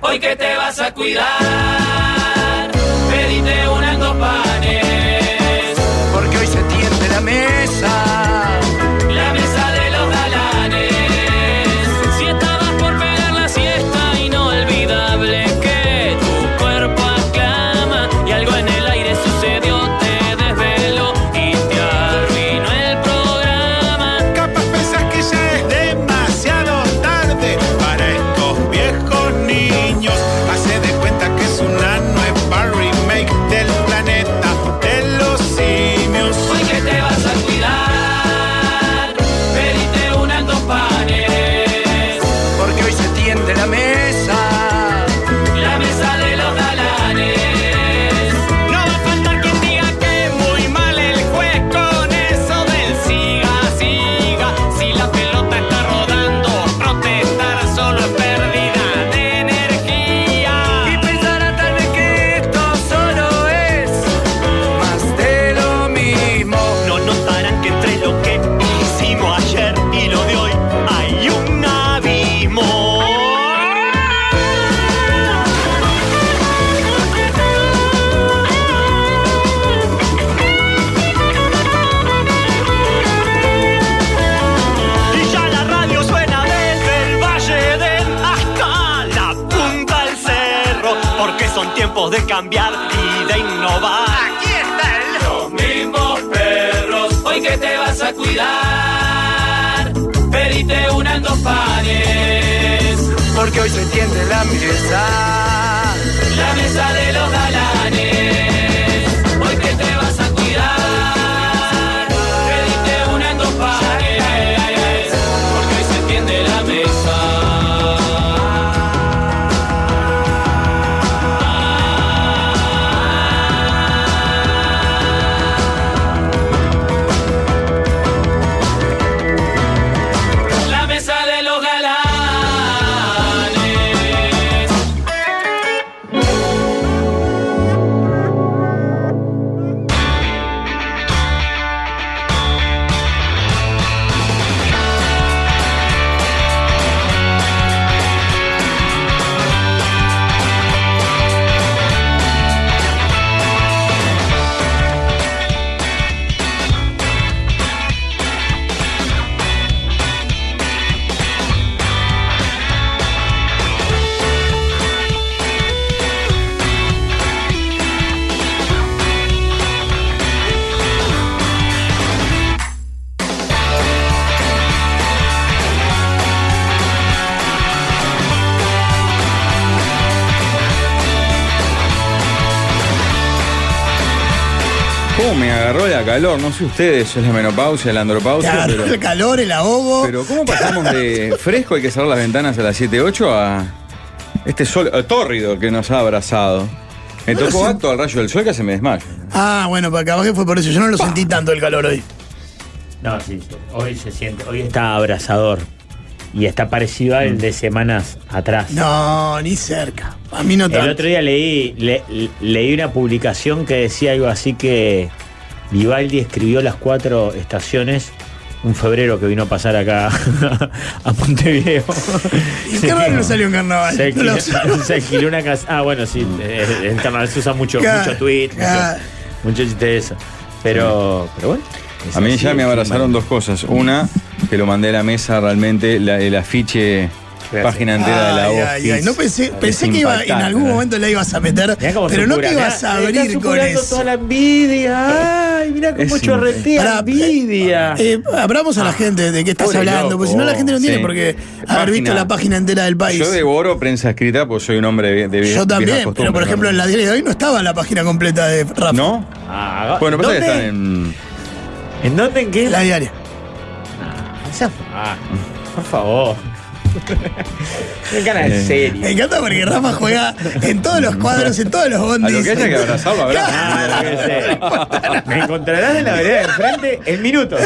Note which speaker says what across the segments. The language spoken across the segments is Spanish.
Speaker 1: hoy que te vas a cuidar, pedite unas dos panes,
Speaker 2: porque hoy se tiende la mesa.
Speaker 1: la mesa de los galanes. Si estabas por pegar la siesta, inolvidable que tu cuerpo aclama y algo en el aire sucedió, te desveló y te arruinó el programa.
Speaker 3: Capaz pensás que ya es demasiado tarde para estos viejos niños. Hace de cuenta que es una nueva remake del planeta de los simios.
Speaker 1: Hoy que te vas a cuidar, pedite unas dos panes,
Speaker 2: Porque hoy se tiende la mesa.
Speaker 1: la mesa de los galanes.
Speaker 3: No va a faltar quien diga que muy mal el juez con eso del siga, siga. Si la pelota está rodando, protestar solo es pérdida de
Speaker 2: Y
Speaker 3: energía.
Speaker 2: pensará tal vez que esto solo es más de lo mismo.
Speaker 3: No notarán que entre lo que hicimos ayer y lo de hoy hay un abismo. Y ya la radio suena desde el Valle del hasta la punta del cerro, porque son tiempos de cambiar y de innovar.
Speaker 2: Aquí está el
Speaker 1: Los mismos perros, hoy que te vas a cuidar, pedite unas dos panes,
Speaker 2: Porque hoy se tiende la mesa.
Speaker 1: la mesa de los galanes. Hoy que te vas a cuidar, pedite unas dos panes, porque hoy se tiende la mesa. La mesa de los galanes.
Speaker 4: ¿Cómo me agarró la calor? No sé ustedes, es la menopausia, la
Speaker 5: Te
Speaker 4: andropausia,
Speaker 5: agarró el
Speaker 4: pero,
Speaker 5: calor, el ahogo.
Speaker 4: pero ¿cómo pasamos de fresco, hay que cerrar las ventanas a las 7, 8 a este sol eh, tórrido que nos ha abrazado? Me
Speaker 5: No lo
Speaker 4: tocó
Speaker 5: siento.
Speaker 4: acto al rayo del sol que se me desmayo.
Speaker 5: Ah, bueno, para acá fue por eso. Yo no lo sentí tanto el calor hoy.
Speaker 6: No, sí, sí. hoy se siente, hoy está abrazador y está parecido al de semanas atrás.
Speaker 5: Mm. No, ni cerca. A mí no
Speaker 6: El
Speaker 5: tanto.
Speaker 6: otro día leí, le- le- leí una publicación que decía algo así que Vivaldi escribió las cuatro estaciones un febrero que vino a pasar acá a Montevideo.
Speaker 5: Y qué raro no salió en carnaval.
Speaker 6: Se
Speaker 5: No lo
Speaker 6: alquiló, se alquiló una casa. Ah, bueno, sí, eh, en carnaval se usa mucho,
Speaker 5: Claro,
Speaker 6: mucho tweet, mucho-
Speaker 5: claro.
Speaker 6: mucho, chiste de eso. Pero, pero bueno. es
Speaker 4: A mí
Speaker 6: así,
Speaker 4: ya me
Speaker 6: es un
Speaker 4: abrazaron dos cosas. Una, que lo mandé a la mesa realmente, la- el afiche,
Speaker 6: Gracias.
Speaker 4: página entera de la
Speaker 5: Ay,
Speaker 4: voz.
Speaker 5: ay, ay. No pensé,
Speaker 4: Es
Speaker 5: pensé que iba, en
Speaker 4: impactante,
Speaker 5: algún
Speaker 4: ¿eh?
Speaker 5: momento la ibas a meter,
Speaker 6: Mirá cómo
Speaker 5: pero no
Speaker 6: supura,
Speaker 5: te ibas a
Speaker 6: mirá, está
Speaker 5: abrir con
Speaker 6: supurando
Speaker 5: eso.
Speaker 6: toda la envidia. Ay, mira cómo
Speaker 4: Es
Speaker 6: chorretea
Speaker 5: Pará,
Speaker 6: envidia.
Speaker 5: Eh, abramos a la gente de qué estás
Speaker 6: Pobre
Speaker 5: hablando,
Speaker 6: loco.
Speaker 5: porque si no la gente no tiene
Speaker 4: Ah, Sí.
Speaker 5: por qué haber
Speaker 4: Página.
Speaker 5: visto la página entera del país.
Speaker 4: Yo devoro prensa escrita porque soy un hombre de, de vie-
Speaker 5: Yo
Speaker 4: viejas
Speaker 5: también,
Speaker 4: costumbres,
Speaker 5: pero por ejemplo en la diaria de hoy no estaba la página completa de Rafa.
Speaker 4: ¿No?
Speaker 6: Ah,
Speaker 4: Bueno, pasa que
Speaker 6: ¿dónde?
Speaker 4: están en...
Speaker 6: ¿En dónde? ¿En qué?
Speaker 5: La diaria.
Speaker 6: Esa- ah, por favor. Qué cara de
Speaker 4: Eh.
Speaker 5: Me
Speaker 6: serio.
Speaker 5: encanta porque Rafa juega en todos los cuadros, en todos los
Speaker 4: A
Speaker 5: bondis.
Speaker 4: lo que haya que abrazarlo,
Speaker 6: Ah,
Speaker 4: abrazo.
Speaker 6: la que sea. Me encontrarás en la vereda de enfrente en minutos.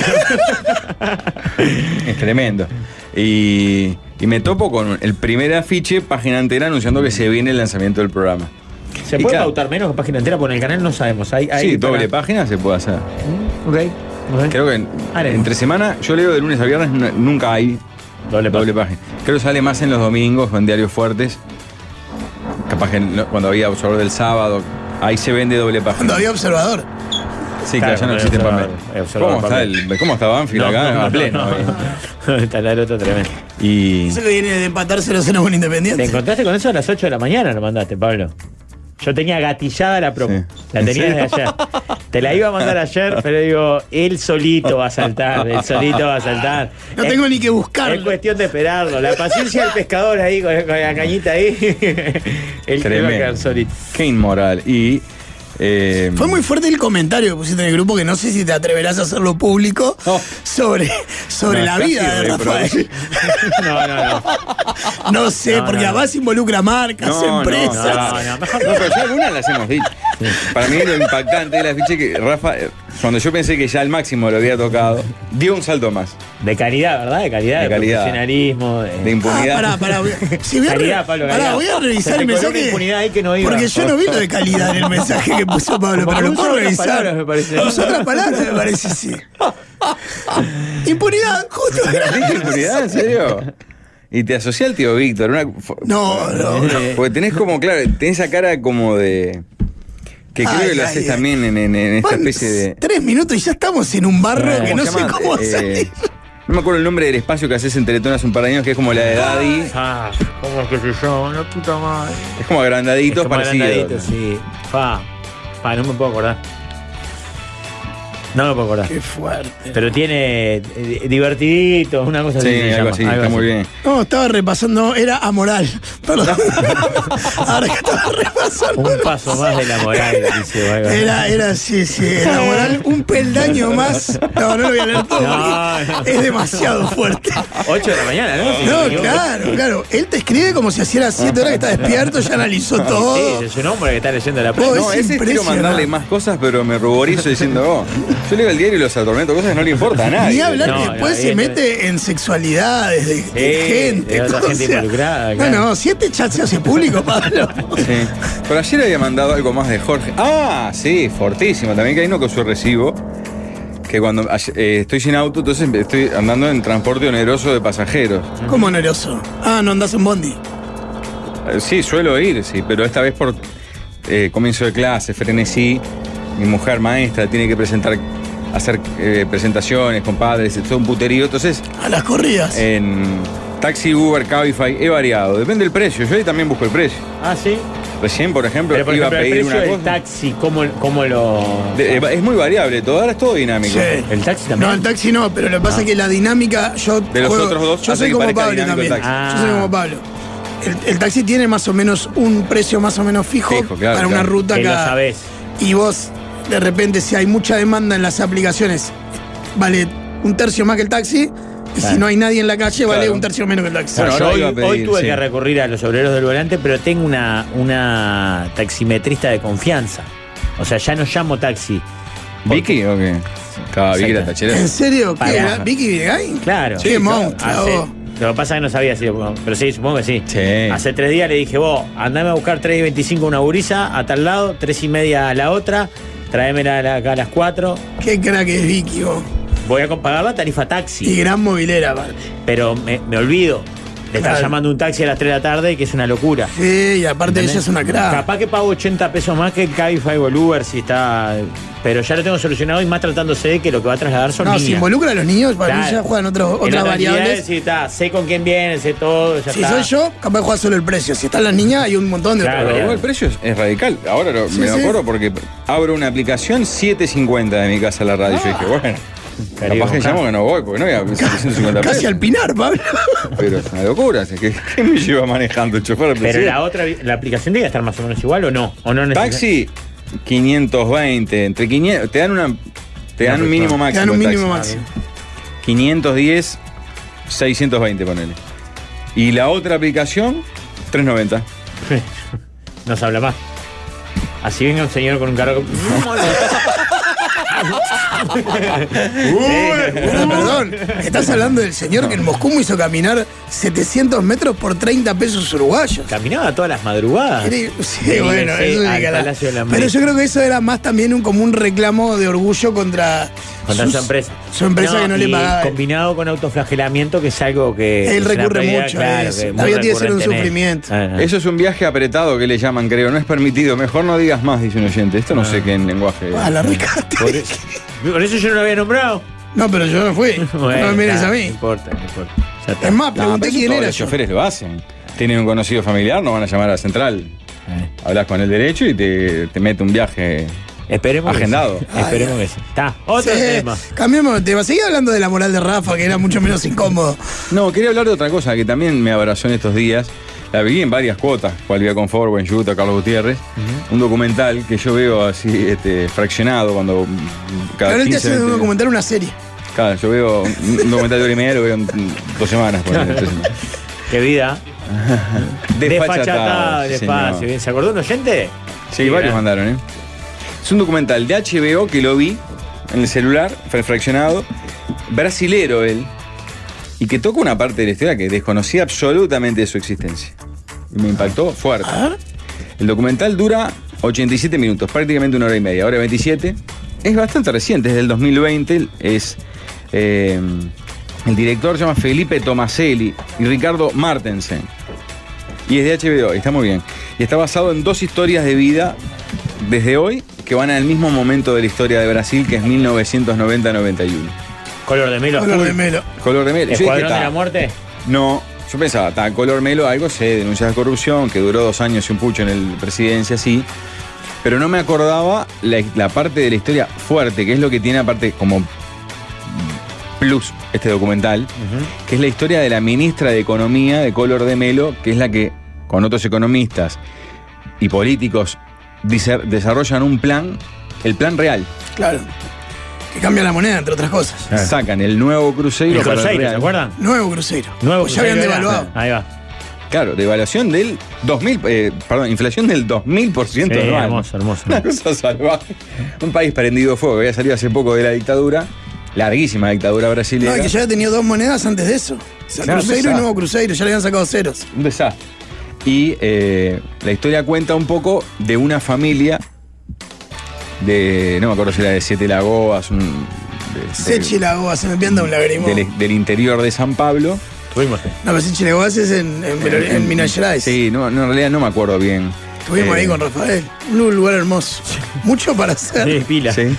Speaker 4: Es tremendo. Y, y me topo con el primer afiche, página entera, anunciando que se viene el lanzamiento del programa.
Speaker 6: ¿Se
Speaker 4: Y
Speaker 6: puede
Speaker 4: claro.
Speaker 6: pautar menos con página entera? Porque en el canal no sabemos. Hay, hay
Speaker 4: sí, doble
Speaker 6: para-
Speaker 4: página se puede hacer.
Speaker 6: Ok. ok.
Speaker 4: Creo que en-
Speaker 6: Haremos.
Speaker 4: entre semana, yo leo de lunes a viernes, n- nunca hay
Speaker 6: Doble
Speaker 4: doble página. Creo que sale más en los domingos o en diarios fuertes. Capaz que no- cuando había observador del sábado, ahí se vende doble página.
Speaker 5: Cuando había observador.
Speaker 4: Sí, claro, ya
Speaker 6: Claro,
Speaker 4: no
Speaker 6: cuando
Speaker 4: existe
Speaker 6: había
Speaker 4: papel.
Speaker 6: observador- eh, observador
Speaker 4: ¿Cómo, está
Speaker 6: papel.
Speaker 4: el, ¿Cómo está Banfield acá? a pleno. eh.
Speaker 6: Está la derrota tremenda.
Speaker 4: Y
Speaker 5: Eso que viene de empatar 0-0 con
Speaker 6: ¿Te
Speaker 5: Independiente.
Speaker 6: encontraste con eso a las 8 de la mañana? Lo mandaste, Pablo. Yo tenía gatillada la promo.
Speaker 4: Sí.
Speaker 6: La
Speaker 4: ¿En
Speaker 6: tenía desde ayer. Te la iba a mandar ayer, pero digo, él solito va a saltar, él solito va a saltar.
Speaker 5: No
Speaker 6: Es-
Speaker 5: tengo ni que
Speaker 6: Es
Speaker 5: buscarlo.
Speaker 6: cuestión de esperarlo. La paciencia del pescador ahí, con, con la cañita ahí. él te va a quedar
Speaker 4: tremendo.
Speaker 6: solito.
Speaker 4: Qué inmoral. Y. eh,
Speaker 5: Fue muy fuerte el comentario que pusiste en el grupo, que no sé si te atreverás a hacerlo público,
Speaker 4: No.
Speaker 5: sobre, sobre
Speaker 4: No,
Speaker 5: la
Speaker 4: casi
Speaker 5: vida de
Speaker 4: reproducir.
Speaker 5: Rafael.
Speaker 6: No, no, no.
Speaker 5: No sé,
Speaker 6: No,
Speaker 5: porque
Speaker 6: no, no.
Speaker 5: además involucra marcas, empresas.
Speaker 6: no, no, mejor
Speaker 4: No, pero ya algunas las hemos dicho. Para mí lo impactante de la ficha es que Rafa, eh, cuando yo pensé que ya el máximo lo había tocado, dio un salto más
Speaker 6: De calidad, ¿verdad? De calidad, de,
Speaker 4: De calidad.
Speaker 6: profesionalismo. de-
Speaker 4: de
Speaker 5: Ah,
Speaker 4: impunidad.
Speaker 5: pará, pará. voy a- Si voy a, re-
Speaker 6: Calidad, Pablo,
Speaker 5: pará,
Speaker 6: calidad.
Speaker 5: voy a
Speaker 6: Se
Speaker 5: revisar
Speaker 6: te
Speaker 5: el
Speaker 6: coló una
Speaker 5: mensaje.
Speaker 6: impunidad ahí que no iba.
Speaker 5: Porque yo no vi lo de calidad en el mensaje que puso Pablo,
Speaker 6: Como
Speaker 5: pero lo
Speaker 6: usa
Speaker 5: puedo
Speaker 6: otras
Speaker 5: revisar.
Speaker 6: palabras, me parece.
Speaker 5: Usa otras palabras, me parece, sí. Impunidad, justo.
Speaker 4: ¿Dije impunidad? ¿En serio? Y te asocia al tío Víctor. una- fo-
Speaker 5: No, no. no.
Speaker 4: Porque tenés como, claro, tenés esa cara como de. Que creo
Speaker 5: Ay,
Speaker 4: que lo
Speaker 5: ay,
Speaker 4: haces
Speaker 5: ay.
Speaker 4: también en, en- en esta
Speaker 5: Van
Speaker 4: especie de.
Speaker 5: Tres minutos y ya estamos en un barro
Speaker 6: Eh,
Speaker 5: que no
Speaker 4: se
Speaker 5: sé
Speaker 4: llama?
Speaker 5: cómo
Speaker 4: Eh,
Speaker 5: salir.
Speaker 4: No me acuerdo el nombre del espacio que haces en Teletón hace un par de años, que es como la de Daddy.
Speaker 6: Ah, ¿cómo que se yo? La puta madre.
Speaker 4: Es como agrandaditos
Speaker 6: Es como
Speaker 4: parecidos.
Speaker 6: agrandadito, sí. Fa, fa, no me puedo acordar. No me puedo acordar.
Speaker 5: Qué fuerte.
Speaker 6: Pero tiene eh, divertidito, una cosa
Speaker 4: Sí,
Speaker 6: así. se
Speaker 4: algo
Speaker 6: llama,
Speaker 4: así, está muy bien.
Speaker 5: No, estaba repasando, era amoral. Perdón. Ahora que estaba repasando.
Speaker 6: Un paso más de la moral, dice. algo así.
Speaker 5: Era, era, sí, sí, era moral. Un peldaño más. No, no lo voy a leer todo
Speaker 6: No, no.
Speaker 5: porque es demasiado fuerte.
Speaker 6: 8 de la mañana, ¿no? Si me
Speaker 5: No,
Speaker 6: equivoco.
Speaker 5: claro, claro. Él te escribe como si hacía 7 horas que está despierto, ya analizó todo.
Speaker 6: Sí, es un hombre que está leyendo la
Speaker 5: Oh,
Speaker 6: prensa.
Speaker 4: No,
Speaker 5: es
Speaker 4: ese quiero
Speaker 5: impresionante.
Speaker 4: mandarle más cosas, pero me ruborizo diciendo, oh, yo leo el diario y los atormento cosas que no le importa a nadie.
Speaker 5: Ni hablar
Speaker 6: No,
Speaker 5: que
Speaker 6: no,
Speaker 5: después se
Speaker 6: evidentemente.
Speaker 5: mete en sexualidades de, de
Speaker 6: Eh,
Speaker 5: gente.
Speaker 6: de otra
Speaker 5: o
Speaker 6: gente
Speaker 5: sea,
Speaker 6: involucrada,
Speaker 5: No,
Speaker 6: claro.
Speaker 5: no, si este chat se hace público, Pablo.
Speaker 4: Sí. Pero ayer había mandado algo más de Jorge. Ah, sí, fortísimo. También que hay uno que yo recibo. Que cuando eh, estoy sin auto, entonces estoy andando en transporte oneroso de pasajeros.
Speaker 5: ¿Cómo oneroso? Ah, no andás en Bondi.
Speaker 4: Eh, Sí, suelo ir, sí, pero esta vez por eh, comienzo de clase, frenesí. Mi mujer maestra tiene que presentar, hacer eh, presentaciones con padres, es todo un puterío. Entonces,
Speaker 5: A las corridas.
Speaker 6: Eh,
Speaker 4: en taxi, Uber, Cabify, he variado. Depende del precio. Yo ahí también busco el precio.
Speaker 6: Ah, sí.
Speaker 4: Recién, por ejemplo,
Speaker 6: Pero por
Speaker 4: iba
Speaker 6: ejemplo,
Speaker 4: a
Speaker 6: el
Speaker 4: pedir
Speaker 6: precio
Speaker 4: una
Speaker 6: del
Speaker 4: cosa.
Speaker 6: taxi, ¿cómo, cómo lo...?
Speaker 4: De- eh, es muy variable, todo ahora es todo dinámico.
Speaker 5: Sí.
Speaker 6: ¿El taxi también?
Speaker 5: No, el taxi no, pero lo que pasa
Speaker 6: Ah.
Speaker 5: es que la dinámica. Yo
Speaker 4: De los otros dos
Speaker 5: Yo
Speaker 4: hace
Speaker 5: soy
Speaker 4: que
Speaker 5: como
Speaker 4: parezca
Speaker 5: Pablo
Speaker 4: dinámico el
Speaker 5: también.
Speaker 6: taxi.
Speaker 5: Yo soy
Speaker 6: Ah.
Speaker 5: como Pablo. El, el taxi tiene más o menos un precio más o menos fijo,
Speaker 4: Fijo, claro,
Speaker 5: para una
Speaker 4: claro.
Speaker 5: ruta
Speaker 6: que lo
Speaker 5: cada-
Speaker 6: sabés.
Speaker 5: Y vos, de repente, si hay mucha demanda en las aplicaciones, vale un tercio más que el taxi. Y si
Speaker 6: Claro.
Speaker 5: no hay nadie en la calle, vale
Speaker 4: Claro.
Speaker 5: un tercio menos que el taxi.
Speaker 4: Claro.
Speaker 6: Bueno,
Speaker 4: Ahora
Speaker 6: yo hoy,
Speaker 4: iba a pedir,
Speaker 6: hoy tuve
Speaker 4: sí.
Speaker 6: que recurrir a los obreros del volante, pero tengo una, una taximetrista de confianza. O sea, ya no llamo taxi.
Speaker 4: ¿Vicky o qué? Cada Vicky la tachera.
Speaker 5: ¿En serio? ¿Qué
Speaker 6: Para.
Speaker 5: era? ¿Vicky Videgain?
Speaker 6: Claro.
Speaker 5: Qué monstruo.
Speaker 6: Hace- lo que pasa es que no sabía si lo- Pero sí, supongo que sí.
Speaker 4: Sí.
Speaker 6: Hace tres días le dije, vos, andame a buscar 3 y 25 una gurisa a tal lado, 3 y media a la otra, tráemela a la- acá a las 4.
Speaker 5: Qué crack es Vicky, vos.
Speaker 6: Voy a co- pagar la tarifa taxi.
Speaker 5: Y gran movilera, aparte.
Speaker 6: Pero me, me olvido de estar
Speaker 5: Claro.
Speaker 6: llamando un taxi a las 3 de la tarde, que es una locura.
Speaker 5: Sí, y aparte
Speaker 6: ¿Entendés?
Speaker 5: ella es una crack.
Speaker 6: Capaz que pago 80 pesos más que el Cabify o el Uber si está. Pero ya lo tengo solucionado y más tratándose de que lo que va a trasladar son
Speaker 5: No,
Speaker 6: niñas.
Speaker 5: si involucra a los niños, para mí
Speaker 6: Claro.
Speaker 5: ya juegan otros-
Speaker 6: En
Speaker 5: otras
Speaker 6: otras actividades,
Speaker 5: variables.
Speaker 6: Sí, está. Sé con quién viene, sé todo. Ya
Speaker 5: Si
Speaker 6: está.
Speaker 5: soy yo, capaz de jugar solo el precio. Si están las niñas, hay un montón de
Speaker 6: Claro.
Speaker 5: otras
Speaker 4: Pero igual el precio es, es radical. Ahora lo-
Speaker 5: Sí,
Speaker 4: me lo
Speaker 5: sí.
Speaker 4: acuerdo porque abro una aplicación 7.50 de mi casa a la radio. Yo
Speaker 5: Ah.
Speaker 4: dije, bueno,
Speaker 6: Quería
Speaker 4: capaz que
Speaker 6: buscar.
Speaker 4: llamo que no voy, porque no voy a 750 pesos.
Speaker 5: Casi al pinar, Pablo.
Speaker 4: Pero es una locura. es que- ¿Qué me lleva manejando el chofer? al
Speaker 6: Pero
Speaker 4: principio?
Speaker 6: la otra, la aplicación debe estar más o menos igual o no. O no neces-
Speaker 4: Taxi, 520. Entre 500, te dan una. Te dan un mínimo
Speaker 5: Te
Speaker 4: máximo.
Speaker 5: dan un
Speaker 4: en
Speaker 5: mínimo
Speaker 4: taxi.
Speaker 5: máximo.
Speaker 4: 510, 620, ponele. Y la otra aplicación, 390.
Speaker 6: No se habla más. Así venga un señor con un carro.
Speaker 5: Pero perdón, estás hablando del señor que en Moscú me hizo caminar 700 metros por 30 pesos uruguayos.
Speaker 6: Caminaba todas las madrugadas.
Speaker 5: Sí,
Speaker 6: Del
Speaker 5: bueno,
Speaker 6: IBC
Speaker 5: eso sí
Speaker 6: al
Speaker 5: que la-
Speaker 6: Palacio de la
Speaker 5: Pero
Speaker 6: América.
Speaker 5: yo creo que eso era más también un, como un reclamo de orgullo contra,
Speaker 6: Fantasia
Speaker 5: Su-
Speaker 6: empresa.
Speaker 5: su empresa que no le
Speaker 6: y
Speaker 5: pagaba.
Speaker 6: Combinado con autoflagelamiento, que es algo que.
Speaker 5: Él
Speaker 6: es una
Speaker 5: recurre
Speaker 6: pelea,
Speaker 5: mucho a eso.
Speaker 6: que es
Speaker 5: La
Speaker 6: muy
Speaker 5: vida tiene que ser un
Speaker 6: recurrente en él.
Speaker 5: sufrimiento.
Speaker 6: Ah, ah.
Speaker 4: Eso es un viaje apretado que le llaman, creo. No es permitido. Mejor no digas más, dice un oyente. Esto no sé qué en lenguaje.
Speaker 5: A Ah. la rescate.
Speaker 6: Por eso, por eso yo no lo había nombrado.
Speaker 5: No, pero yo no fui.
Speaker 6: Bueno,
Speaker 5: no me mires
Speaker 6: está,
Speaker 5: a
Speaker 6: No
Speaker 5: mí.
Speaker 6: importa, no importa. Ya está.
Speaker 5: Es más,
Speaker 4: No, pero
Speaker 5: pregunté
Speaker 4: eso
Speaker 5: quién
Speaker 4: todos
Speaker 5: era
Speaker 4: Los
Speaker 5: yo.
Speaker 4: choferes lo hacen. Tienen un conocido familiar, no van a llamar a la central.
Speaker 6: Eh.
Speaker 4: Hablas con el derecho y te, te mete un viaje.
Speaker 6: Esperemos. que
Speaker 4: Agendado.
Speaker 6: sí. eh, Esperemos que sí. Está. Otro
Speaker 5: Sí,
Speaker 6: tema.
Speaker 5: Cambiemos de tema. Seguí hablando de la moral de Rafa, que era mucho menos incómodo.
Speaker 4: No, quería hablar de otra cosa que también me abrazó en estos días. La vi en varias cuotas, cual vía con Forbo, en Utah, Carlos Gutiérrez. Un documental que yo veo así este, fraccionado cuando mm, cada
Speaker 5: Pero él
Speaker 4: 15,
Speaker 5: te hace de
Speaker 4: 20
Speaker 5: documentar una serie.
Speaker 4: Claro, yo veo un un documental de hora y media, lo veo en mm, dos semanas. por ejemplo.
Speaker 6: Qué vida. Desfachatado,
Speaker 4: Desfachatado, sí,
Speaker 6: despacio.
Speaker 4: señor.
Speaker 6: Bien, ¿Se acordó un oyente?
Speaker 4: Sí,
Speaker 6: Qué
Speaker 4: varios
Speaker 6: gran-
Speaker 4: mandaron, ¿eh? Es un documental de HBO que lo vi en el celular, fue fraccionado, brasilero él, y que toca una parte de la historia que desconocía absolutamente de su existencia. Y me impactó fuerte. El documental dura 87 minutos, prácticamente una hora y media, hora 27. Es bastante reciente, es del 2020, es... eh, el director se llama Felipe Tomaselli y Ricardo Martensen. Y es de HBO, y está muy bien. Y está basado en dos historias de vida desde hoy que van al mismo momento de la historia de Brasil, que es 1990-91.
Speaker 6: Color de melo.
Speaker 5: Color
Speaker 6: azul.
Speaker 5: de Melo.
Speaker 4: Color de melo. Yo dije,
Speaker 6: Escuadrón de
Speaker 4: "Ta".
Speaker 6: la muerte.
Speaker 4: No, yo pensaba, ta, color melo, algo se denuncia de corrupción, que duró dos años y un pucho en el presidencia, sí. Pero no me acordaba la, la parte de la historia fuerte, que es lo que tiene aparte como plus este documental, que es la historia de la ministra de Economía de Color de Melo, que es la que, con otros economistas y políticos, dice- desarrollan un plan, el plan real.
Speaker 5: Claro. Que cambia la moneda, entre otras cosas.
Speaker 4: Sacan el nuevo cruceiro
Speaker 6: El
Speaker 4: para el
Speaker 6: Cruzeiro,
Speaker 4: real.
Speaker 6: ¿se acuerdan?
Speaker 5: Nuevo crucero.
Speaker 6: Nuevo.
Speaker 5: Pues ya habían
Speaker 6: Cruzeiro era.
Speaker 5: devaluado.
Speaker 6: Ahí va.
Speaker 4: Claro, devaluación del 2000, eh, perdón, inflación del 2000%
Speaker 6: Sí,
Speaker 4: anual.
Speaker 6: hermoso, hermoso.
Speaker 4: Una cosa salvaje. Un país prendido fuego, que había salido hace poco de la dictadura, larguísima dictadura
Speaker 5: No,
Speaker 4: brasileña.
Speaker 5: es que ya había tenido dos monedas antes de eso. O sea,
Speaker 4: Claro,
Speaker 5: crucero y
Speaker 4: pesado.
Speaker 5: nuevo crucero, ya le habían sacado ceros.
Speaker 4: Un desastre. Y eh, la historia cuenta un poco de una familia de, no me acuerdo si era de Siete Lagoas, un, de- de-
Speaker 5: Sechi Lagoa, se me pianta un lagrimón.
Speaker 4: del, del interior de San Pablo.
Speaker 6: Tuvimos.
Speaker 5: No, pero Sechi Lagoa es en, en, Belo- en Minas Gerais.
Speaker 4: Sí, no, no, en realidad no me acuerdo bien.
Speaker 5: Estuvimos
Speaker 4: Eh,
Speaker 5: ahí con Rafael. Un lugar hermoso. Mucho para hacer.
Speaker 6: Sí, pila.
Speaker 4: Sí.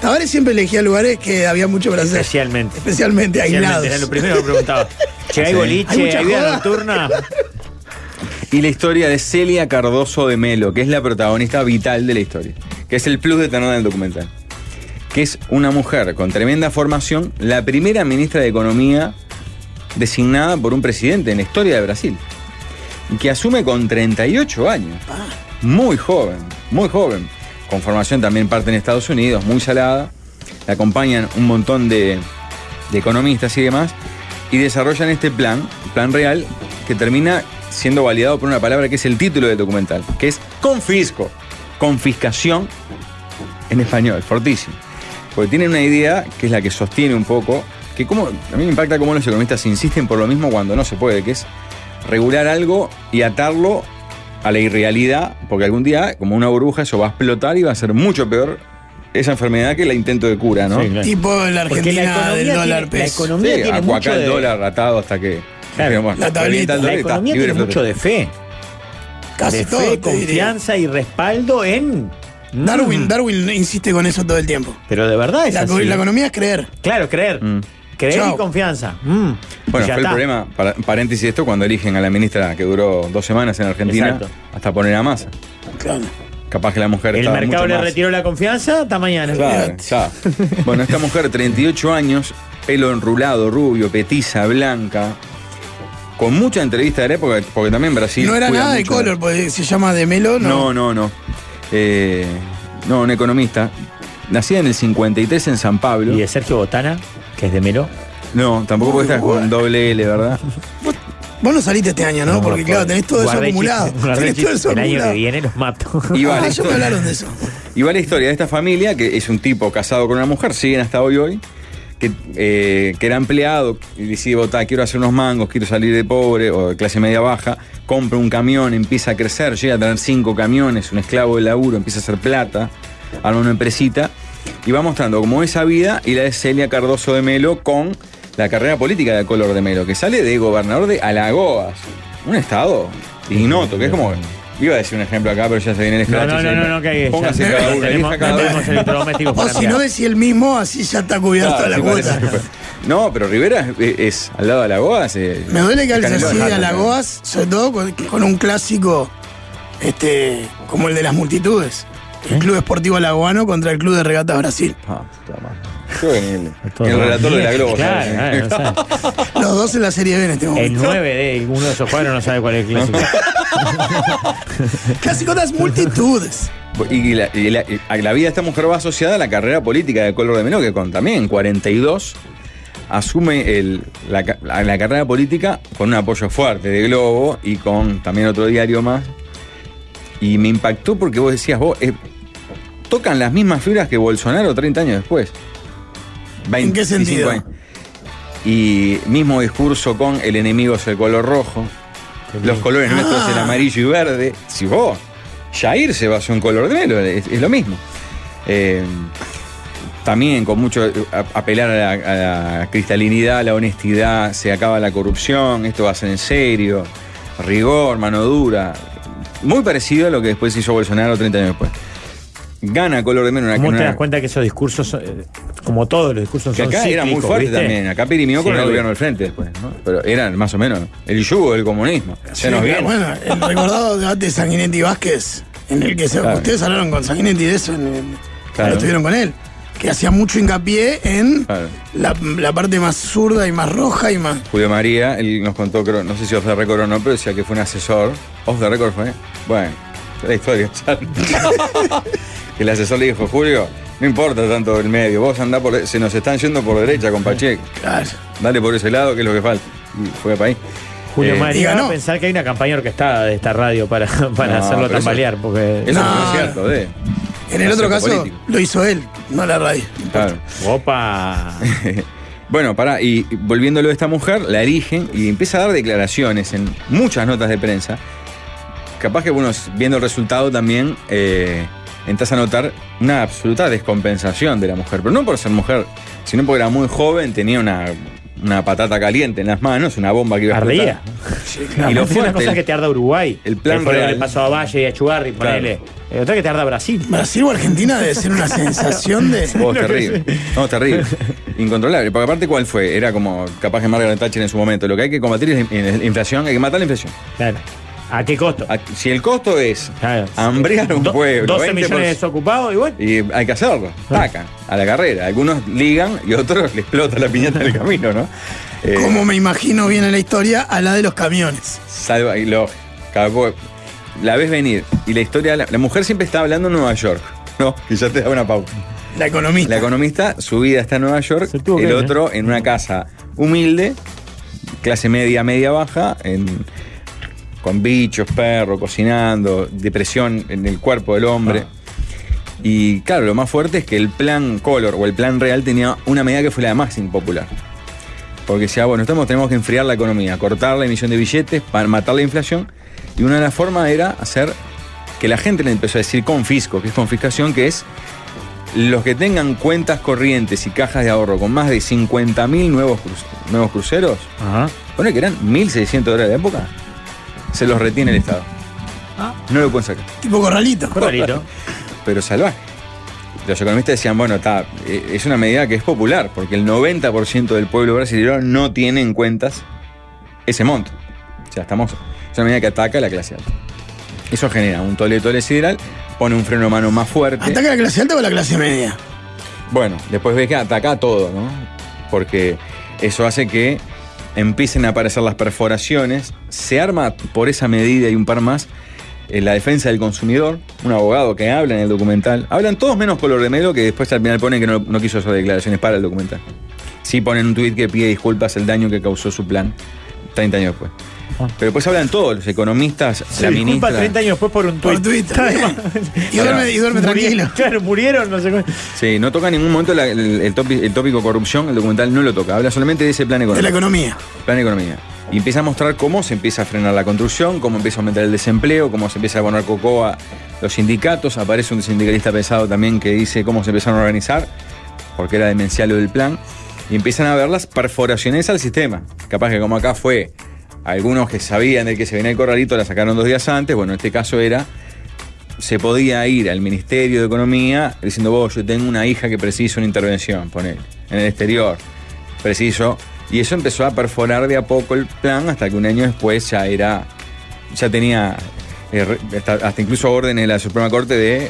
Speaker 5: Tavares siempre elegía lugares que había mucho para hacer.
Speaker 6: Especialmente.
Speaker 5: Especialmente aislados.
Speaker 6: Especialmente, Era lo primero que preguntaba. Che, hay
Speaker 4: Sí.
Speaker 5: Hay
Speaker 6: boliche,
Speaker 5: mucha
Speaker 6: hay vida
Speaker 5: joda.
Speaker 6: nocturna.
Speaker 4: Y la historia de Celia Cardoso de Melo, que es la protagonista vital de la historia, que es el plus de tener en el documental. Que es una mujer con tremenda formación, la primera ministra de Economía designada por un presidente en la historia de Brasil, y que asume con 38 años, muy joven, muy joven, con formación también parte en Estados Unidos, muy salada, la acompañan un montón de, de economistas y demás, y desarrollan este plan, plan real, que termina siendo validado por una palabra que es el título del documental, que es confisco, confiscación en español, fortísimo. Porque tienen una idea que es la que sostiene un poco, que como, a mí me impacta cómo los economistas insisten por lo mismo cuando no se puede, que es regular algo y atarlo a la irrealidad, porque algún día, como una burbuja, eso va a explotar y va a ser mucho peor esa enfermedad que el intento de cura, ¿no?
Speaker 6: Sí, claro.
Speaker 5: Tipo la
Speaker 6: Porque la
Speaker 5: Argentina
Speaker 6: economía
Speaker 5: del
Speaker 6: tiene-
Speaker 5: dólar
Speaker 6: La
Speaker 5: peso.
Speaker 6: economía
Speaker 4: Sí,
Speaker 6: tiene
Speaker 4: acuacá
Speaker 6: mucho
Speaker 4: el
Speaker 6: de-
Speaker 4: dólar atado hasta que.
Speaker 6: Claro,
Speaker 4: digamos,
Speaker 5: la tablita.
Speaker 4: revienta el
Speaker 6: La
Speaker 4: dólar y está,
Speaker 6: economía
Speaker 4: libre
Speaker 6: tiene
Speaker 4: flote.
Speaker 6: mucho de fe.
Speaker 5: Casi
Speaker 6: de
Speaker 5: todo.
Speaker 6: fe,
Speaker 5: te diría.
Speaker 6: confianza y respaldo en. Mm.
Speaker 5: Darwin, Darwin insiste con eso todo el tiempo.
Speaker 6: Pero de verdad es
Speaker 5: La,
Speaker 6: así.
Speaker 5: la economía es creer.
Speaker 6: Claro, creer.
Speaker 4: Mm.
Speaker 6: Creer y
Speaker 5: Chau.
Speaker 6: confianza. Mm.
Speaker 4: Bueno,
Speaker 6: Y
Speaker 4: fue
Speaker 6: ya
Speaker 4: el
Speaker 6: está.
Speaker 4: problema, para- paréntesis esto, cuando eligen a la ministra que duró dos semanas en Argentina
Speaker 6: Exacto.
Speaker 4: hasta poner a masa.
Speaker 5: Claro.
Speaker 4: Capaz que la mujer
Speaker 6: El
Speaker 4: estaba
Speaker 6: mercado
Speaker 4: mucho
Speaker 6: le
Speaker 4: más-
Speaker 6: retiró la confianza hasta mañana.
Speaker 4: Claro, ya. Bueno, esta mujer, 38 años, pelo enrulado, rubio, petiza, blanca, con mucha entrevista de la época, porque también Brasil.
Speaker 5: no era
Speaker 4: cuida
Speaker 5: nada de
Speaker 4: mucho-
Speaker 5: color, porque se llama de Melo,
Speaker 4: No,
Speaker 5: no.
Speaker 4: no, no. Eh, no, un economista. Nacida en el 53 en San Pablo.
Speaker 6: Y de Sergio Botana, que es de Melo.
Speaker 4: No, tampoco porque estás con doble L, ¿verdad?
Speaker 5: Vos no saliste este año, ¿no? porque claro, tenés todo eso
Speaker 6: Guardé
Speaker 5: acumulado.
Speaker 6: chiste, guardé
Speaker 5: Tenés todo
Speaker 6: chiste.
Speaker 5: eso
Speaker 6: El año que
Speaker 5: acumulado.
Speaker 6: viene los mato.
Speaker 4: Y va, la
Speaker 5: Ah, ya me
Speaker 4: historia,
Speaker 5: hablaron de eso.
Speaker 4: y va la historia de esta familia, que es un tipo casado con una mujer, siguen hasta hoy hoy, que, eh, que era empleado y decide votar, quiero hacer unos mangos, quiero salir de pobre o de clase media baja, compra un camión, empieza a crecer, llega a tener cinco camiones, un esclavo de laburo, empieza a hacer plata, arma una empresita y va mostrando como esa vida y la de Celia Cardoso de Melo con la carrera política de Color de Melo, que sale de gobernador de Alagoas, un estado ignoto, que es como. Iba a decir un ejemplo acá, pero ya se viene el
Speaker 6: No,
Speaker 4: escrache.
Speaker 6: no, no, no, no, que hay.
Speaker 4: Póngase
Speaker 6: ya-
Speaker 4: eh. cada uno,
Speaker 6: tenemos-
Speaker 4: elija cada
Speaker 6: no
Speaker 4: uno.
Speaker 6: tenemos electrodomésticos
Speaker 5: O
Speaker 6: para
Speaker 5: Oh, si no
Speaker 6: mirar.
Speaker 5: decía el mismo, así ya está cubierta
Speaker 4: Ah,
Speaker 5: la
Speaker 4: sí, parece
Speaker 5: cuota.
Speaker 4: que fue. No, pero Rivera es, es al lado de Alagoas. eh,
Speaker 5: Me duele que hables
Speaker 4: Canelo
Speaker 5: así de
Speaker 4: Hart,
Speaker 5: Alagoas, sobre todo con, con un clásico este, como el de las multitudes. El Club Esportivo Alagoano contra el Club de Regatas Brasil.
Speaker 4: Ah, puta madre. Creo que ni el,
Speaker 6: Todo
Speaker 4: ni el
Speaker 6: mal.
Speaker 4: relator de la Globo.
Speaker 6: Claro,
Speaker 4: sabe.
Speaker 6: claro, no sabe.
Speaker 5: Los dos en la Serie B en este
Speaker 6: El
Speaker 5: momento.
Speaker 6: 9 de uno de esos cuadros no sabe cuál es el clásico.
Speaker 5: Clásico de las multitudes.
Speaker 4: Y la, y la- y a la vida de esta mujer va asociada a la carrera política de Color de Menor, que con también 42 asume el- la, ca- la- la carrera política con un apoyo fuerte de Globo y con también otro diario más. Y me impactó porque vos decías, vos, eh, tocan las mismas fibras que Bolsonaro 30 años después.
Speaker 5: ¿En
Speaker 4: 25
Speaker 5: qué sentido?
Speaker 4: años. Y mismo discurso con el enemigo es el color rojo. Los colores nuestros
Speaker 5: Ah.
Speaker 4: el amarillo y verde. Si vos, Jair se basó en color de melo, es, es lo mismo. Eh, también con mucho eh, a- apelar a la, a la cristalinidad, a la honestidad, se acaba la corrupción, esto va a ser en serio, rigor, mano dura. Muy parecido a lo que después hizo Bolsonaro 30 años después. Gana color de melo en una
Speaker 6: ¿Cómo te
Speaker 4: una-
Speaker 6: das cuenta que esos discursos, son, eh, como todos los discursos,
Speaker 4: que
Speaker 6: son
Speaker 4: acá era muy
Speaker 6: cíclicos,
Speaker 4: fuerte
Speaker 6: ¿viste?
Speaker 4: también. Acá pirimió con
Speaker 6: Sí,
Speaker 4: el
Speaker 6: obvio.
Speaker 4: gobierno del frente después, ¿no? Pero eran más o menos el yugo del comunismo. Se nos
Speaker 5: Sí,
Speaker 4: viene.
Speaker 5: Bueno, el recordado debate de Sanguinetti y Vázquez, en el que se-
Speaker 4: Claro.
Speaker 5: ustedes hablaron con Sanguinetti de eso, en el-
Speaker 4: Claro.
Speaker 5: cuando estuvieron con él, que hacía mucho hincapié en
Speaker 4: Claro.
Speaker 5: la, la parte más zurda y más roja y más.
Speaker 4: Julio María, él nos contó, creo, no sé si off the record o no, pero decía que fue un asesor. Off the record fue. Bueno, la historia. ya. el asesor le dijo, Julio, no importa tanto el medio, vos andá por. Se nos están yendo por derecha con Pacheco.
Speaker 5: Claro.
Speaker 4: Dale por ese lado, que es lo que falta. Y fue para ahí.
Speaker 6: Julio
Speaker 4: Eh,
Speaker 5: y
Speaker 6: María,
Speaker 5: ganó.
Speaker 6: a pensar que hay una campaña orquestada de esta radio para, para
Speaker 4: No,
Speaker 6: hacerlo
Speaker 4: pero
Speaker 6: tambalear,
Speaker 4: eso-
Speaker 6: porque.
Speaker 4: Eso
Speaker 5: No.
Speaker 4: no es cierto, ¿eh?
Speaker 5: En el otro
Speaker 4: Concepto
Speaker 5: caso,
Speaker 4: político.
Speaker 5: lo hizo él, no la radio.
Speaker 4: Claro.
Speaker 6: Opa.
Speaker 4: Bueno, pará, y volviéndolo de esta mujer, la erigen y empieza a dar declaraciones en muchas notas de prensa. Capaz que, bueno, viendo el resultado también, eh, entras a notar una absoluta descompensación de la mujer. Pero no por ser mujer, sino porque era muy joven, tenía una, una patata caliente en las manos, una bomba que iba a
Speaker 6: Ardía.
Speaker 4: explotar. Y lo
Speaker 6: Aparte, una
Speaker 4: fuerte,
Speaker 6: cosa
Speaker 4: el-
Speaker 6: que te arda Uruguay.
Speaker 4: el plan
Speaker 6: que fue lo que
Speaker 4: real.
Speaker 6: le pasó a Valle y a Chugarri,
Speaker 4: Claro.
Speaker 6: ponele. Eh, Otra que te arda Brasil.
Speaker 5: Brasil o Argentina debe ser una sensación de.
Speaker 4: Oh, terrible. No, terrible. Incontrolable. Porque aparte, ¿cuál fue? Era como capaz que Margaret Thatcher en su momento. Lo que hay que combatir es la in- inflación, hay que matar la inflación.
Speaker 6: Claro. ¿A qué costo?
Speaker 4: A- Si el costo es
Speaker 6: Claro.
Speaker 4: hambrear a un
Speaker 6: Do-
Speaker 4: pueblo,
Speaker 6: 12
Speaker 4: 20%,
Speaker 6: millones de desocupados, igual.
Speaker 4: y hay que hacerlo, taca, a la carrera. Algunos ligan y otros le explota la piñata en el camino, ¿no? Eh,
Speaker 5: Como me imagino viene la historia a la de los camiones.
Speaker 4: Salva y lo. cada po- La ves venir. Y la historia. La, la mujer siempre está hablando en Nueva York, ¿no? Que ya te da una pauta.
Speaker 5: La economista.
Speaker 4: La economista, su vida está en Nueva York,
Speaker 6: Se tuvo que
Speaker 4: el
Speaker 6: ir, ¿eh?
Speaker 4: otro en una casa humilde, clase media, media baja, en- con bichos, perro, cocinando, depresión en el cuerpo del hombre.
Speaker 6: Ah.
Speaker 4: Y claro, lo más fuerte es que el plan Color o el plan real tenía una medida que fue la más impopular. Porque decía, bueno, estamos, tenemos que enfriar la economía, cortar la emisión de billetes para matar la inflación. Y una de las formas era hacer que la gente le empezó a decir confisco, que es confiscación, que es los que tengan cuentas corrientes y cajas de ahorro con más de 50.000 nuevos, cru- nuevos cruceros,
Speaker 6: Ajá.
Speaker 4: pone que eran 1.600 dólares de época, se los retiene el Estado. No lo pueden sacar,
Speaker 5: Tipo corralito.
Speaker 4: eh.
Speaker 6: Corralito.
Speaker 4: pero salvaje. Los economistas decían, bueno, está, eh, es una medida que es popular, porque el 90% del pueblo brasileño no tiene en cuentas ese monto. O sea, estamos, es una medida que ataca a la clase alta. Eso genera un tole tole sideral, pone un freno a mano más fuerte.
Speaker 5: ¿Ataca la clase alta o la clase media?
Speaker 4: Bueno, después ves que ataca a todo, ¿no? Porque eso hace que empiecen a aparecer las perforaciones, se arma por esa medida y un par más eh, la defensa del consumidor, un abogado que habla en el documental. Hablan todos menos color de melo que después al final ponen que no, no quiso hacer declaraciones para el documental. Sí ponen un tuit que pide disculpas el daño que causó su plan 30 años después. Pero después hablan todos, los economistas,
Speaker 6: Se
Speaker 4: la
Speaker 6: disculpa
Speaker 4: ministra.
Speaker 6: 30 años después por un tuit.
Speaker 5: Por Twitter. y duerme, y duerme
Speaker 6: Murieron-
Speaker 5: tranquilo.
Speaker 6: Claro, murieron, no sé cómo.
Speaker 4: Sí, no toca en ningún momento la- el, el topi- el tópico corrupción, el documental no lo toca, habla solamente de ese plan económico.
Speaker 5: De la economía.
Speaker 4: Plan Economía. Y empieza a mostrar cómo se empieza a frenar la construcción, cómo empieza a aumentar el desempleo, cómo se empieza a poner cocoa Los sindicatos, aparece un sindicalista pesado también que dice cómo se empezaron a organizar, porque era demencial lo del plan, y empiezan a ver las perforaciones al sistema. Capaz que como acá fue, algunos que sabían de que se venía el corralito la sacaron dos días antes, bueno, en este caso era, se podía ir al Ministerio de Economía diciendo, vos, yo tengo una hija que precisa una intervención, poner en el exterior, preciso, y eso empezó a perforar de a poco el plan hasta que un año después ya era ya tenía eh, re- hasta, hasta incluso órdenes de la Suprema Corte de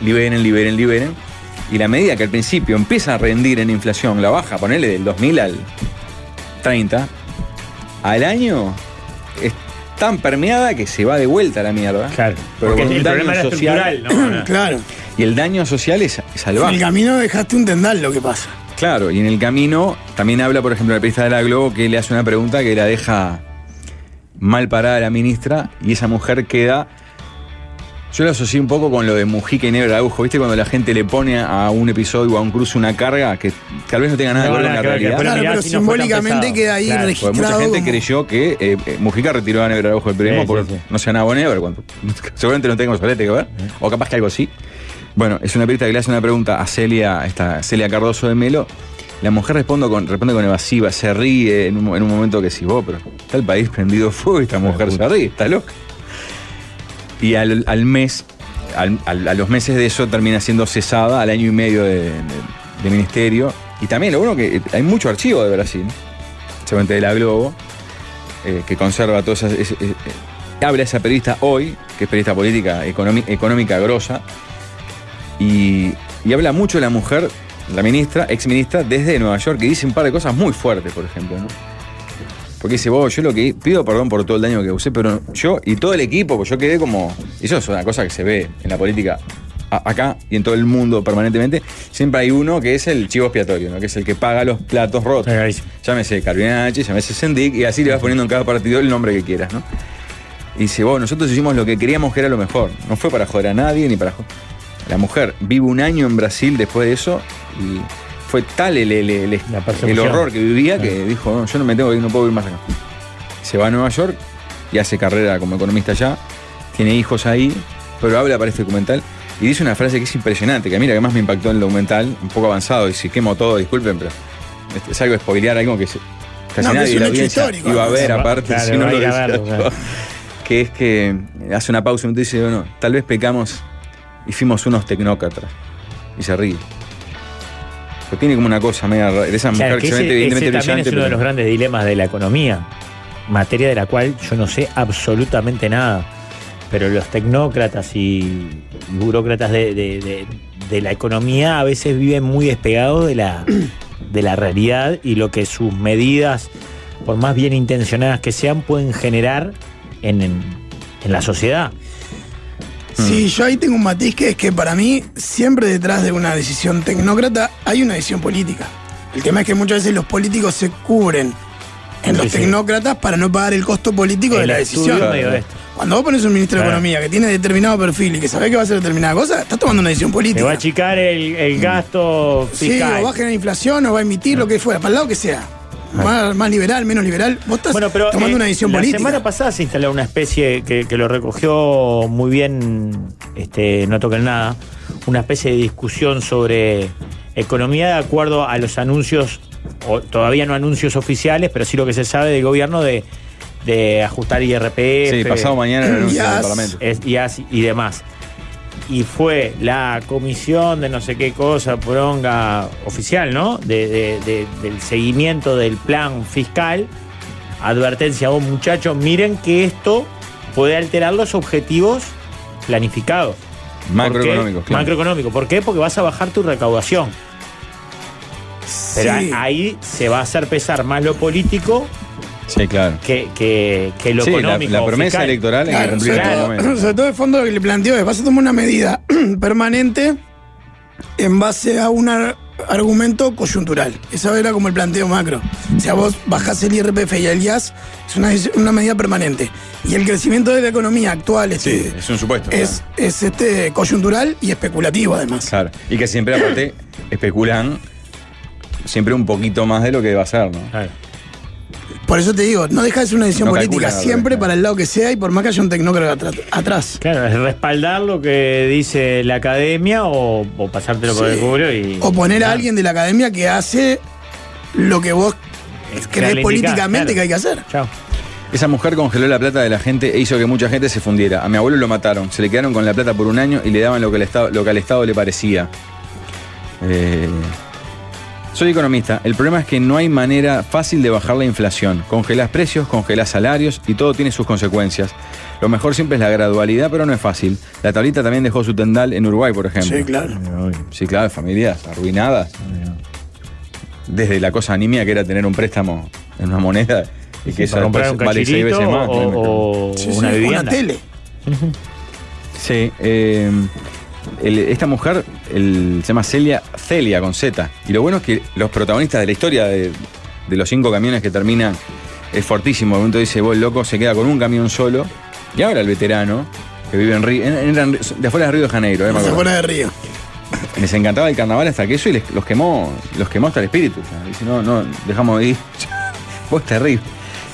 Speaker 4: liberen, liberen, liberen. Y la medida que al principio empieza a rendir en inflación, la baja, ponele del 2000 al 30, al año es tan permeada que se va de vuelta a la mierda.
Speaker 6: Claro.
Speaker 4: Pero
Speaker 6: Porque
Speaker 4: con un
Speaker 6: el
Speaker 4: daño
Speaker 6: problema era
Speaker 4: social.
Speaker 6: estructural, ¿no?
Speaker 5: Claro.
Speaker 4: Y el daño social es es
Speaker 5: En el
Speaker 4: salvaje.
Speaker 5: camino dejaste un tendal lo que pasa.
Speaker 4: Claro, y en el camino también habla, por ejemplo, la periodista de la Globo que le hace una pregunta que la deja mal parada a la ministra y esa mujer queda. Yo lo asocié un poco con lo de Mujica y Negro Araujo, ¿viste? Cuando la gente le pone a un episodio o a un cruce una carga que tal vez no tenga nada
Speaker 6: No,
Speaker 4: que ver con
Speaker 6: nada
Speaker 4: la
Speaker 6: que ver, que
Speaker 4: realidad.
Speaker 6: Pero
Speaker 5: claro,
Speaker 6: mirá
Speaker 5: pero
Speaker 6: si no fue tan
Speaker 5: simbólicamente
Speaker 6: pesado.
Speaker 5: queda ahí
Speaker 6: Claro, porque
Speaker 4: Porque mucha
Speaker 5: registrado.
Speaker 4: gente
Speaker 5: como-
Speaker 4: creyó que eh, eh, Mujica retiró a Negro Araujo del periodismo
Speaker 6: Sí,
Speaker 4: por
Speaker 6: sí, sí.
Speaker 4: no sea nada bueno, pero cuando- seguramente no tenga un solete que ver, o capaz que algo así. Bueno, es una periodista que le hace una pregunta a Celia, esta, Celia Cardoso de Melo. La mujer responde con, responde con evasiva, se ríe en un, en un momento que sí, vos, pero está el país prendido fuego y esta mujer se ríe, está loca. Y al, al mes, al- al- a los meses de eso termina siendo cesada al año y medio de, de- de ministerio. Y también lo bueno que hay mucho archivo de Brasil, solamente de la Globo, eh, que conserva todas esas. es- es- eh, habla esa periodista hoy, que es periodista política economi- económica grosa, y, y habla mucho de la mujer, la ministra, ex ministra, desde Nueva York, que dice un par de cosas muy fuertes, por ejemplo, ¿no? Porque dice, vos, yo lo que pido perdón por todo el daño que usé, pero yo y todo el equipo, pues yo quedé como. Eso es una cosa que se ve en la política a- acá y en todo el mundo permanentemente. Siempre hay uno que es el chivo expiatorio, ¿no? Que es el que paga los platos rotos.
Speaker 6: Pegadísimo.
Speaker 4: Llámese Carbinacci, llámese Sendik, y así le vas poniendo en cada partido el nombre que quieras, ¿no? Y dice, vos, nosotros hicimos lo que queríamos que era lo mejor. No fue para joder a nadie ni para joder. La mujer vive un año en Brasil después de eso y fue tal el, el- el- el
Speaker 6: La persecución.
Speaker 4: horror que vivía que dijo, no, yo no me tengo que ir, no puedo ir más acá. Se va a Nueva York y hace carrera como economista allá, tiene hijos ahí, pero habla para este documental y dice una frase que es impresionante, que a mí la que más me impactó en el documental, un poco avanzado, y si quemo todo, disculpen, pero este, es algo de spoilear, algo que se- casi
Speaker 5: No, pero
Speaker 4: nadie
Speaker 5: es
Speaker 4: de
Speaker 5: un
Speaker 4: la
Speaker 5: hecho
Speaker 4: audiencia
Speaker 5: histórico,
Speaker 4: iba a
Speaker 5: además.
Speaker 4: ver, aparte,
Speaker 6: Claro,
Speaker 4: si no
Speaker 6: va a
Speaker 4: lo
Speaker 6: ir a verlo,
Speaker 4: decía yo
Speaker 6: claro.
Speaker 4: que es que hace una pausa y dice, bueno, tal vez pecamos y fuimos unos tecnócratas. Y se ríe. Pero tiene como una cosa media rara. Esa mujer
Speaker 6: Claro, que
Speaker 4: que se
Speaker 6: ese,
Speaker 4: mete evidentemente
Speaker 6: ese también es
Speaker 4: brillante,
Speaker 6: uno de
Speaker 4: pero-
Speaker 6: los grandes dilemas de la economía, materia de la cual yo no sé absolutamente nada. Pero los tecnócratas y burócratas de, de- de- de la economía a veces viven muy despegados de la, de la realidad y lo que sus medidas, por más bien intencionadas que sean, pueden generar en, en- en la sociedad. Mm.
Speaker 5: Sí, yo ahí tengo un matiz que es que para mí, siempre detrás de una decisión tecnócrata hay una decisión política. El tema es que muchas veces los políticos se cubren en los
Speaker 6: Sí, sí.
Speaker 5: tecnócratas para no pagar el costo político de
Speaker 6: El
Speaker 5: la
Speaker 6: estudio
Speaker 5: decisión.
Speaker 6: medio de esto.
Speaker 5: Cuando vos pones un ministro de
Speaker 6: Claro.
Speaker 5: Economía que tiene determinado perfil y que sabe que va a hacer determinada cosa, estás tomando una decisión
Speaker 6: Te va a
Speaker 5: política.
Speaker 6: achicar el, el gasto
Speaker 5: Sí,
Speaker 6: fiscal.
Speaker 5: o baja la inflación o va a emitir lo que fuera, para el lado que sea. Más, más liberal, menos liberal. Vos estás
Speaker 6: Bueno, pero
Speaker 5: tomando
Speaker 6: eh,
Speaker 5: una decisión
Speaker 6: la
Speaker 5: política.
Speaker 6: semana pasada se instaló una especie que, que lo recogió muy bien, este, no toquen nada, una especie de discusión sobre economía de acuerdo a los anuncios, o todavía no anuncios oficiales, pero sí lo que se sabe del gobierno de, de ajustar IRPF.
Speaker 4: Sí, pasado mañana en el anuncio
Speaker 5: Yes.
Speaker 4: del Parlamento.
Speaker 6: es- y, así- y demás. Y fue la comisión de no sé qué cosa, poronga oficial, ¿no? De- de- de- del seguimiento del plan fiscal. Advertencia a vos, muchachos, miren que esto puede alterar los objetivos planificados.
Speaker 4: Macroeconómico,
Speaker 6: ¿Por qué?
Speaker 4: claro.
Speaker 6: Macroeconómico. ¿Por qué? Porque vas a bajar tu recaudación. Pero
Speaker 5: Sí.
Speaker 6: ahí se va a hacer pesar más lo político
Speaker 4: Sí, claro.
Speaker 6: que, que- que lo
Speaker 4: Sí, la-
Speaker 6: económico.
Speaker 4: la,
Speaker 6: o
Speaker 4: promesa
Speaker 6: fiscal.
Speaker 4: electoral en
Speaker 5: Claro,
Speaker 4: cumplir
Speaker 5: sobre,
Speaker 4: en el
Speaker 5: todo,
Speaker 4: momento.
Speaker 5: sobre todo el fondo lo que le planteo es, vas a tomar una medida permanente en base a un ar- argumento coyuntural. Esa era como el planteo macro. O sea, vos bajás el IRPF y el IAS, es una, es una medida permanente. Y el crecimiento de la economía actual este,
Speaker 4: Es un supuesto.
Speaker 5: es, es este coyuntural y especulativo además.
Speaker 4: Claro. Y que siempre, aparte, especulan siempre un poquito más de lo que va a ser, ¿no?
Speaker 6: Claro.
Speaker 5: Por eso te digo, no deja de ser una decisión
Speaker 4: No
Speaker 5: política,
Speaker 4: calcula nada,
Speaker 5: siempre
Speaker 4: claro.
Speaker 5: para el lado que sea y por más que haya un tecnócrata atr- atrás.
Speaker 6: Claro, es respaldar lo que dice la academia o, o pasártelo por el
Speaker 5: Sí.
Speaker 6: culo y.
Speaker 5: O poner a
Speaker 6: Claro.
Speaker 5: alguien de la academia que hace lo que vos crees
Speaker 6: Claro,
Speaker 5: políticamente
Speaker 6: claro.
Speaker 5: que hay que hacer.
Speaker 6: Chao.
Speaker 4: Esa mujer congeló la plata de la gente e hizo que mucha gente se fundiera. A mi abuelo lo mataron, se le quedaron con la plata por un año y le daban lo que, el Estado, lo que al Estado le parecía. Eh, Soy economista, el problema es que no hay manera fácil de bajar la inflación. Congelás precios, congelás salarios y todo tiene sus consecuencias. Lo mejor siempre es la gradualidad, pero no es fácil. La tablita también dejó su tendal en Uruguay, por ejemplo.
Speaker 5: Sí, claro.
Speaker 4: Sí, claro, familias arruinadas. Desde la cosa anímica que era tener un préstamo en una moneda y que esa
Speaker 6: para comprar un
Speaker 4: después vale seis
Speaker 6: cachirito
Speaker 4: veces más.
Speaker 6: o, o
Speaker 5: Sí, sí,
Speaker 6: una vivienda.
Speaker 5: tele.
Speaker 4: Sí, eh, el- esta mujer el- se llama Celia, Celia con Z. Y lo bueno es que los protagonistas de la historia de, de los cinco camiones que terminan es fortísimo. De momento dice, vos loco, se queda con un camión solo. Y ahora el veterano, que vive en Río, en- en- en- de afuera de Río de Janeiro, eh, me
Speaker 5: Se
Speaker 4: acuerdo.
Speaker 5: fuera de Río.
Speaker 4: les encantaba el carnaval hasta que eso y les- los quemó, los quemó hasta el espíritu. O sea, dice, no, no, dejamos de ir. vos terrible.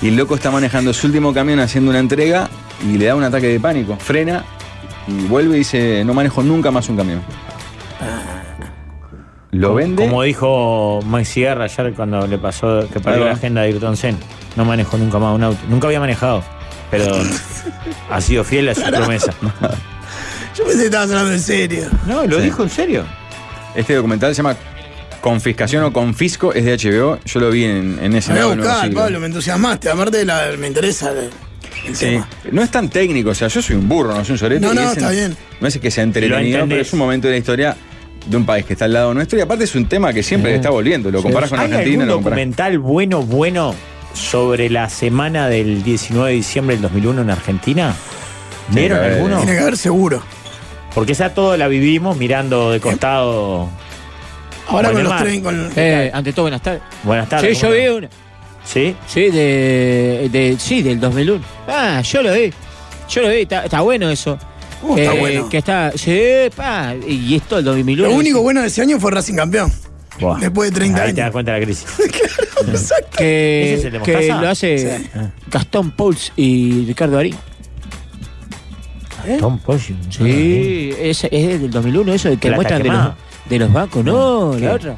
Speaker 4: Y el loco está manejando su último camión haciendo una entrega y le da un ataque de pánico. Frena y vuelve y dice, no manejo nunca más un camión. Lo vende.
Speaker 6: Como dijo Mike Sierra ayer cuando le pasó que
Speaker 4: Ahí
Speaker 6: perdió
Speaker 4: va.
Speaker 6: la agenda de Ayrton Sen. No manejó nunca más un auto. Nunca había manejado. Pero ha sido fiel a su promesa.
Speaker 5: Yo pensé que estabas hablando en serio.
Speaker 6: No, lo
Speaker 4: Sí.
Speaker 6: dijo en serio.
Speaker 4: Este documental se llama Confiscación o Confisco, es de HBO. Yo lo vi en, en ese
Speaker 5: Me voy
Speaker 4: nuevo-
Speaker 5: a
Speaker 4: nuevo
Speaker 5: buscar,
Speaker 4: siglo.
Speaker 5: Pablo, me entusiasmaste. Aparte, de la, me interesa el, el
Speaker 4: Sí.
Speaker 5: tema.
Speaker 4: No es tan técnico, o sea, yo soy un burro, no soy un sorete.
Speaker 5: No,
Speaker 4: y
Speaker 5: no,
Speaker 4: ese
Speaker 5: está bien.
Speaker 4: No es que sea
Speaker 6: Lo
Speaker 4: entretenido,
Speaker 6: entendés.
Speaker 4: pero es un momento de la historia de un país que está al lado nuestro y aparte es un tema que siempre
Speaker 6: Sí.
Speaker 4: está volviendo. Lo comparás con
Speaker 6: ¿Hay
Speaker 4: Argentina,
Speaker 6: algún
Speaker 4: lo comparás.
Speaker 6: documental bueno, bueno sobre la semana del 19 de diciembre del 2001 en Argentina?
Speaker 4: Sí,
Speaker 6: ¿Vieron
Speaker 4: a ver.
Speaker 6: alguno?
Speaker 5: Tiene que haber seguro.
Speaker 6: Porque esa toda la vivimos mirando
Speaker 5: ¿Eh?
Speaker 6: de costado.
Speaker 5: Ahora
Speaker 6: Bueno,
Speaker 5: con los
Speaker 6: Mar.
Speaker 5: trenes, con.
Speaker 7: Eh, ante todo, buenas tardes.
Speaker 6: Buenas
Speaker 7: Sí,
Speaker 6: tardes.
Speaker 7: yo
Speaker 6: ¿cómo
Speaker 7: vi
Speaker 6: no?
Speaker 7: una.
Speaker 6: ¿Sí?
Speaker 7: Sí, de, de- sí, del 2001. Ah, yo lo vi. Yo lo vi, está, está bueno eso.
Speaker 5: Uh, está
Speaker 7: Eh,
Speaker 5: bueno.
Speaker 7: Que está, sí, pa, y esto el 2001.
Speaker 5: Lo único bueno de ese año fue Racing campeón.
Speaker 6: Buah.
Speaker 5: Después de 30
Speaker 6: Ahí te das
Speaker 5: años. ¿Eh?
Speaker 6: cuenta de la crisis.
Speaker 5: Exacto.
Speaker 7: que,
Speaker 6: ¿Ese es el de
Speaker 7: que
Speaker 6: Mostaza?
Speaker 7: lo hace
Speaker 5: Sí.
Speaker 7: Gastón Pouls y Ricardo Arín.
Speaker 6: Tom Potion.
Speaker 7: Sí, ese es del 2001 eso de que
Speaker 6: Plata
Speaker 7: muestran de los,
Speaker 6: quemada.
Speaker 7: de los bancos. No,
Speaker 6: ¿Qué?
Speaker 7: la otra.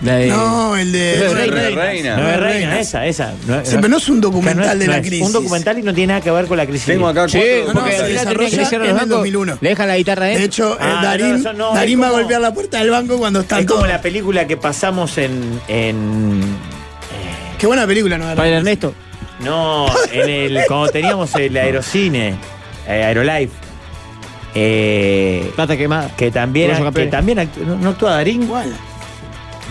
Speaker 7: La de,
Speaker 5: No, el de.
Speaker 7: Pero
Speaker 4: Nueve
Speaker 7: Reina,
Speaker 4: reinas.
Speaker 6: No,
Speaker 5: Nueve
Speaker 6: es reina,
Speaker 5: reinas.
Speaker 6: esa, esa. No,
Speaker 5: Sí, pero no es un documental
Speaker 6: no es-
Speaker 5: de
Speaker 6: no
Speaker 5: la
Speaker 6: es
Speaker 5: crisis.
Speaker 6: Un documental y no tiene nada que ver con la crisis.
Speaker 4: Tengo acá
Speaker 7: Sí,
Speaker 4: cuatro
Speaker 5: no,
Speaker 7: porque
Speaker 4: documentales.
Speaker 5: se
Speaker 7: al final
Speaker 5: desarrolla
Speaker 7: termina hicieron
Speaker 5: en
Speaker 7: los
Speaker 5: el
Speaker 7: bancos,
Speaker 5: 2001.
Speaker 7: Le dejan la guitarra
Speaker 5: De
Speaker 7: dentro.
Speaker 5: hecho, eh,
Speaker 6: Ah,
Speaker 5: Darín,
Speaker 6: no, eso no, es
Speaker 5: Darín va a
Speaker 6: como-
Speaker 5: golpear la puerta del banco cuando está
Speaker 6: Es
Speaker 5: todo.
Speaker 6: como la película que pasamos en. en
Speaker 5: Qué buena película, ¿no?
Speaker 7: Padre Ernesto.
Speaker 6: no, en el, cuando teníamos el aerocine, eh, Aerolife. eh,
Speaker 7: Plata quemada.
Speaker 6: que también,
Speaker 7: Por eso
Speaker 6: que
Speaker 7: campeones.
Speaker 6: también act- no, no actúa Darín,
Speaker 5: Igual.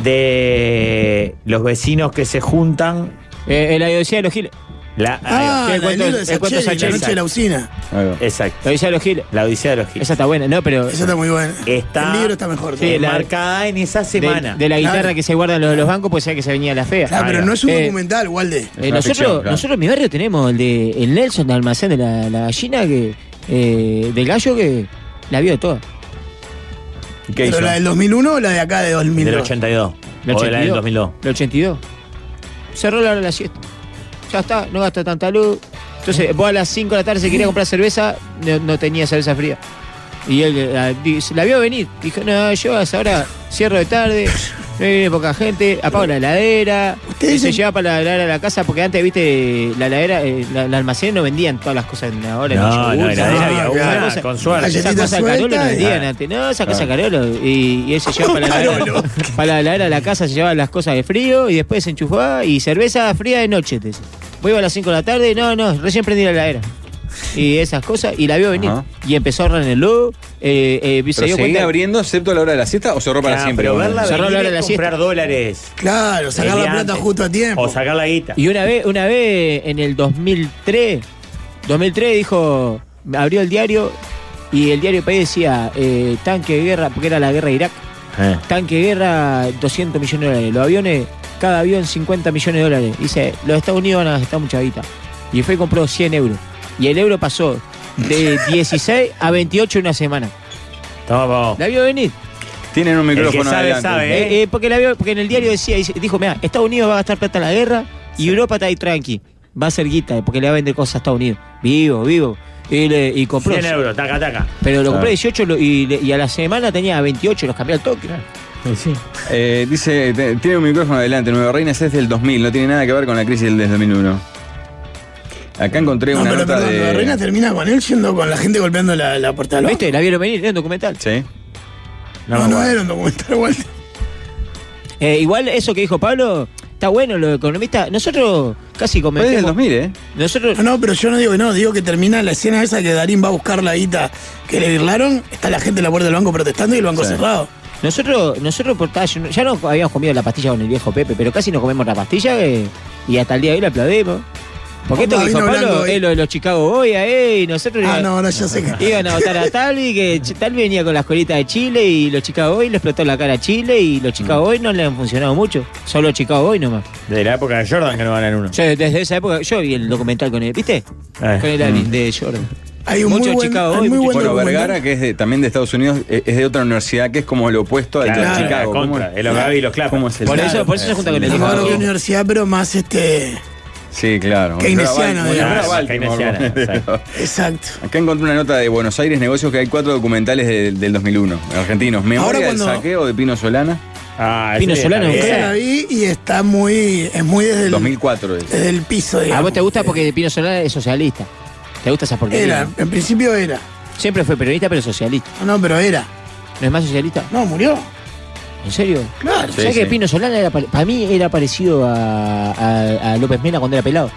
Speaker 6: de los vecinos que se juntan.
Speaker 7: Eh, eh, la Odisea de los Giles.
Speaker 6: La,
Speaker 5: Ah,
Speaker 7: Sí,
Speaker 5: la
Speaker 7: el cuento-
Speaker 5: del libro de
Speaker 7: el cuento
Speaker 5: Sacheri, La
Speaker 7: Sacheri.
Speaker 5: noche de la usina.
Speaker 4: Ahí va.
Speaker 6: Exacto.
Speaker 7: La Odisea de los Giles.
Speaker 6: La Odisea de los Giles.
Speaker 7: Esa está buena, no, pero.
Speaker 5: Esa está muy buena.
Speaker 6: Pues Está-
Speaker 5: El libro está mejor.
Speaker 7: Sí,
Speaker 5: todavía.
Speaker 7: la-
Speaker 6: marcada en esa
Speaker 7: de,
Speaker 6: semana.
Speaker 7: de la guitarra
Speaker 5: Claro.
Speaker 7: que se guardan los, los bancos, pues sea que se venía la fea.
Speaker 5: Claro, pero
Speaker 6: Ah,
Speaker 5: no es un
Speaker 7: eh,
Speaker 5: documental, Walde.
Speaker 4: Es
Speaker 7: Eh,
Speaker 4: una
Speaker 7: nosotros,
Speaker 4: ficción, claro.
Speaker 7: nosotros en mi barrio tenemos el de el Nelson de almacén de la, la gallina que eh, del gallo que la vio toda.
Speaker 4: ¿Y qué
Speaker 5: Pero
Speaker 4: hizo?
Speaker 5: la del 2001 o la de acá de 2002.
Speaker 6: del 82.
Speaker 7: La
Speaker 6: o de la del
Speaker 7: 82.
Speaker 6: 2002.
Speaker 7: El 82. Cerró la hora de la siesta. Ya está, no gasta tanta luz. Entonces, vos a las 5 de la tarde si quería comprar cerveza, no, no tenía cerveza fría. Y él eh, la, di- se la vio venir. Dijo, no, yo a esa hora cierro de tarde, no viene poca gente, apago la heladera.
Speaker 5: Ustedes
Speaker 7: y se
Speaker 5: dicen-
Speaker 7: lleva para la heladera a la casa, porque antes, viste, la heladera, eh, la, la almacenes no vendían todas las cosas en la hora.
Speaker 6: No, no, era,
Speaker 5: Ah,
Speaker 6: era, había
Speaker 5: claro.
Speaker 6: una,
Speaker 7: Esa-
Speaker 6: con suerte.
Speaker 5: Ayer-
Speaker 7: Esa
Speaker 5: Galletita
Speaker 7: cosa Carolo
Speaker 5: suelta
Speaker 7: no
Speaker 5: y-
Speaker 7: vendían antes. No, esa cosa Carolo. Y, y él se lleva para la,
Speaker 5: Carolo?
Speaker 7: heladera- para la heladera a la casa, se llevaba las cosas de frío y después se enchufaba y cerveza fría de noche. Te decía. Voy a las 5 de la tarde, no, no, recién prendí la heladera. Y esas cosas, y la vio venir.
Speaker 4: Ajá.
Speaker 7: Y empezó a ahorrar en el luz. Eh,
Speaker 4: ¿Pero
Speaker 7: eh, se dio
Speaker 4: seguía
Speaker 7: cuenta.
Speaker 4: abriendo excepto a la hora de la siesta o cerró para
Speaker 6: Ah,
Speaker 4: siempre?
Speaker 6: Pero
Speaker 4: bueno?
Speaker 6: verla
Speaker 7: Cerró la
Speaker 6: venir
Speaker 7: hora de la
Speaker 6: es comprar dólares.
Speaker 5: Claro, sacar
Speaker 6: Desde
Speaker 5: la plata
Speaker 6: antes.
Speaker 5: justo a tiempo.
Speaker 6: O sacar la guita.
Speaker 7: Y una vez, una vez en el 2003, 2003 dijo, abrió el diario y el diario País decía, eh, tanque de guerra, porque era la guerra de Irak.
Speaker 6: Eh.
Speaker 7: Tanque de guerra, 200 millones de dólares. Los aviones, cada avión 50 millones de dólares. Dice, los Estados Unidos van a gastar mucha guita. Y fue y compró 100 euros. Y el euro pasó de 16 a 28 en una semana.
Speaker 6: Toma, vamos.
Speaker 7: La vio venir.
Speaker 4: Tienen un
Speaker 6: que
Speaker 4: micrófono
Speaker 6: sabe,
Speaker 4: adelante.
Speaker 6: sabe, ¿eh?
Speaker 7: Eh, eh, porque, la vio, porque en el diario decía, dice- dijo, mira, Estados Unidos va a gastar plata en la guerra, Y Europa está ahí tranqui. Va a ser guita, eh, porque le va a vender cosas a Estados Unidos. Vivo, vivo. Y, le- y compró.
Speaker 6: 100 euros, taca, taca.
Speaker 7: Pero lo compré
Speaker 4: Claro.
Speaker 7: 18 lo- y, le- y a la semana tenía 28, los cambié al toque.
Speaker 6: Y sí.
Speaker 4: Eh, dice, te- tiene un micrófono adelante, Nueva Reinas es del 2000, no tiene nada que ver con la crisis del 2001. Acá encontré
Speaker 5: No,
Speaker 4: una
Speaker 5: pero
Speaker 4: nota
Speaker 5: perdón,
Speaker 4: de...
Speaker 5: la reina termina con él yendo con la gente golpeando la, la puerta del
Speaker 7: ¿Viste? La vieron venir, era un documental.
Speaker 4: Sí.
Speaker 5: No, no, era un documental, Walter.
Speaker 7: Eh, igual eso que dijo Pablo, está bueno los economistas. Nosotros casi
Speaker 4: Pero es del
Speaker 7: cometemos.
Speaker 4: 2000, ¿eh?
Speaker 7: Nosotros.
Speaker 5: No, no, pero yo no digo que no, digo que termina la escena esa que Darín va a buscar la guita que le birlaron, está la gente en la puerta del banco protestando y el banco
Speaker 4: Sí.
Speaker 5: cerrado.
Speaker 7: Nosotros, nosotros por tal- ya no habíamos comido la pastilla con el viejo Pepe, pero casi nos comemos la pastilla eh, y hasta el día de hoy la aplaudimos. Porque esto
Speaker 5: Opa,
Speaker 7: que dijo
Speaker 5: vino blanco
Speaker 7: Pablo
Speaker 5: hoy.
Speaker 7: es lo de los Chicago Boys, eh, y nosotros
Speaker 5: Ah,
Speaker 7: iba-
Speaker 5: no, ahora ya sé que.
Speaker 7: iban a votar a Talvi, que Ch- Talvi venía con la escuelita de Chile y los Chicago Boys le explotó la cara a Chile y los Chicago Boys no le han funcionado mucho, solo Chicago Boys nomás.
Speaker 6: De la época de Jordan que no ganan uno.
Speaker 7: Yo desde esa época, yo vi el documental con él, ¿viste?
Speaker 6: Eh.
Speaker 7: Con el ali- de Jordan.
Speaker 5: Hay un
Speaker 7: Mucho
Speaker 5: muy buen,
Speaker 7: Chicago
Speaker 5: hay
Speaker 7: hoy,
Speaker 5: muy
Speaker 7: mucho
Speaker 5: buen
Speaker 4: Bueno,
Speaker 5: documental.
Speaker 4: Vergara, que es de- también de Estados Unidos, e- es de otra universidad que es como lo opuesto al de
Speaker 6: Claro,
Speaker 4: Chicago.
Speaker 6: la contra,
Speaker 4: ¿Cómo-
Speaker 6: el Ogabi y los Clap.
Speaker 4: ¿Cómo es el
Speaker 7: Por eso, por eso se junta con el
Speaker 5: No me acuerdo qué
Speaker 7: Chicago.
Speaker 5: universidad, pero más este.
Speaker 4: Sí, claro.
Speaker 5: Keynesiano,
Speaker 4: Volver a
Speaker 5: digamos.
Speaker 4: Baltimore, volver a Baltimore.
Speaker 6: Keynesiano,
Speaker 5: Exacto.
Speaker 4: Acá encontré una nota de Buenos Aires Negocios que hay cuatro documentales de- del 2001, argentinos. Memoria
Speaker 5: Ahora
Speaker 4: del
Speaker 5: cuando-
Speaker 4: saqueo de Pino Solana,
Speaker 6: Ah,
Speaker 7: Pino
Speaker 6: ese
Speaker 7: Solano,
Speaker 6: está
Speaker 5: Esa
Speaker 6: bien.
Speaker 5: la
Speaker 7: claro.
Speaker 5: vi y está muy. Es muy desde el,
Speaker 4: 2004. es.
Speaker 5: desde el piso,
Speaker 7: A Ah, vos
Speaker 5: digamos.
Speaker 7: te gusta porque Pino Solana es socialista. ¿Te gusta esa porquería?
Speaker 5: Era, en principio era.
Speaker 7: Siempre fue periodista, pero socialista.
Speaker 5: No, no, pero era.
Speaker 7: ¿No es más socialista?
Speaker 5: No, murió.
Speaker 7: ¿En serio?
Speaker 5: Claro.
Speaker 4: Sí,
Speaker 7: ¿Sabés
Speaker 4: sí.
Speaker 7: que Pino Solana era para mí era parecido a, a- a López Mena cuando era pelado?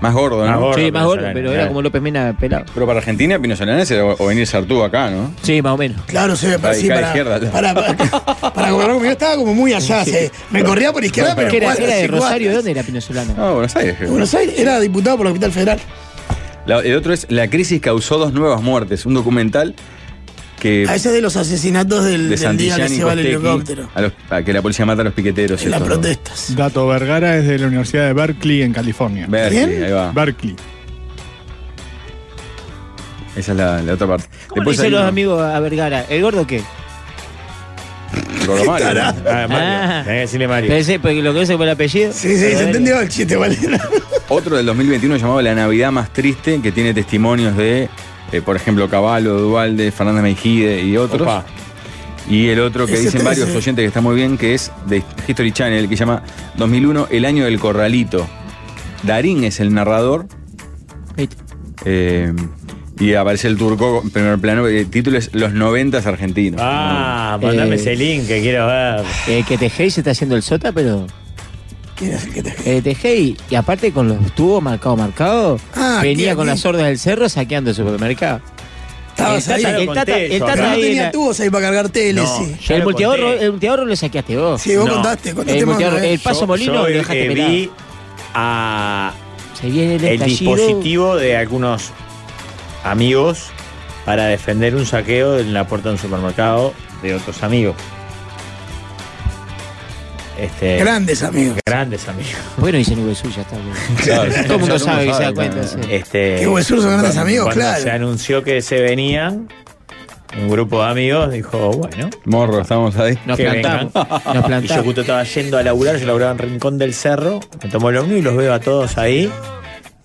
Speaker 4: Más gordo, ¿no?
Speaker 6: Más gordo.
Speaker 7: sí, más
Speaker 6: Pino
Speaker 7: gordo,
Speaker 6: Solana,
Speaker 7: pero era
Speaker 6: claro.
Speaker 7: como López Mena pelado.
Speaker 4: Pero para Argentina, Pino Solana es o, o venir Sartú acá, ¿no?
Speaker 7: Sí, más o menos.
Speaker 5: Claro, se ve para sí, para,
Speaker 4: Radical izquierda.
Speaker 5: para, para, para gobernar conmigo. Estaba como muy allá. se- me corría por izquierda, pero.
Speaker 7: ¿Qué era,
Speaker 5: cuadras
Speaker 7: era de
Speaker 5: y cuadras.
Speaker 7: Rosario? ¿De dónde era Pino Solana?
Speaker 4: No, Buenos Aires.
Speaker 5: De
Speaker 4: creo.
Speaker 5: Buenos Aires era diputado por la capital federal.
Speaker 4: La- el otro es La crisis causó dos nuevas muertes, un documental
Speaker 6: Eh,
Speaker 4: que
Speaker 5: A ese de los asesinatos Ah, del,
Speaker 4: de
Speaker 5: del día que
Speaker 4: Santillán y
Speaker 5: se va el
Speaker 4: Costecchi,
Speaker 6: Ah,
Speaker 5: helicóptero.
Speaker 4: a, los- a que la policía mata a los piqueteros.
Speaker 5: En las
Speaker 4: esto, ¿no?
Speaker 5: protestas.
Speaker 8: Dato Vergara es de la Universidad de Berkeley en California.
Speaker 4: Berkeley,
Speaker 5: ¿Bien?
Speaker 4: ahí va.
Speaker 8: Berkeley.
Speaker 4: Esa es la, la otra parte.
Speaker 7: ¿Cómo le dicen
Speaker 4: hay
Speaker 7: los
Speaker 4: uno-
Speaker 7: amigos a Vergara? ¿El gordo qué?
Speaker 4: Gordo Mario.
Speaker 6: Ah, Mario.
Speaker 7: Ah.
Speaker 6: Tenés que decirle Mario.
Speaker 7: Pensé, porque lo conoce por el apellido. Eh,
Speaker 5: Sí, sí,
Speaker 7: Pero
Speaker 5: se
Speaker 7: bueno.
Speaker 5: entendió el chiste, Valera.
Speaker 4: Otro del 2021 llamado La Navidad más triste, que tiene testimonios de, eh, por ejemplo, Caballo, Duvalde, Fernández Mejide y otros.
Speaker 6: Opa.
Speaker 4: Y el otro que
Speaker 5: Ese
Speaker 4: dicen
Speaker 5: trece.
Speaker 4: varios oyentes que está muy bien, que es de History Channel, que se llama 2001, El Año del Corralito. Darín es el narrador
Speaker 7: Viste.
Speaker 4: eh, y aparece el turco en primer plano. El título es Los 90 argentinos.
Speaker 6: Ah, mandame
Speaker 7: Eh.
Speaker 6: ese link que quiero ver.
Speaker 7: Eh, que Tejey se está haciendo el sota, pero.
Speaker 5: ¿Quién es el que te.?
Speaker 7: Eh, Tejey, y aparte con los tubos marcado, marcado,
Speaker 5: Ah,
Speaker 7: venía
Speaker 5: aquí,
Speaker 7: con
Speaker 5: aquí.
Speaker 7: las sordas del cerro saqueando el supermercado.
Speaker 5: Estabas
Speaker 7: el
Speaker 5: ahí.
Speaker 7: tata, el
Speaker 6: Conté
Speaker 7: tata, el
Speaker 6: eso,
Speaker 7: Tata
Speaker 5: Pero no
Speaker 7: ahí
Speaker 5: tenía
Speaker 7: era-
Speaker 5: tubos ahí para cargar tele,
Speaker 6: No.
Speaker 5: sí.
Speaker 6: Ya
Speaker 7: el
Speaker 6: lo
Speaker 7: multiahorro,
Speaker 6: conté.
Speaker 7: el multiahorro lo saqueaste vos.
Speaker 5: Sí, vos
Speaker 6: No.
Speaker 5: contaste, contaste
Speaker 7: el,
Speaker 5: más
Speaker 7: multiahorro-
Speaker 5: una vez.
Speaker 7: Eh, el paso
Speaker 6: Yo-
Speaker 7: molino
Speaker 6: yo,
Speaker 7: lo dejaste
Speaker 6: eh,
Speaker 7: pelado.
Speaker 6: vi a
Speaker 7: Se viene el,
Speaker 6: el
Speaker 7: estallido.
Speaker 6: dispositivo de algunos amigos para defender un saqueo en la puerta de un supermercado de otros amigos. Este,
Speaker 5: Grandes amigos.
Speaker 6: Grandes amigos.
Speaker 7: Bueno, dicen Iguesú, ya está. bueno.
Speaker 4: Claro, sí,
Speaker 7: Todo el mundo
Speaker 4: ya
Speaker 7: sabe que se da
Speaker 4: claro.
Speaker 7: cuenta. sí.
Speaker 6: Este,
Speaker 5: Qué huesudos son grandes
Speaker 6: cuando-
Speaker 5: amigos,
Speaker 6: cuando
Speaker 5: claro.
Speaker 6: Se anunció que se venían, un grupo de amigos dijo, bueno.
Speaker 4: Morro, estamos ahí.
Speaker 7: Nos
Speaker 6: que
Speaker 7: plantamos.
Speaker 6: vengan.
Speaker 7: Nos
Speaker 6: Y yo
Speaker 7: plantamos.
Speaker 6: justo estaba yendo a laburar, yo laburaba en Rincón del Cerro, me tomó el ómnibus y los veo a todos ahí.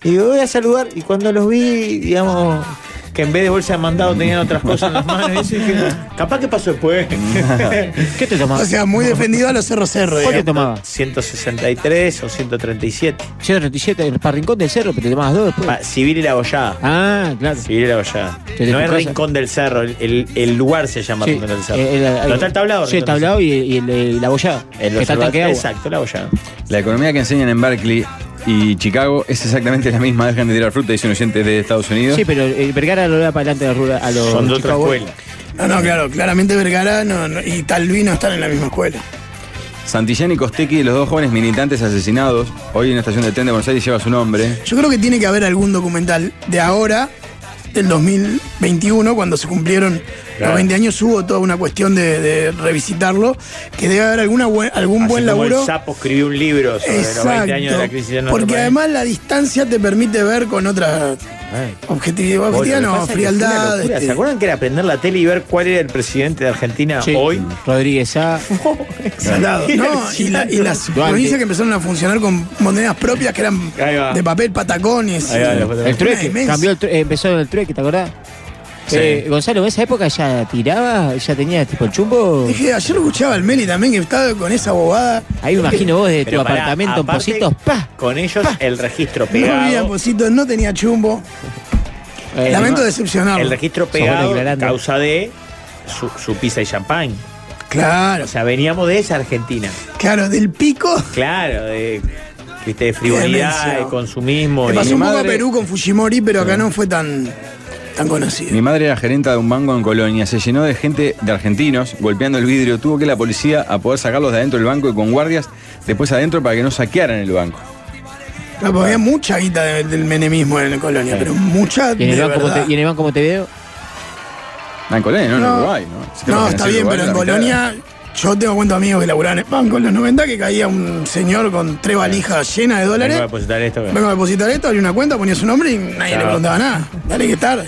Speaker 6: Y digo, voy a saludar. Y cuando los vi, digamos, que en vez de bolsa de mandado tenían otras cosas en las manos. Y eso dije, capaz que pasó después.
Speaker 7: ¿Qué te
Speaker 5: O
Speaker 7: tomabas?
Speaker 5: sea, muy defendido a los cerros cerro.
Speaker 7: ¿Cuál te
Speaker 5: digamos.
Speaker 7: tomabas?
Speaker 6: 163 o 137.
Speaker 7: 137, para Rincón del Cerro, pero te tomabas dos después.
Speaker 6: Pa- Civil y la Bollada.
Speaker 7: Ah, claro.
Speaker 6: Civil y la Bollada.
Speaker 7: Te
Speaker 6: No
Speaker 7: dejo
Speaker 6: es
Speaker 7: cosas.
Speaker 6: Rincón del Cerro, el, el- el lugar se llama
Speaker 7: Sí,
Speaker 6: Rincón del Cerro.
Speaker 7: eh, eh,
Speaker 6: ¿No
Speaker 7: eh,
Speaker 6: está el tablado?
Speaker 7: Sí, el
Speaker 6: Rincón del Cerro?
Speaker 7: tablado y, el- y el, y la bollada.
Speaker 6: El
Speaker 7: que está el tanque
Speaker 6: observatorio-
Speaker 7: de agua.
Speaker 6: Exacto, la Bollada.
Speaker 4: La economía que enseñan en Berkeley y Chicago es exactamente la misma. Dejan de tirar fruta, dice un oyente de Estados Unidos.
Speaker 7: Sí, pero el Vergara lo da para adelante a, Rura- a los
Speaker 6: Son de otra
Speaker 7: Chicago.
Speaker 6: escuela.
Speaker 5: No, no, claro, claramente Vergara no, no- y Talvi no están en la misma escuela.
Speaker 4: Santillán y Costequi, los dos jóvenes militantes asesinados. Hoy en una estación de tren de Buenos Aires lleva su nombre.
Speaker 5: Yo creo que tiene que haber algún documental de ahora, del 2021, cuando se cumplieron A los 20 años hubo toda una cuestión de, de revisitarlo, que debe haber alguna buen- algún
Speaker 6: Así
Speaker 5: buen
Speaker 6: como
Speaker 5: laburo.
Speaker 6: El sapo escribió un libro sobre los 20 años de la crisis
Speaker 5: Exacto,
Speaker 6: de nuestro
Speaker 5: porque
Speaker 6: país.
Speaker 5: además la distancia te permite ver con otra
Speaker 6: Ay.
Speaker 5: objetividad,
Speaker 6: Bueno,
Speaker 5: objetividad
Speaker 6: lo que
Speaker 5: no,
Speaker 6: pasa es que fue una
Speaker 5: frialdad.
Speaker 6: locura.
Speaker 5: este,
Speaker 6: ¿Se acuerdan que era prender la tele y ver cuál era el presidente de Argentina
Speaker 7: Sí.
Speaker 6: Ah, hoy?
Speaker 7: Rodríguez A.
Speaker 5: salado. No, y, la- y las
Speaker 7: Duarte.
Speaker 5: provincias que empezaron a funcionar con monedas propias que eran
Speaker 6: Ahí va.
Speaker 5: de papel, patacones.
Speaker 6: Ahí va,
Speaker 5: y-
Speaker 6: los patacones.
Speaker 7: El trueque,
Speaker 5: Una inmensa.
Speaker 7: cambió el trueque, empezó el trueque, ¿te acordás?
Speaker 4: Sí.
Speaker 7: Eh, Gonzalo, en esa época ya tiraba, ya tenía tipo el chumbo.
Speaker 5: Dije, ayer escuchaba al Meli también que estaba con esa bobada.
Speaker 7: Ahí me imagino vos de tu
Speaker 6: Pero pará,
Speaker 7: apartamento en
Speaker 6: aparte,
Speaker 7: Positos, pa.
Speaker 6: Con ellos el registro
Speaker 5: No había
Speaker 6: pegado.
Speaker 5: pocitos, no tenía chumbo.
Speaker 7: Eh,
Speaker 5: Lamento
Speaker 7: no,
Speaker 5: decepcionarlo.
Speaker 6: el registro
Speaker 7: bueno
Speaker 6: pegado
Speaker 7: aclarando.
Speaker 6: causa de su, su pizza y champán.
Speaker 5: Claro,
Speaker 6: O sea, veníamos de esa Argentina.
Speaker 5: claro, del pico.
Speaker 6: Claro, de, viste, de frivolidad,
Speaker 5: demencia.
Speaker 6: de consumismo.
Speaker 5: Me
Speaker 6: y-
Speaker 5: pasó
Speaker 4: mi
Speaker 5: un poco a
Speaker 4: madre-
Speaker 5: Perú con Fujimori, pero acá no fue tan, tan conocido.
Speaker 4: Mi madre era gerenta de un banco en Colonia. Se llenó de gente de argentinos golpeando el vidrio. Tuvo que ir la policía a poder sacarlos de adentro del banco y con guardias después adentro para que no saquearan el banco.
Speaker 5: Claro, porque había mucha guita de- del menemismo en Colonia,
Speaker 6: Sí.
Speaker 5: pero mucha
Speaker 7: ¿Y en,
Speaker 5: de
Speaker 7: el banco,
Speaker 5: verdad.
Speaker 7: Monte- y en el banco Montevideo?
Speaker 4: Ah, en Colonia, no, en
Speaker 5: No.
Speaker 4: Uruguay. No, Si te
Speaker 5: No,
Speaker 4: imaginas
Speaker 5: está
Speaker 4: en
Speaker 5: bien,
Speaker 4: Uruguay,
Speaker 5: pero en
Speaker 4: la mitad de-
Speaker 5: Colonia yo tengo cuenta amigos que laburaban en el banco en los 90 que caía un señor con tres valijas llenas de
Speaker 6: Vengo a
Speaker 5: dólares.
Speaker 6: depositar esto.
Speaker 5: Vengo a depositar esto, abrí una cuenta, ponía su nombre y nadie le
Speaker 6: Chao.
Speaker 5: preguntaba nada. Dale que tarde.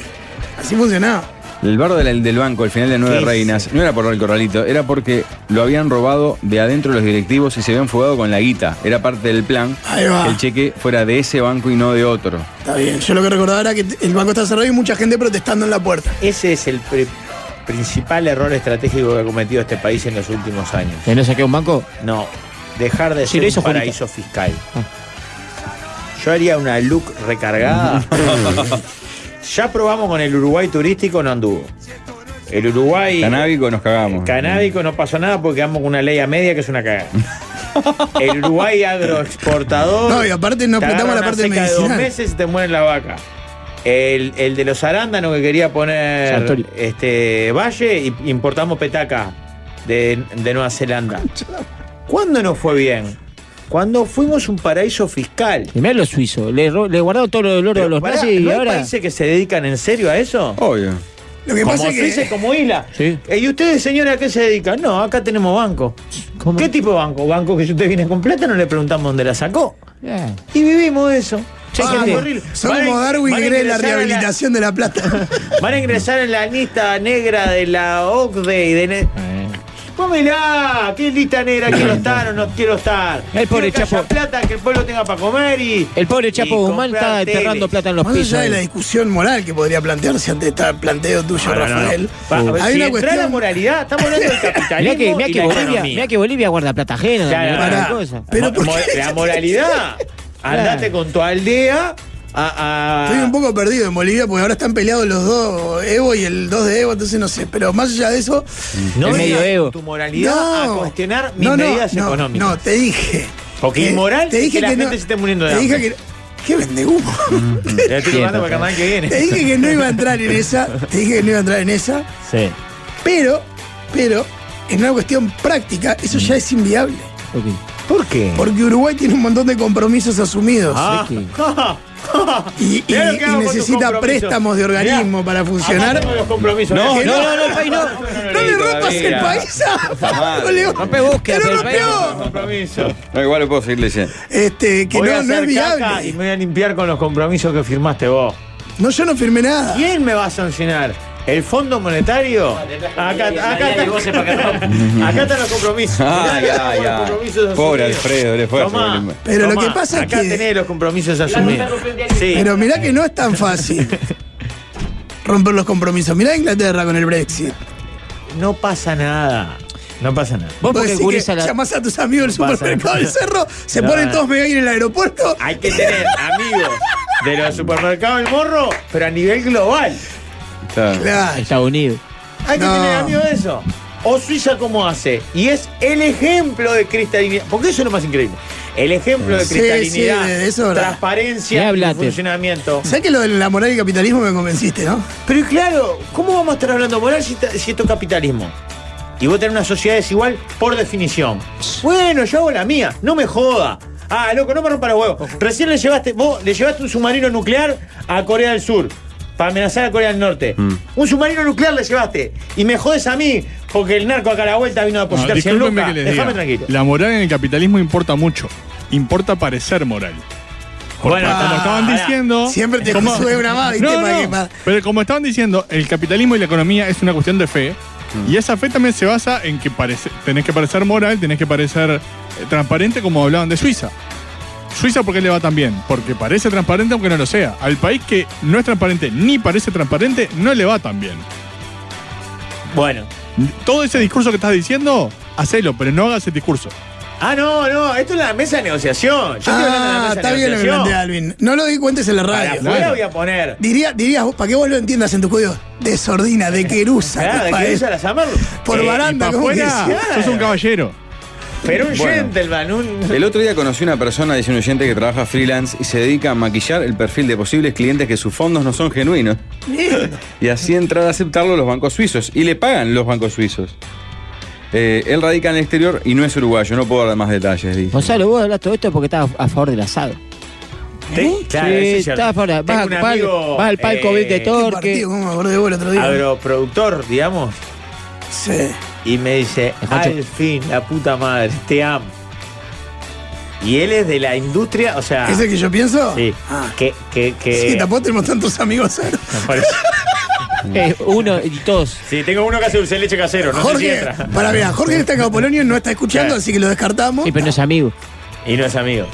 Speaker 5: Así funcionaba.
Speaker 4: El bar de la- del banco, el final de Nueve
Speaker 6: Sí,
Speaker 4: Reinas, no era por el corralito, era porque lo habían robado de adentro los directivos y se habían fugado con la guita. Era parte del plan
Speaker 5: Ahí va.
Speaker 4: que el cheque fuera de ese banco y no de otro.
Speaker 5: Está bien. Yo lo que recordaba era que el banco está cerrado y mucha gente protestando en la puerta.
Speaker 6: Ese es el pri- principal error estratégico que ha cometido este país en los últimos años.
Speaker 7: ¿Que no saqué un banco?
Speaker 6: No, dejar de
Speaker 7: Sí,
Speaker 6: ser
Speaker 7: lo hizo Ah.
Speaker 6: un paraíso fiscal. Yo haría una look recargada. ya probamos con el Uruguay turístico, no anduvo. El Uruguay
Speaker 4: Canábico nos cagamos.
Speaker 6: canábico no pasó nada porque quedamos con una ley a media que es una cagada. El Uruguay agroexportador.
Speaker 5: No, y aparte no
Speaker 6: te agarra
Speaker 5: apretamos la
Speaker 6: una
Speaker 5: parte
Speaker 6: seca de dos
Speaker 5: medicinal.
Speaker 6: meses y te mueren la vaca. El, el de los arándanos que quería poner
Speaker 7: Sartori.
Speaker 6: este Valle, y importamos petaca de, de Nueva Zelanda. ¿Cuándo nos fue bien? Cuando fuimos un paraíso fiscal.
Speaker 7: Y mirá los suizos, le, ro- le guardaron todo lo del oro
Speaker 6: Pero
Speaker 7: a los
Speaker 6: pará,
Speaker 7: nazis
Speaker 6: ¿no
Speaker 7: y
Speaker 6: hay
Speaker 7: ahora.
Speaker 6: países que se dedican en serio a eso?
Speaker 4: Obvio.
Speaker 5: Lo que
Speaker 6: Como
Speaker 5: pasa es que.
Speaker 6: Suiza y como Isla.
Speaker 7: Sí.
Speaker 6: Eh, ¿Y ustedes, señora, a qué se dedican? No, acá tenemos banco.
Speaker 7: ¿Cómo?
Speaker 6: ¿Qué tipo de banco? Banco que si usted viene con plata, no le preguntamos dónde la sacó.
Speaker 7: eh, Ya.
Speaker 6: Y vivimos eso.
Speaker 7: Che,
Speaker 6: Ah,
Speaker 7: gente,
Speaker 6: qué horrible.
Speaker 5: Son
Speaker 6: Van a-
Speaker 5: como Darwin
Speaker 6: van a
Speaker 5: que cree en la
Speaker 6: ingresar a
Speaker 5: rehabilitación de la plata.
Speaker 6: Van a ingresar en la lista negra de la OCDE y de...
Speaker 7: Eh.
Speaker 6: Ne- Vos mirá, qué lista negra, quiero estar o no quiero estar.
Speaker 7: El pobre
Speaker 6: Quiero que haya
Speaker 7: Chapo.
Speaker 6: plata, que el pueblo tenga para comer y...
Speaker 7: El pobre Chapo
Speaker 6: y
Speaker 7: Guzmán
Speaker 6: comprar
Speaker 7: está enterrando
Speaker 6: tele.
Speaker 7: plata en los
Speaker 5: Más
Speaker 7: pisos.
Speaker 5: allá de la discusión moral que podría plantearse ante este planteo tuyo,
Speaker 6: No, no, no, no.
Speaker 5: Rafael,
Speaker 6: Va, a ver,
Speaker 5: hay
Speaker 6: si
Speaker 5: una
Speaker 6: entra la
Speaker 5: cuestión.
Speaker 6: moralidad, estamos hablando del capitalismo
Speaker 7: Mirá que, mirá
Speaker 6: y
Speaker 7: que
Speaker 6: la
Speaker 7: Bolivia,
Speaker 6: economía.
Speaker 7: mirá que Bolivia guarda plata ajena.
Speaker 6: Claro.
Speaker 7: mirá
Speaker 5: Pará.
Speaker 7: qué cosa.
Speaker 5: Pero
Speaker 6: Mo-
Speaker 5: ¿por
Speaker 6: mo-
Speaker 5: qué?
Speaker 6: La moralidad. Andate con tu aldea a... a-
Speaker 5: Estoy un poco perdido en Bolivia porque ahora están peleados los dos, Evo y el 2 de Evo, entonces no sé. Pero más allá de eso,
Speaker 6: No
Speaker 7: El
Speaker 6: vengas
Speaker 7: medioevo.
Speaker 6: con tu moralidad a cuestionar mis
Speaker 5: No, no,
Speaker 6: medidas
Speaker 5: no,
Speaker 6: económicas.
Speaker 5: No, te dije.
Speaker 6: Porque
Speaker 5: que-
Speaker 6: inmoral es que la gente se esté muriendo de
Speaker 5: Te dije
Speaker 6: hambre.
Speaker 5: que.
Speaker 6: Mm.
Speaker 5: ¿Qué vende humo?
Speaker 6: Ya estoy tomando para el carnaval que viene.
Speaker 5: te dije que no iba a entrar en esa. Te dije que no iba a entrar en esa.
Speaker 6: Sí.
Speaker 5: Pero, pero, en una cuestión práctica, eso
Speaker 6: Mm.
Speaker 5: ya es inviable.
Speaker 6: ¿Por qué?
Speaker 5: Porque Uruguay tiene un montón de compromisos asumidos.
Speaker 6: Ah.
Speaker 5: Y, y-
Speaker 6: Mirá lo que
Speaker 5: y
Speaker 6: hago con tus
Speaker 5: necesita
Speaker 6: compromisos.
Speaker 5: préstamos de organismo
Speaker 6: Mirá, Ah,
Speaker 5: para
Speaker 6: Acá
Speaker 5: funcionar.
Speaker 6: tengo los compromisos.
Speaker 7: No,
Speaker 6: Mirá que
Speaker 7: no, no, no, el país no.
Speaker 5: No le rompas el
Speaker 4: todavía.
Speaker 5: país a Pablo León.
Speaker 7: Rompe búsqueda,
Speaker 5: ¡Te lo
Speaker 7: pero el país no.
Speaker 5: rompió!
Speaker 6: Compromiso.
Speaker 4: No, igual lo puedo seguir leyendo.
Speaker 5: Este, que
Speaker 6: Voy a
Speaker 5: no, no
Speaker 6: hacer
Speaker 5: es
Speaker 6: caca Y
Speaker 5: viable.
Speaker 6: me voy a limpiar con los compromisos que firmaste vos.
Speaker 5: No, yo no firmé nada.
Speaker 6: ¿Quién me va a sancionar? ¿El Fondo Monetario? Acá, acá, está- acá están los compromisos.
Speaker 4: Ah,
Speaker 6: Mirá,
Speaker 4: ya,
Speaker 6: tengo los
Speaker 4: ya.
Speaker 6: compromisos
Speaker 4: Pobre
Speaker 6: asumidos.
Speaker 4: Alfredo, le fue a
Speaker 6: Tomá,
Speaker 4: hacer-
Speaker 5: Pero lo
Speaker 6: tomá,
Speaker 5: que pasa es
Speaker 6: acá
Speaker 5: que-
Speaker 6: tenés los compromisos asumidos. Sí.
Speaker 5: Pero mirá que no es tan fácil romper los compromisos. Mirá Inglaterra con el Brexit.
Speaker 6: No pasa nada. No pasa nada.
Speaker 5: Vos
Speaker 7: Vos porque
Speaker 5: decís que
Speaker 7: gurisa la.
Speaker 5: llamás a tus amigos del
Speaker 6: No pasa
Speaker 5: supermercado
Speaker 6: nada.
Speaker 5: del cerro, se
Speaker 6: No,
Speaker 5: ponen
Speaker 6: no.
Speaker 5: todos mega en el aeropuerto.
Speaker 6: Hay que tener amigos de los supermercados del morro, pero a nivel global.
Speaker 4: Claro.
Speaker 5: Claro.
Speaker 7: Estados Unidos.
Speaker 6: Hay que
Speaker 5: No.
Speaker 6: tener amigos de eso. O Suiza cómo hace. Y es el ejemplo de cristalinidad. Porque eso es lo más increíble. El ejemplo de
Speaker 5: Sí,
Speaker 6: cristalinidad,
Speaker 5: sí, de eso es verdad.
Speaker 7: Ni
Speaker 6: transparencia y
Speaker 7: hablate.
Speaker 6: funcionamiento.
Speaker 5: ¿Sabés que lo de la moral y el capitalismo me convenciste, no?
Speaker 6: Pero claro, ¿cómo vamos a estar hablando de moral si, esta- si esto es capitalismo? Y vos tenés una sociedad desigual por definición. Bueno, yo hago la mía, no me joda. Ah, loco, no me rompa los huevos. Recién le llevaste, vos le llevaste un submarino nuclear a Corea del Sur. para amenazar a Corea del Norte.
Speaker 4: Mm.
Speaker 6: Un submarino nuclear le llevaste. Y me jodes a mí porque el narco acá a la vuelta vino a
Speaker 8: No,
Speaker 6: depositar 100
Speaker 8: discúlpenme
Speaker 6: lucas.
Speaker 8: Ah, que les diga,
Speaker 6: Déjame tranquilo.
Speaker 8: La moral en el capitalismo importa mucho. Importa parecer moral.
Speaker 6: Bueno,
Speaker 8: Como
Speaker 6: pará,
Speaker 8: Ah, estaban
Speaker 6: pará.
Speaker 8: diciendo.
Speaker 5: Ah, Siempre te
Speaker 8: como-
Speaker 5: sube una más, ¿viste?
Speaker 8: No,
Speaker 5: Para que-
Speaker 8: no,
Speaker 5: para-
Speaker 8: Pero como estaban diciendo, el capitalismo y la economía es una cuestión de fe.
Speaker 5: Mm.
Speaker 8: Y esa fe también se basa en que parece, tenés que parecer moral, tenés que parecer eh, transparente, como hablaban de Suiza. Suiza, ¿por qué le va tan bien? Porque parece transparente aunque no lo sea. Al país que no es transparente ni parece transparente, no le va tan bien.
Speaker 6: Bueno.
Speaker 8: Todo ese discurso que estás diciendo, hacelo, pero no hagas ese discurso.
Speaker 6: Ah, no, no, esto es la mesa de negociación. Yo estoy hablando de la
Speaker 5: Ah,
Speaker 6: mesa
Speaker 5: está
Speaker 6: de
Speaker 5: bien lo que
Speaker 6: negociación.
Speaker 5: plantea Alvin. No lo di cuentes en la
Speaker 6: Para
Speaker 5: radio.
Speaker 6: afuera
Speaker 8: Claro.
Speaker 6: voy a poner.
Speaker 5: Diría, dirías, vos, para que vos lo entiendas en tu código, de sordina, de querusa.
Speaker 6: Claro, de
Speaker 5: compa,
Speaker 6: que
Speaker 5: eh.
Speaker 6: usa la Samarro.
Speaker 5: Por
Speaker 6: Eh,
Speaker 5: baranda. Anda,
Speaker 8: Pa'
Speaker 5: ¿cómo que
Speaker 8: afuera,
Speaker 6: sí?
Speaker 8: sos un caballero.
Speaker 6: Pero un
Speaker 4: Bueno.
Speaker 6: gentleman, un.
Speaker 4: El otro día conocí una persona, dice un oyente, que trabaja freelance y se dedica a maquillar el perfil de posibles clientes que sus fondos no son genuinos. Y así entrar a aceptarlo los bancos suizos. Y le pagan los bancos suizos. Eh, él radica en el exterior y no es uruguayo, no puedo dar más detalles. dice.
Speaker 7: Gonzalo, vos hablaste todo esto porque estabas a favor del asado.
Speaker 6: Te- Claro,
Speaker 7: Sí,
Speaker 6: eso es cierto.
Speaker 7: estabas a favor. Vas,
Speaker 6: Tengo
Speaker 7: al
Speaker 6: un
Speaker 7: pal-
Speaker 6: amigo,
Speaker 7: vas al palco,
Speaker 6: eh,
Speaker 7: vete
Speaker 5: Qué
Speaker 7: torque.
Speaker 5: partido, cómo me acordé de vos el otro
Speaker 6: Ah,
Speaker 5: día.
Speaker 6: Agroproductor, digamos.
Speaker 5: Sí.
Speaker 6: Y me dice,
Speaker 7: Pancho.
Speaker 6: al fin, la puta madre, te amo. Y él es de la industria, o sea.
Speaker 5: ¿Ese que yo pienso?
Speaker 6: Ah. Sí. eh.
Speaker 5: Ah.
Speaker 6: Que, que, que.
Speaker 5: Sí, tampoco tenemos tantos amigos. ¿sabes?
Speaker 6: me parece.
Speaker 7: Eh, uno y todos.
Speaker 6: Sí, tengo uno que hace dulce de leche casero, no sé
Speaker 5: Jorge,
Speaker 6: si entra.
Speaker 5: para mira, Jorge está acá Polonio no está escuchando,
Speaker 6: Claro.
Speaker 5: así que lo descartamos.
Speaker 7: Sí, pero no es amigo.
Speaker 6: Y no es amigo.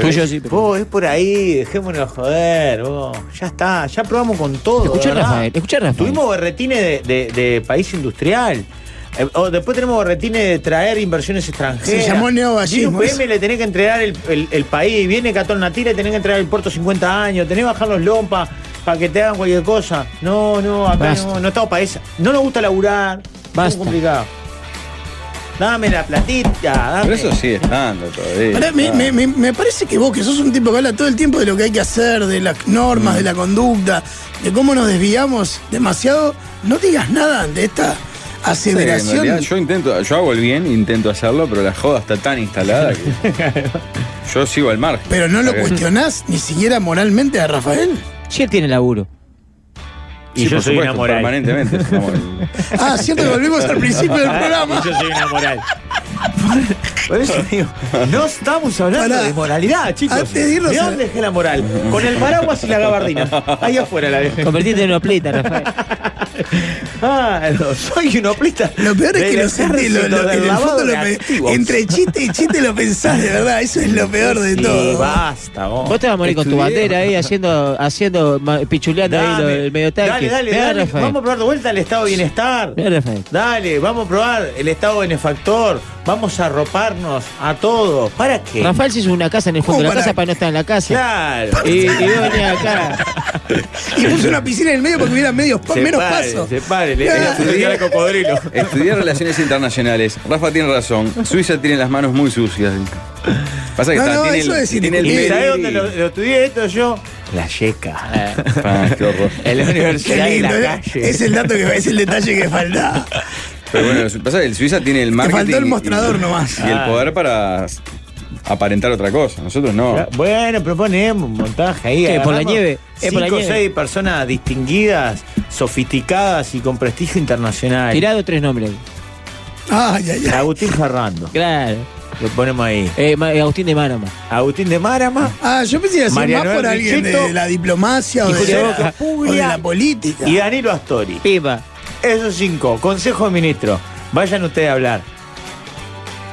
Speaker 7: Tuyo
Speaker 6: es-
Speaker 7: sí, pero-
Speaker 6: Vos, es por ahí, dejémonos joder, vos. Ya está, ya probamos con todo.
Speaker 7: Escuchá,
Speaker 6: ¿verdad?
Speaker 7: Rafael, escuchá, Rafael.
Speaker 6: Tuvimos berretines de, de- de país industrial. Eh, o después tenemos berretines de traer inversiones extranjeras.
Speaker 5: Se llamó neovallismo,
Speaker 6: Viene
Speaker 5: eso.
Speaker 6: UPM, le tenés que entregar el, el- el país. Viene Catón Natira, le tenés que entregar el puerto 50 años. Tenés que bajar los lompas para que te hagan cualquier cosa. No, no, acá
Speaker 7: Basta.
Speaker 6: no, no estamos para esa. No nos gusta laburar. es muy
Speaker 7: Basta.
Speaker 6: complicado. Dame la platita, dame.
Speaker 4: Pero eso sigue estando todavía.
Speaker 5: Pará, me, me- me- me parece que vos, que sos un tipo que habla todo el tiempo de lo que hay que hacer, de las
Speaker 6: Mm.
Speaker 5: normas, de la conducta, de cómo nos desviamos demasiado, no digas nada ante
Speaker 4: Sí,
Speaker 5: esta
Speaker 4: en
Speaker 5: aceleración.
Speaker 4: realidad yo intento, yo hago el bien, intento hacerlo, pero la joda está tan instalada que yo sigo al margen.
Speaker 5: Pero no lo
Speaker 4: Porque-
Speaker 5: cuestionás ni siquiera moralmente a Rafael.
Speaker 7: Si él tiene laburo.
Speaker 6: Y
Speaker 4: Sí,
Speaker 6: yo
Speaker 4: por
Speaker 6: soy
Speaker 4: supuesto,
Speaker 6: una moral.
Speaker 4: permanentemente. somos el-
Speaker 5: Ah, cierto que volvimos al principio del programa.
Speaker 6: Yo soy una moral. Por eso digo, no estamos hablando
Speaker 5: Pará.
Speaker 6: de moralidad, chicos.
Speaker 5: Antes de irnos a-
Speaker 6: dónde dejé la moral? Con el paraguas y la gabardina. Ahí afuera la dejé.
Speaker 7: Convertiste en opleta, Rafael.
Speaker 6: Ah, no, soy un oplista.
Speaker 5: Lo peor es
Speaker 6: del
Speaker 5: que lo sentís, lo-
Speaker 6: ejército
Speaker 5: lo-
Speaker 6: del
Speaker 5: en el
Speaker 6: lavado
Speaker 5: fondo lo
Speaker 6: de
Speaker 5: pe-
Speaker 6: activos.
Speaker 5: entre chiste y chiste lo pensás, de verdad, eso es lo peor de
Speaker 6: Sí,
Speaker 5: todo.
Speaker 6: basta, vos.
Speaker 7: Vos te vas a morir con tu
Speaker 4: Estudié.
Speaker 7: bandera ahí haciendo, haciendo ma- pichuleando ahí lo-
Speaker 6: Dame,
Speaker 7: el medio tanque.
Speaker 6: Dale, dale,
Speaker 7: Mirá,
Speaker 6: dale.
Speaker 7: Rafael.
Speaker 6: Vamos a probar de vuelta el estado de bienestar.
Speaker 7: Mirá, Rafael.
Speaker 6: Dale, vamos a probar el estado benefactor. Vamos a roparnos a todos. ¿Para qué?
Speaker 7: Rafael se hizo una casa en el fondo de
Speaker 5: ¿Cómo
Speaker 7: la
Speaker 5: para-
Speaker 7: casa para no estar en la casa.
Speaker 6: Claro.
Speaker 7: Y, y vos venías acá.
Speaker 5: Y puso una piscina en el medio porque hubiera medios pa- menos
Speaker 6: pare,
Speaker 5: pasos.
Speaker 6: Se pare, le
Speaker 5: Ah.
Speaker 6: le a cocodrilo.
Speaker 4: Estudié relaciones internacionales. Rafa tiene razón. Suiza tiene las manos muy sucias. Pasa que
Speaker 5: No,
Speaker 4: está,
Speaker 5: no,
Speaker 4: tiene,
Speaker 5: eso
Speaker 4: el,
Speaker 5: es
Speaker 4: tiene el
Speaker 6: ¿Y
Speaker 5: indiscutible.
Speaker 6: sabés
Speaker 4: medio-
Speaker 6: dónde lo, lo estudié esto yo? La yeca.
Speaker 4: Ah, qué horror.
Speaker 6: En la
Speaker 5: Qué
Speaker 6: universidad de
Speaker 5: lindo,
Speaker 6: la
Speaker 5: ¿eh?
Speaker 6: calle.
Speaker 5: es el dato que es el detalle que falta.
Speaker 4: Pero bueno, su- pasa que el Suiza tiene el
Speaker 5: Te
Speaker 4: marketing.
Speaker 5: faltó el
Speaker 4: y-
Speaker 5: mostrador
Speaker 4: y,
Speaker 5: nomás.
Speaker 4: Y el
Speaker 6: Ah.
Speaker 4: poder para s- aparentar otra cosa. Nosotros no.
Speaker 6: Bueno, proponemos un montaje ahí.
Speaker 7: ¿Qué, por la
Speaker 6: agarramos
Speaker 7: nieve? ¿Eh, por la
Speaker 6: Cinco o
Speaker 7: nieve?
Speaker 6: seis personas distinguidas, sofisticadas y con prestigio internacional.
Speaker 7: Tirado tres nombres. ahí.
Speaker 5: Ay, ay, ay.
Speaker 6: Agustín Ferrando.
Speaker 7: Claro.
Speaker 6: Lo ponemos ahí.
Speaker 7: Eh, Ma- Agustín de Marama.
Speaker 6: Agustín de Márama.
Speaker 5: Ah, yo pensé que hacía
Speaker 6: Mariano
Speaker 5: más por alguien
Speaker 6: Richetto
Speaker 5: de la diplomacia o
Speaker 6: y
Speaker 5: de,
Speaker 6: Julio
Speaker 5: la,
Speaker 6: Boca
Speaker 5: o de la política.
Speaker 6: Y Danilo Astori.
Speaker 7: Pipa.
Speaker 6: Esos cinco, consejo de ministro, vayan ustedes a hablar.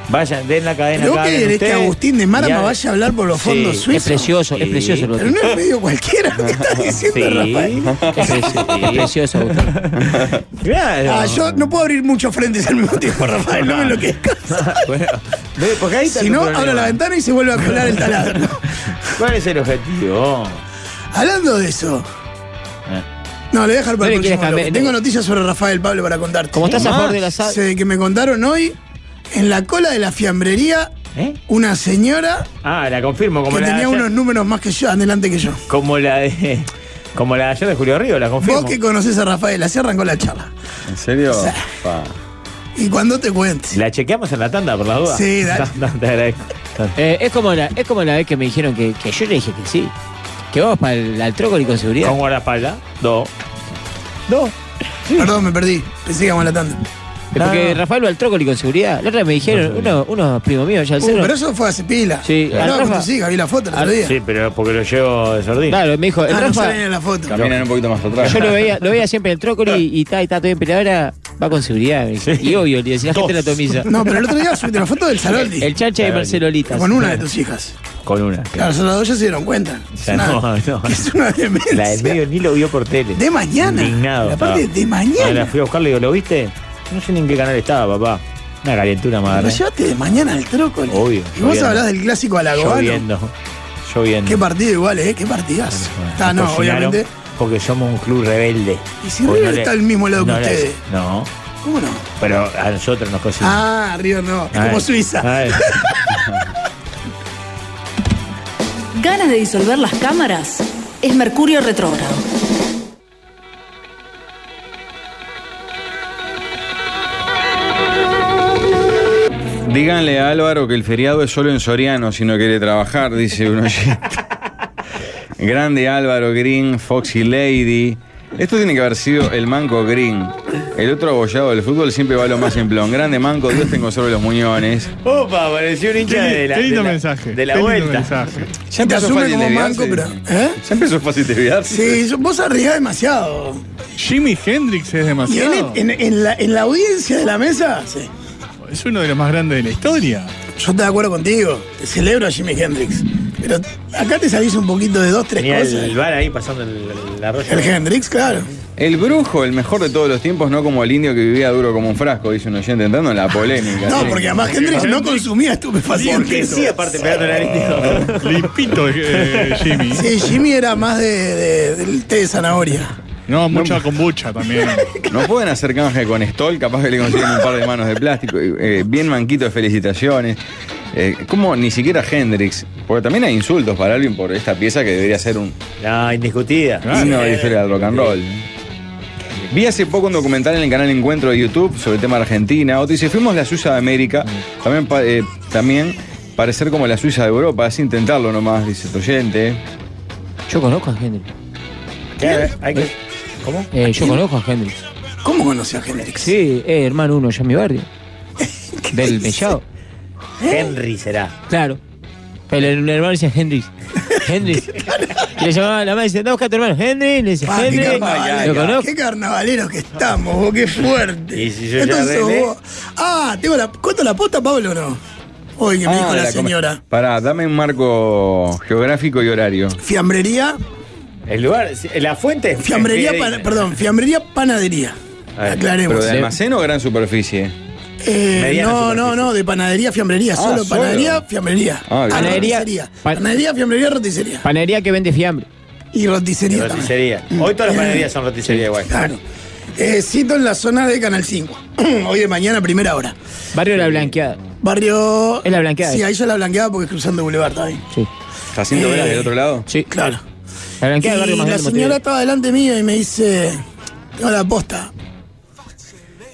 Speaker 6: Vayan, den la cadena.
Speaker 5: Pero vos
Speaker 6: acá,
Speaker 5: qué
Speaker 6: hablen
Speaker 5: querés que este
Speaker 6: ustedes.
Speaker 5: Agustín de
Speaker 6: Y
Speaker 5: Márama
Speaker 6: hablen.
Speaker 5: vaya a hablar por los
Speaker 6: Sí,
Speaker 5: fondos
Speaker 7: Es
Speaker 5: suizos.
Speaker 7: precioso, es
Speaker 6: Sí.
Speaker 7: precioso el
Speaker 5: Pero
Speaker 7: otro.
Speaker 5: no es medio cualquiera lo que estás diciendo, Rafael.
Speaker 7: Es, preci- es precioso, Agustín.
Speaker 6: Claro.
Speaker 5: Ah, yo no puedo abrir muchos frentes al mismo tiempo, Rafael, no me lo que
Speaker 6: Bueno, ve, porque ahí está
Speaker 5: Si
Speaker 6: tu
Speaker 5: no,
Speaker 6: problema.
Speaker 5: abro la ventana y se vuelve a colar el taladro.
Speaker 6: ¿Cuál es el objetivo?
Speaker 5: Hablando de eso.
Speaker 6: Eh.
Speaker 5: No, le voy a dejar
Speaker 7: No
Speaker 5: para
Speaker 7: le
Speaker 5: el próximo bloque.
Speaker 7: quieres cambiar,
Speaker 5: Tengo
Speaker 7: no.
Speaker 5: noticias sobre Rafael Pablo para contarte.
Speaker 7: Como estás a
Speaker 6: Más.
Speaker 7: favor del asado.
Speaker 5: Sí, que me contaron hoy, en la cola de la fiambrería,
Speaker 6: ¿Eh?
Speaker 5: una señora
Speaker 6: Ah, la confirmo. Como
Speaker 5: que
Speaker 6: la de
Speaker 5: tenía
Speaker 6: ayer-
Speaker 5: unos números más que yo, adelante que yo.
Speaker 6: Como la de. Como la de ayer de Julio Río, la confirmo.
Speaker 5: Vos que conocés a Rafael, así arrancó la charla.
Speaker 4: ¿En serio?
Speaker 5: Sí.
Speaker 4: Pa.
Speaker 5: Y cuando te cuentes.
Speaker 6: La chequeamos en la tanda, por la duda.
Speaker 5: Sí, dale.
Speaker 6: Te agradezco.
Speaker 7: Eh, es, como la, es como la vez que me dijeron que, que yo le dije que sí. Que vamos para el, al trócoli con seguridad.
Speaker 6: Con guardaespaldas. Dos.
Speaker 7: No.
Speaker 5: Perdón, me perdí. Pensé que íbamos a la tanda.
Speaker 7: Eh, Porque
Speaker 6: No.
Speaker 7: Rafael va al trócoli con seguridad. La otra vez me dijeron, uno- unos primos míos, ya
Speaker 5: Uh, pero eso fue hace pila.
Speaker 7: Sí, al
Speaker 5: Hablaba con
Speaker 7: Rafa-
Speaker 5: tus hijas, vi la foto el otro día.
Speaker 6: Sí, pero porque lo llevo de sordina.
Speaker 7: Claro, me dijo, el
Speaker 5: Ah, no
Speaker 7: Rafa,
Speaker 5: salen en la foto.
Speaker 4: Caminan un poquito más atrás.
Speaker 7: yo lo veía, lo veía siempre en el trócoli y está, y está todo en peleadora, va con seguridad. me dijo.
Speaker 6: Sí.
Speaker 7: Y obvio, le decía, la gente la atomiza.
Speaker 5: No, pero el otro día subiste la foto del Saroldi.
Speaker 7: El chancha de
Speaker 6: Claro,
Speaker 7: Marcelo Litas.
Speaker 5: con una de tus hijas.
Speaker 6: Con una.
Speaker 5: Claro, esas dos ya se dieron cuenta.
Speaker 6: O
Speaker 5: Es
Speaker 6: sea,
Speaker 5: una,
Speaker 6: no, no.
Speaker 5: es una demencia.
Speaker 6: La del medio ni lo vio por tele.
Speaker 5: De mañana.
Speaker 6: Indignado.
Speaker 5: La parte
Speaker 6: estaba.
Speaker 5: de
Speaker 6: Cuando La
Speaker 5: mañana.
Speaker 6: fui a buscar, le digo, ¿lo viste? No sé ni en qué canal estaba, papá. Una calentura
Speaker 5: Lo
Speaker 6: madre.
Speaker 5: llevaste de mañana al trócoli.
Speaker 6: Obvio,
Speaker 5: Y vos
Speaker 6: lloviendo.
Speaker 5: hablás del clásico alagoano.
Speaker 6: Lloviendo. Lloviendo.
Speaker 5: Qué partido igual, ¿eh? Qué partidazo.
Speaker 6: Bueno,
Speaker 5: Ah, no,
Speaker 6: nos cocinaron
Speaker 5: obviamente.
Speaker 6: Porque somos un club rebelde.
Speaker 5: Y si
Speaker 6: Porque
Speaker 5: River está al mismo lado que
Speaker 6: no le-
Speaker 5: ustedes.
Speaker 6: no,
Speaker 5: ¿Cómo no?
Speaker 6: pero a nosotros nos cocinan.
Speaker 5: Ah, River no. Es
Speaker 6: A
Speaker 5: como
Speaker 6: ver,
Speaker 5: Suiza.
Speaker 6: a ver.
Speaker 9: ¿Ganas de disolver las cámaras? Es Mercurio retrógrado.
Speaker 4: Díganle a Álvaro que el feriado es solo en Soriano si no quiere trabajar, dice uno. Grande Álvaro Green, Foxy Lady. Esto tiene que haber sido el manco Green. El otro abollado del fútbol siempre va a lo más simplón. Grande manco, Dios te conserve los muñones.
Speaker 6: Opa, apareció un
Speaker 8: Qué,
Speaker 6: hincha de
Speaker 8: li-
Speaker 6: la,
Speaker 8: qué lindo
Speaker 6: de la-
Speaker 8: mensaje.
Speaker 6: de la
Speaker 8: qué lindo
Speaker 6: vuelta.
Speaker 8: mensaje.
Speaker 4: Ya
Speaker 5: Te
Speaker 4: empezó
Speaker 5: asume
Speaker 4: fácil
Speaker 5: como manco,
Speaker 4: desviarse.
Speaker 5: pero. ¿Eh?
Speaker 4: Ya empezó fácil desviarse.
Speaker 5: Sí, yo- vos arriesgás demasiado.
Speaker 8: Jimi Hendrix es
Speaker 5: Y
Speaker 8: demasiado.
Speaker 5: él en, en- en la, en la audiencia de la mesa, sí.
Speaker 8: Es uno de los más grandes de la historia.
Speaker 5: Yo estoy de acuerdo contigo. Te celebro a Jimi Hendrix. Pero acá te salís un poquito de dos, tres
Speaker 6: Tenía el,
Speaker 5: cosas.
Speaker 6: el
Speaker 5: El,
Speaker 6: bar ahí pasando el, el arroyo.
Speaker 5: Hendrix, claro.
Speaker 4: El brujo, el mejor de todos los tiempos, no como el indio que vivía duro como un frasco, dice un oyente entrando en la polémica.
Speaker 5: No,
Speaker 4: sí.
Speaker 5: porque además Hendrix no consumía
Speaker 6: Porque
Speaker 5: estupefacientes.
Speaker 6: sí, aparte pegándole al indio.
Speaker 8: Limpito eh, Jimmy.
Speaker 5: Sí, Jimmy era más de, de- del té de zanahoria.
Speaker 8: No, mucha kombucha también.
Speaker 4: No pueden hacer canje con Stoll, capaz que le consiguen un par de manos de plástico. Eh, bien manquito de felicitaciones. Eh, como ni siquiera Hendrix, porque también hay insultos para alguien por esta pieza que debería ser un
Speaker 6: No, indiscutida.
Speaker 8: Claro.
Speaker 4: himno de la historia del rock and roll. Vi hace poco un documental en el canal Encuentro de YouTube sobre el tema de Argentina. Otro dice, fuimos la Suiza de América, también, pa- eh, también parecer como la Suiza de Europa, es intentarlo nomás, dice el oyente.
Speaker 7: Yo conozco a Hendrix.
Speaker 6: Claro, hay que- ¿Cómo?
Speaker 7: Eh, yo conozco a Hendrix.
Speaker 5: ¿Cómo conoció a Hendrix?
Speaker 7: Sí, eh, hermano uno, ya en mi barrio. Del Mellado.
Speaker 6: Henry será.
Speaker 7: Claro. Pero el, el hermano decía Hendrix. Hendrix. Y le llamaba a la madre y decía, anda, busca a tu hermano. Hendrix, le decía,
Speaker 5: Ah, qué,
Speaker 7: Hendrix.
Speaker 5: carnaval-
Speaker 7: Lo conozco.
Speaker 5: qué carnavaleros que estamos, vos, qué fuerte.
Speaker 6: Y si yo ya
Speaker 5: Entonces
Speaker 6: arreglé.
Speaker 5: vos. Ah, tengo la, ¿cuánto la posta, Pablo, o no? Hoy
Speaker 4: Ah,
Speaker 5: que me dijo Ah, la, señora.
Speaker 4: Pará, dame un marco geográfico y horario.
Speaker 5: Fiambrería,
Speaker 6: El lugar, sí, la fuente es.
Speaker 5: fiambrería,
Speaker 6: es-
Speaker 5: pana- perdón, fiambrería, panadería.
Speaker 6: A
Speaker 4: ¿Pero
Speaker 6: ver,
Speaker 5: Aclaremos.
Speaker 4: de almacén o gran superficie?
Speaker 5: Eh,
Speaker 6: mediana
Speaker 5: no,
Speaker 6: superficie.
Speaker 5: no, no, de panadería, fiambrería, solo
Speaker 4: solo.
Speaker 5: panadería, fiambrería.
Speaker 4: Ah, bien.
Speaker 7: Panadería,
Speaker 5: roticería.
Speaker 7: pan-
Speaker 5: Panadería, fiambrería, roticería.
Speaker 7: Panadería que vende fiambre.
Speaker 5: Y roticería. también.
Speaker 6: Roticería. Hoy todas las panaderías son roticería igual.
Speaker 5: Claro. Eh, cito en la zona de Canal 5. Hoy de mañana, primera hora.
Speaker 7: Barrio La Blanqueada.
Speaker 5: Barrio.
Speaker 7: Es la blanqueada.
Speaker 5: Sí, ahí ya la blanqueada porque es cruzando Boulevard también.
Speaker 7: Sí.
Speaker 4: ¿Jacinto
Speaker 5: Eh.
Speaker 4: Velas del otro lado?
Speaker 7: Sí.
Speaker 5: Claro.
Speaker 7: La
Speaker 5: Y
Speaker 7: Blanqueada es el barrio más
Speaker 5: la
Speaker 7: grande de
Speaker 5: señora
Speaker 7: Montevideo.
Speaker 5: estaba delante mío y me dice. Tengo la posta.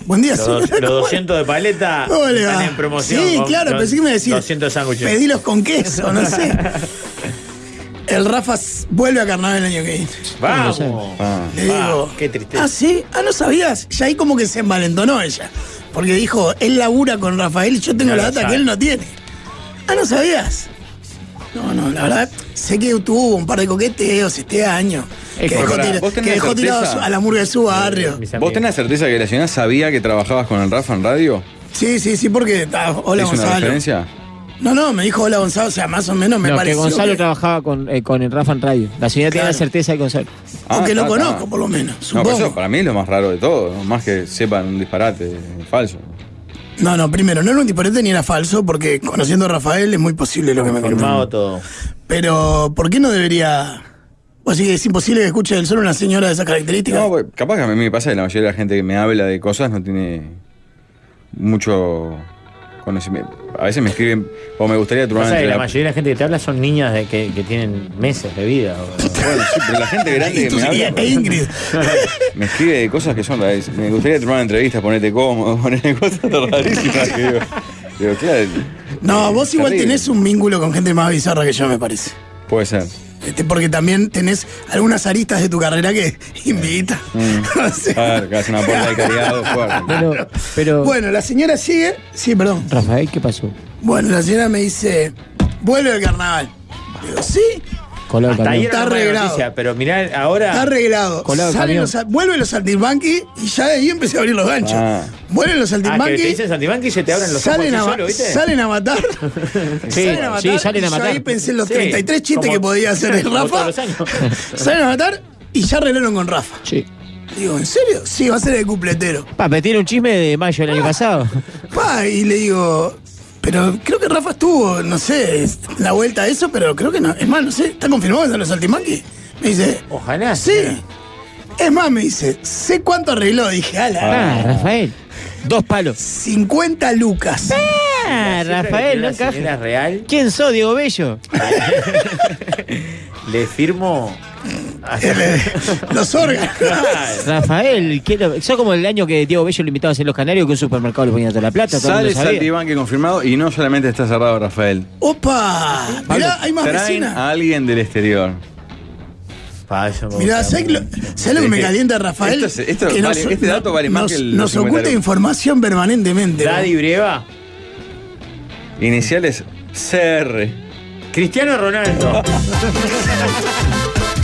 Speaker 5: Buen día,
Speaker 6: Los,
Speaker 5: señora.
Speaker 6: dos- los 200 de paleta
Speaker 5: ¿Cómo le va?
Speaker 6: están en promoción.
Speaker 5: Sí,
Speaker 6: con-
Speaker 5: claro,
Speaker 6: con
Speaker 5: pensé que me decía.
Speaker 6: 200 sándwiches.
Speaker 5: Pedilos con queso, no sé. El Rafa s- vuelve a carnaval el año que viene.
Speaker 6: Vamos.
Speaker 4: Ah.
Speaker 5: Le
Speaker 6: Ah,
Speaker 5: digo.
Speaker 6: qué tristeza.
Speaker 5: Ah, sí. Ah, no sabías. Ya ahí como que se envalentonó ella. Porque dijo, él labura con Rafael y yo tengo
Speaker 6: Ya
Speaker 5: la
Speaker 6: lo
Speaker 5: data
Speaker 6: sabe.
Speaker 5: que él no tiene. Ah, no sabías. No, no, la verdad, sé que tuvo un par de coqueteos este año.
Speaker 7: Es
Speaker 5: Que
Speaker 7: que-
Speaker 5: dejó,
Speaker 4: Ahora,
Speaker 5: tira-
Speaker 4: ¿vos tenés Eh,
Speaker 5: que dejó
Speaker 4: certeza?
Speaker 5: tirado a su- a la murga de su barrio.
Speaker 6: Mis
Speaker 4: ¿Vos
Speaker 6: amigos.
Speaker 4: tenés la certeza que la señora sabía que trabajabas con el Rafa en radio?
Speaker 5: Sí, sí, sí, porque. ah, hola,
Speaker 4: ¿Es una
Speaker 5: Gonzalo.
Speaker 4: referencia?
Speaker 5: No, no, me dijo hola Gonzalo, o sea, más o menos me
Speaker 7: No, que
Speaker 5: pareció.
Speaker 7: Gonzalo
Speaker 5: que-
Speaker 7: trabajaba con, eh, con el Rafa en radio. La señora tiene la
Speaker 5: Claro.
Speaker 7: certeza de Gonzalo.
Speaker 5: o que lo
Speaker 4: está,
Speaker 5: conozco,
Speaker 4: está.
Speaker 5: por lo menos.
Speaker 4: No,
Speaker 5: Supongo.
Speaker 4: pero eso para mí es lo más raro de todo, ¿no? más que sepan un disparate falso.
Speaker 5: No, no, primero, no era un disparate ni era falso, porque conociendo a Rafael es muy posible lo que me
Speaker 6: Firmado
Speaker 5: contó.
Speaker 6: todo.
Speaker 5: Pero, ¿por qué no debería...? ¿O así que es imposible que escuche del solo una señora de esas características?
Speaker 4: No, pues, capaz que a mí me pasa que la mayoría de la gente que me habla de cosas no tiene mucho conocimiento. A veces me escriben, o me gustaría
Speaker 6: Pasa
Speaker 4: tronar
Speaker 6: que
Speaker 4: entre
Speaker 6: la
Speaker 4: la...
Speaker 6: mayoría de la gente que te habla son niñas de que, que tienen meses de vida. o-
Speaker 4: Bueno, sí, pero la gente grande
Speaker 5: y
Speaker 4: que
Speaker 5: tú
Speaker 4: me
Speaker 5: serías
Speaker 4: habla... pues.
Speaker 5: e Ingrid.
Speaker 4: Me escribe de cosas que son raras. Me gustaría tomar una entrevista, ponerte cómodo, ponerte cosas rarísimas. que digo, digo, claro.
Speaker 5: No, vos igual
Speaker 4: terrible.
Speaker 5: tenés un vínculo con gente más bizarra que yo, me parece.
Speaker 4: Puede ser.
Speaker 5: Este, porque también tenés algunas aristas de tu carrera que invita. O sea,
Speaker 4: Mm. Claro, que hace una puerta de cariado fuerte.
Speaker 7: Bueno, pero.
Speaker 5: Bueno, la señora sigue. Sí, perdón.
Speaker 7: Rafael, ¿qué pasó?
Speaker 5: Bueno, la señora me dice, vuelve el carnaval. Digo, sí,
Speaker 7: Colado
Speaker 6: Hasta ahí era
Speaker 7: camión.
Speaker 5: Está
Speaker 6: una buena
Speaker 5: arreglado.
Speaker 6: noticia, pero mirá, ahora. ah,
Speaker 5: Está arreglado.
Speaker 7: Colado
Speaker 5: Salen
Speaker 7: camión.
Speaker 5: los al- vuelven los saltimbanqui y ya de ahí empecé a abrir los ganchos.
Speaker 4: Ah.
Speaker 5: Vuelven los
Speaker 6: Ah, que
Speaker 5: saltimbanqui.
Speaker 6: te dicen Santibanqui y se te abren los ojos
Speaker 5: salen,
Speaker 6: así
Speaker 5: a,
Speaker 6: solo, ¿viste?
Speaker 5: salen a matar.
Speaker 7: Sí,
Speaker 5: salen a matar.
Speaker 7: sí, salen a
Speaker 5: y yo
Speaker 7: matar.
Speaker 5: ahí pensé en los
Speaker 6: Sí,
Speaker 5: 33 chistes
Speaker 6: como-
Speaker 5: que podía hacer el
Speaker 6: como
Speaker 5: Rafa.
Speaker 6: todos los años.
Speaker 5: salen a matar y ya arreglaron con Rafa.
Speaker 7: Sí.
Speaker 5: Digo, ¿en serio? Sí, va a ser el cupletero.
Speaker 7: Pa, me tiene un chisme de mayo del año
Speaker 5: Ah.
Speaker 7: pasado.
Speaker 5: Pa, y le digo, pero creo que Rafa estuvo, no sé, es- la vuelta a eso, pero creo que no. Es más, no sé, ¿está confirmado que están los saltimbanqui? Me dice,
Speaker 4: Ah,
Speaker 6: Ojalá.
Speaker 5: sí. Es más, me dice, sé cuánto arregló. Dije, ala,
Speaker 7: Ah, Rafael. Dos palos.
Speaker 5: 50 lucas.
Speaker 7: Ah, Rafael, no encaja.
Speaker 6: Era real.
Speaker 7: ¿Quién sos, Diego Bello?
Speaker 6: Le firmo.
Speaker 5: Eh, Los órganos.
Speaker 7: Rafael, ¿qué lo- sos como el año que Diego Bello lo invitaba a hacer los canarios que un supermercado le ponía toda la plata. Todo el mundo
Speaker 4: Sale
Speaker 7: sabía.
Speaker 4: Santibanqui confirmado y no solamente está cerrado Rafael.
Speaker 5: Opa, mirá, hay más
Speaker 4: Traen
Speaker 5: vecinas.
Speaker 4: a alguien del exterior.
Speaker 6: Pa, eso me
Speaker 5: Mirá,
Speaker 6: gusta
Speaker 5: ¿sabés lo,
Speaker 6: mucho.
Speaker 5: sabés lo que me
Speaker 4: Sí.
Speaker 5: calienta Rafael?
Speaker 4: Esto es- esto
Speaker 5: que
Speaker 4: vale- este dato vale más
Speaker 5: nos-
Speaker 4: que el
Speaker 5: Nos
Speaker 4: 50
Speaker 5: oculta
Speaker 4: lucas.
Speaker 5: información permanentemente.
Speaker 6: Daddy Breva.
Speaker 4: Iniciales CR.
Speaker 6: Cristiano Ronaldo.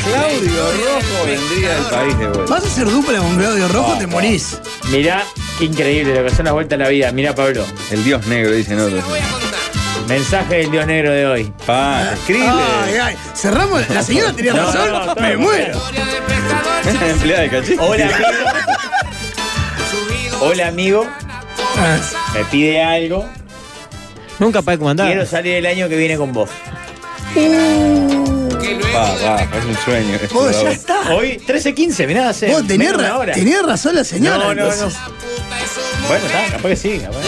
Speaker 4: Claudio Rojo vendría del país de vuelta.
Speaker 5: Vas a ser dupla con Claudio Rojo, te morís.
Speaker 6: Mirá, qué increíble lo que son las vueltas a la vida. Mirá, Pablo.
Speaker 4: El dios negro, dicen otros.
Speaker 6: Mensaje del Dios Negro de hoy.
Speaker 4: Pa, escribe.
Speaker 5: Ay, ay, cerramos. La señora tenía
Speaker 6: No,
Speaker 5: razón.
Speaker 6: no, no,
Speaker 5: me
Speaker 6: no.
Speaker 5: muero.
Speaker 4: Empleada de cachete.
Speaker 6: Hola, amigo. Hola, amigo.
Speaker 5: Ah,
Speaker 6: Me pide algo.
Speaker 7: Nunca para comandar.
Speaker 6: Quiero salir el año que viene con vos.
Speaker 4: Pa, pa, es un sueño. esto,
Speaker 5: Vos ya
Speaker 4: bravo.
Speaker 5: está.
Speaker 6: Hoy, 13.15, mirá, hace.
Speaker 5: Vos tenés,
Speaker 6: menos de
Speaker 5: ra-
Speaker 6: una hora.
Speaker 5: tenés razón la señora.
Speaker 6: No, no,
Speaker 5: entonces.
Speaker 6: no. Bueno, está, capaz que sí. capaz.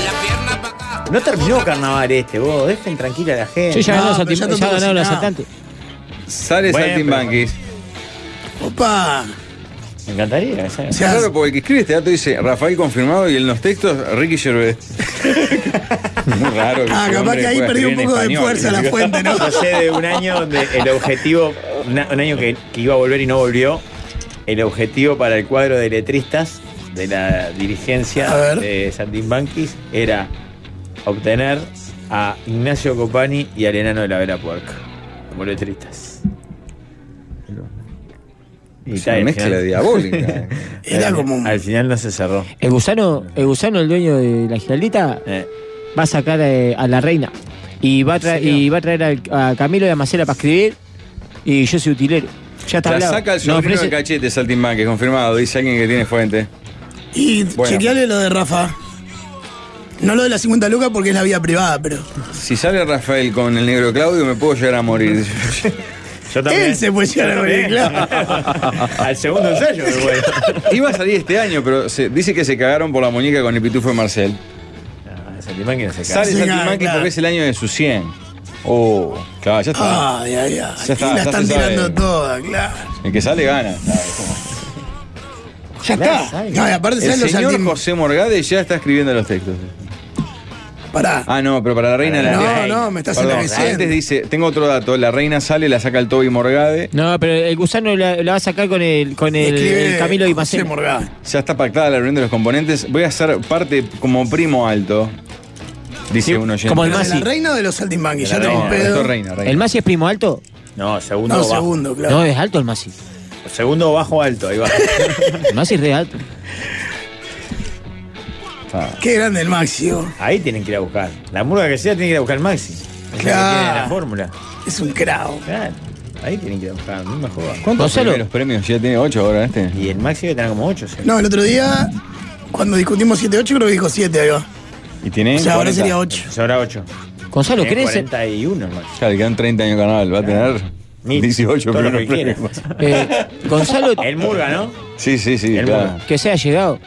Speaker 6: No terminó carnaval este, vos. Dejen tranquila a la gente.
Speaker 7: Yo ya
Speaker 5: No,
Speaker 7: ganó
Speaker 5: pero ya
Speaker 7: Saltim-
Speaker 5: no
Speaker 7: ya
Speaker 5: tengo
Speaker 7: ganó los
Speaker 5: nada.
Speaker 7: asaltantes.
Speaker 4: Sale
Speaker 6: Bueno,
Speaker 4: Saltimbanquis.
Speaker 5: Opa.
Speaker 6: Me encantaría. ¿sabes?
Speaker 5: O sea,
Speaker 4: Claro, porque el que escribe este dato dice Rafael confirmado y en los textos Ricky Gervais. Muy raro. que
Speaker 5: Ah,
Speaker 4: ese
Speaker 5: capaz
Speaker 4: hombre
Speaker 5: que ahí
Speaker 4: pueda
Speaker 5: perdió un
Speaker 4: escribir en
Speaker 5: poco de
Speaker 4: español.
Speaker 5: fuerza la fuente, ¿no?
Speaker 6: Yo sé de un año donde el objetivo, una- un año que, que iba a volver y no volvió, el objetivo para el cuadro de letristas de la
Speaker 5: A
Speaker 6: dirigencia
Speaker 5: ver.
Speaker 6: de Santín Banquis era obtener a Ignacio Copani y al enano de la Vera Puerca como letristas. Y
Speaker 4: Es
Speaker 6: tal,
Speaker 4: una
Speaker 6: al
Speaker 4: mezcla
Speaker 6: final-
Speaker 4: diabólica. Eh,
Speaker 5: Era
Speaker 6: al-
Speaker 5: como un-
Speaker 6: Al final no se cerró.
Speaker 7: El gusano, el gusano, el dueño de la Giraldita,
Speaker 6: Eh,
Speaker 7: va a sacar eh, a la reina. Y va a, tra-
Speaker 6: Señor.
Speaker 7: y va a traer al- a Camilo de Amacela para escribir. Y yo soy utilero. Ya está
Speaker 4: La
Speaker 7: hablado.
Speaker 4: saca el
Speaker 7: Nos
Speaker 4: sobrino de
Speaker 7: ofrece-
Speaker 4: cachete Saltimbanquis, confirmado, dice alguien que tiene fuente.
Speaker 5: Y
Speaker 4: Bueno.
Speaker 5: chequeale lo de Rafa. No lo de las 50 lucas porque es la vida privada, pero.
Speaker 4: Si sale Rafael con el negro Claudio, me puedo llegar a morir.
Speaker 6: yo también.
Speaker 5: Él se puede llegar a
Speaker 6: Yo
Speaker 5: morir,
Speaker 6: también. Al segundo ensayo, me voy.
Speaker 4: Iba a salir este año, pero se- dice que se cagaron por la muñeca con el pitufo de Marcel.
Speaker 6: No, Santimán que no se cae.
Speaker 4: Sale
Speaker 5: Sí,
Speaker 4: Saltimbanquis
Speaker 5: claro.
Speaker 4: porque es el año de su 100. Oh, claro, ya está.
Speaker 5: Ay, ay, ay.
Speaker 4: Ya está,
Speaker 5: la
Speaker 4: ya
Speaker 5: están
Speaker 4: se sabe.
Speaker 5: tirando toda, claro.
Speaker 4: El que sale gana.
Speaker 5: Ya está. No, y aparte
Speaker 4: El
Speaker 5: salen los
Speaker 4: señor
Speaker 5: saltim-
Speaker 4: José Morgade ya está escribiendo los textos.
Speaker 5: Pará.
Speaker 4: Ah, no, pero para la reina la
Speaker 5: no, no, me estás
Speaker 4: Perdón, antes
Speaker 5: enloqueciendo.
Speaker 4: dice, tengo otro dato, la reina sale, la saca el Toby Morgade,
Speaker 7: No, pero el gusano la, la va a sacar con el, con el,
Speaker 5: Escribe
Speaker 7: el Camilo de
Speaker 5: José
Speaker 7: Amacela.
Speaker 5: Morgado.
Speaker 4: ya está pactada la reunión de los componentes, voy a ser parte como primo alto, dice uno oyente.
Speaker 7: como el
Speaker 5: ¿De
Speaker 7: Masi.
Speaker 5: la reina o de los saltimbanquis? Ya
Speaker 4: No,
Speaker 5: tengo un
Speaker 4: esto
Speaker 5: pedo.
Speaker 4: es reina, reina.
Speaker 7: ¿El Masi es primo alto?
Speaker 6: No, segundo
Speaker 5: No,
Speaker 6: bajo.
Speaker 5: segundo,
Speaker 7: No,
Speaker 5: claro.
Speaker 7: es alto el Masi.
Speaker 6: Segundo bajo alto, ahí va.
Speaker 7: El Masi es re alto.
Speaker 4: Ah,
Speaker 5: Qué grande el máximo.
Speaker 6: Ahí tienen que ir a buscar. La murga que sea tiene que ir a buscar el Maxi. Es la que
Speaker 5: Claro.
Speaker 6: tiene la fórmula.
Speaker 5: Es un crao.
Speaker 6: Claro. Ahí tienen que ir a buscar, no me jodas.
Speaker 4: ¿Cuántos
Speaker 7: Gonzalo.
Speaker 4: primeros premios? Ya tiene ocho ahora este.
Speaker 6: Y el Maxi debe tener como 8.
Speaker 5: No, el otro día, cuando discutimos 7-8, creo que dijo 7, ahí va.
Speaker 4: Y tiene
Speaker 5: O sea, ahora
Speaker 4: 40.
Speaker 5: sería 8.
Speaker 6: Sobra 8.
Speaker 7: Gonzalo,
Speaker 6: Tiene
Speaker 7: ¿querés?
Speaker 6: 41, el Maxi.
Speaker 4: Claro, le quedan 30 años de canal, va a tener
Speaker 6: Mil.
Speaker 4: 18
Speaker 6: Todo lo
Speaker 4: primeros
Speaker 6: que quiera.
Speaker 4: premios.
Speaker 7: eh, Gonzalo,
Speaker 6: El murga, ¿no?
Speaker 4: Sí, sí, sí,
Speaker 6: El
Speaker 4: claro.
Speaker 6: mundo.
Speaker 7: que sea llegado.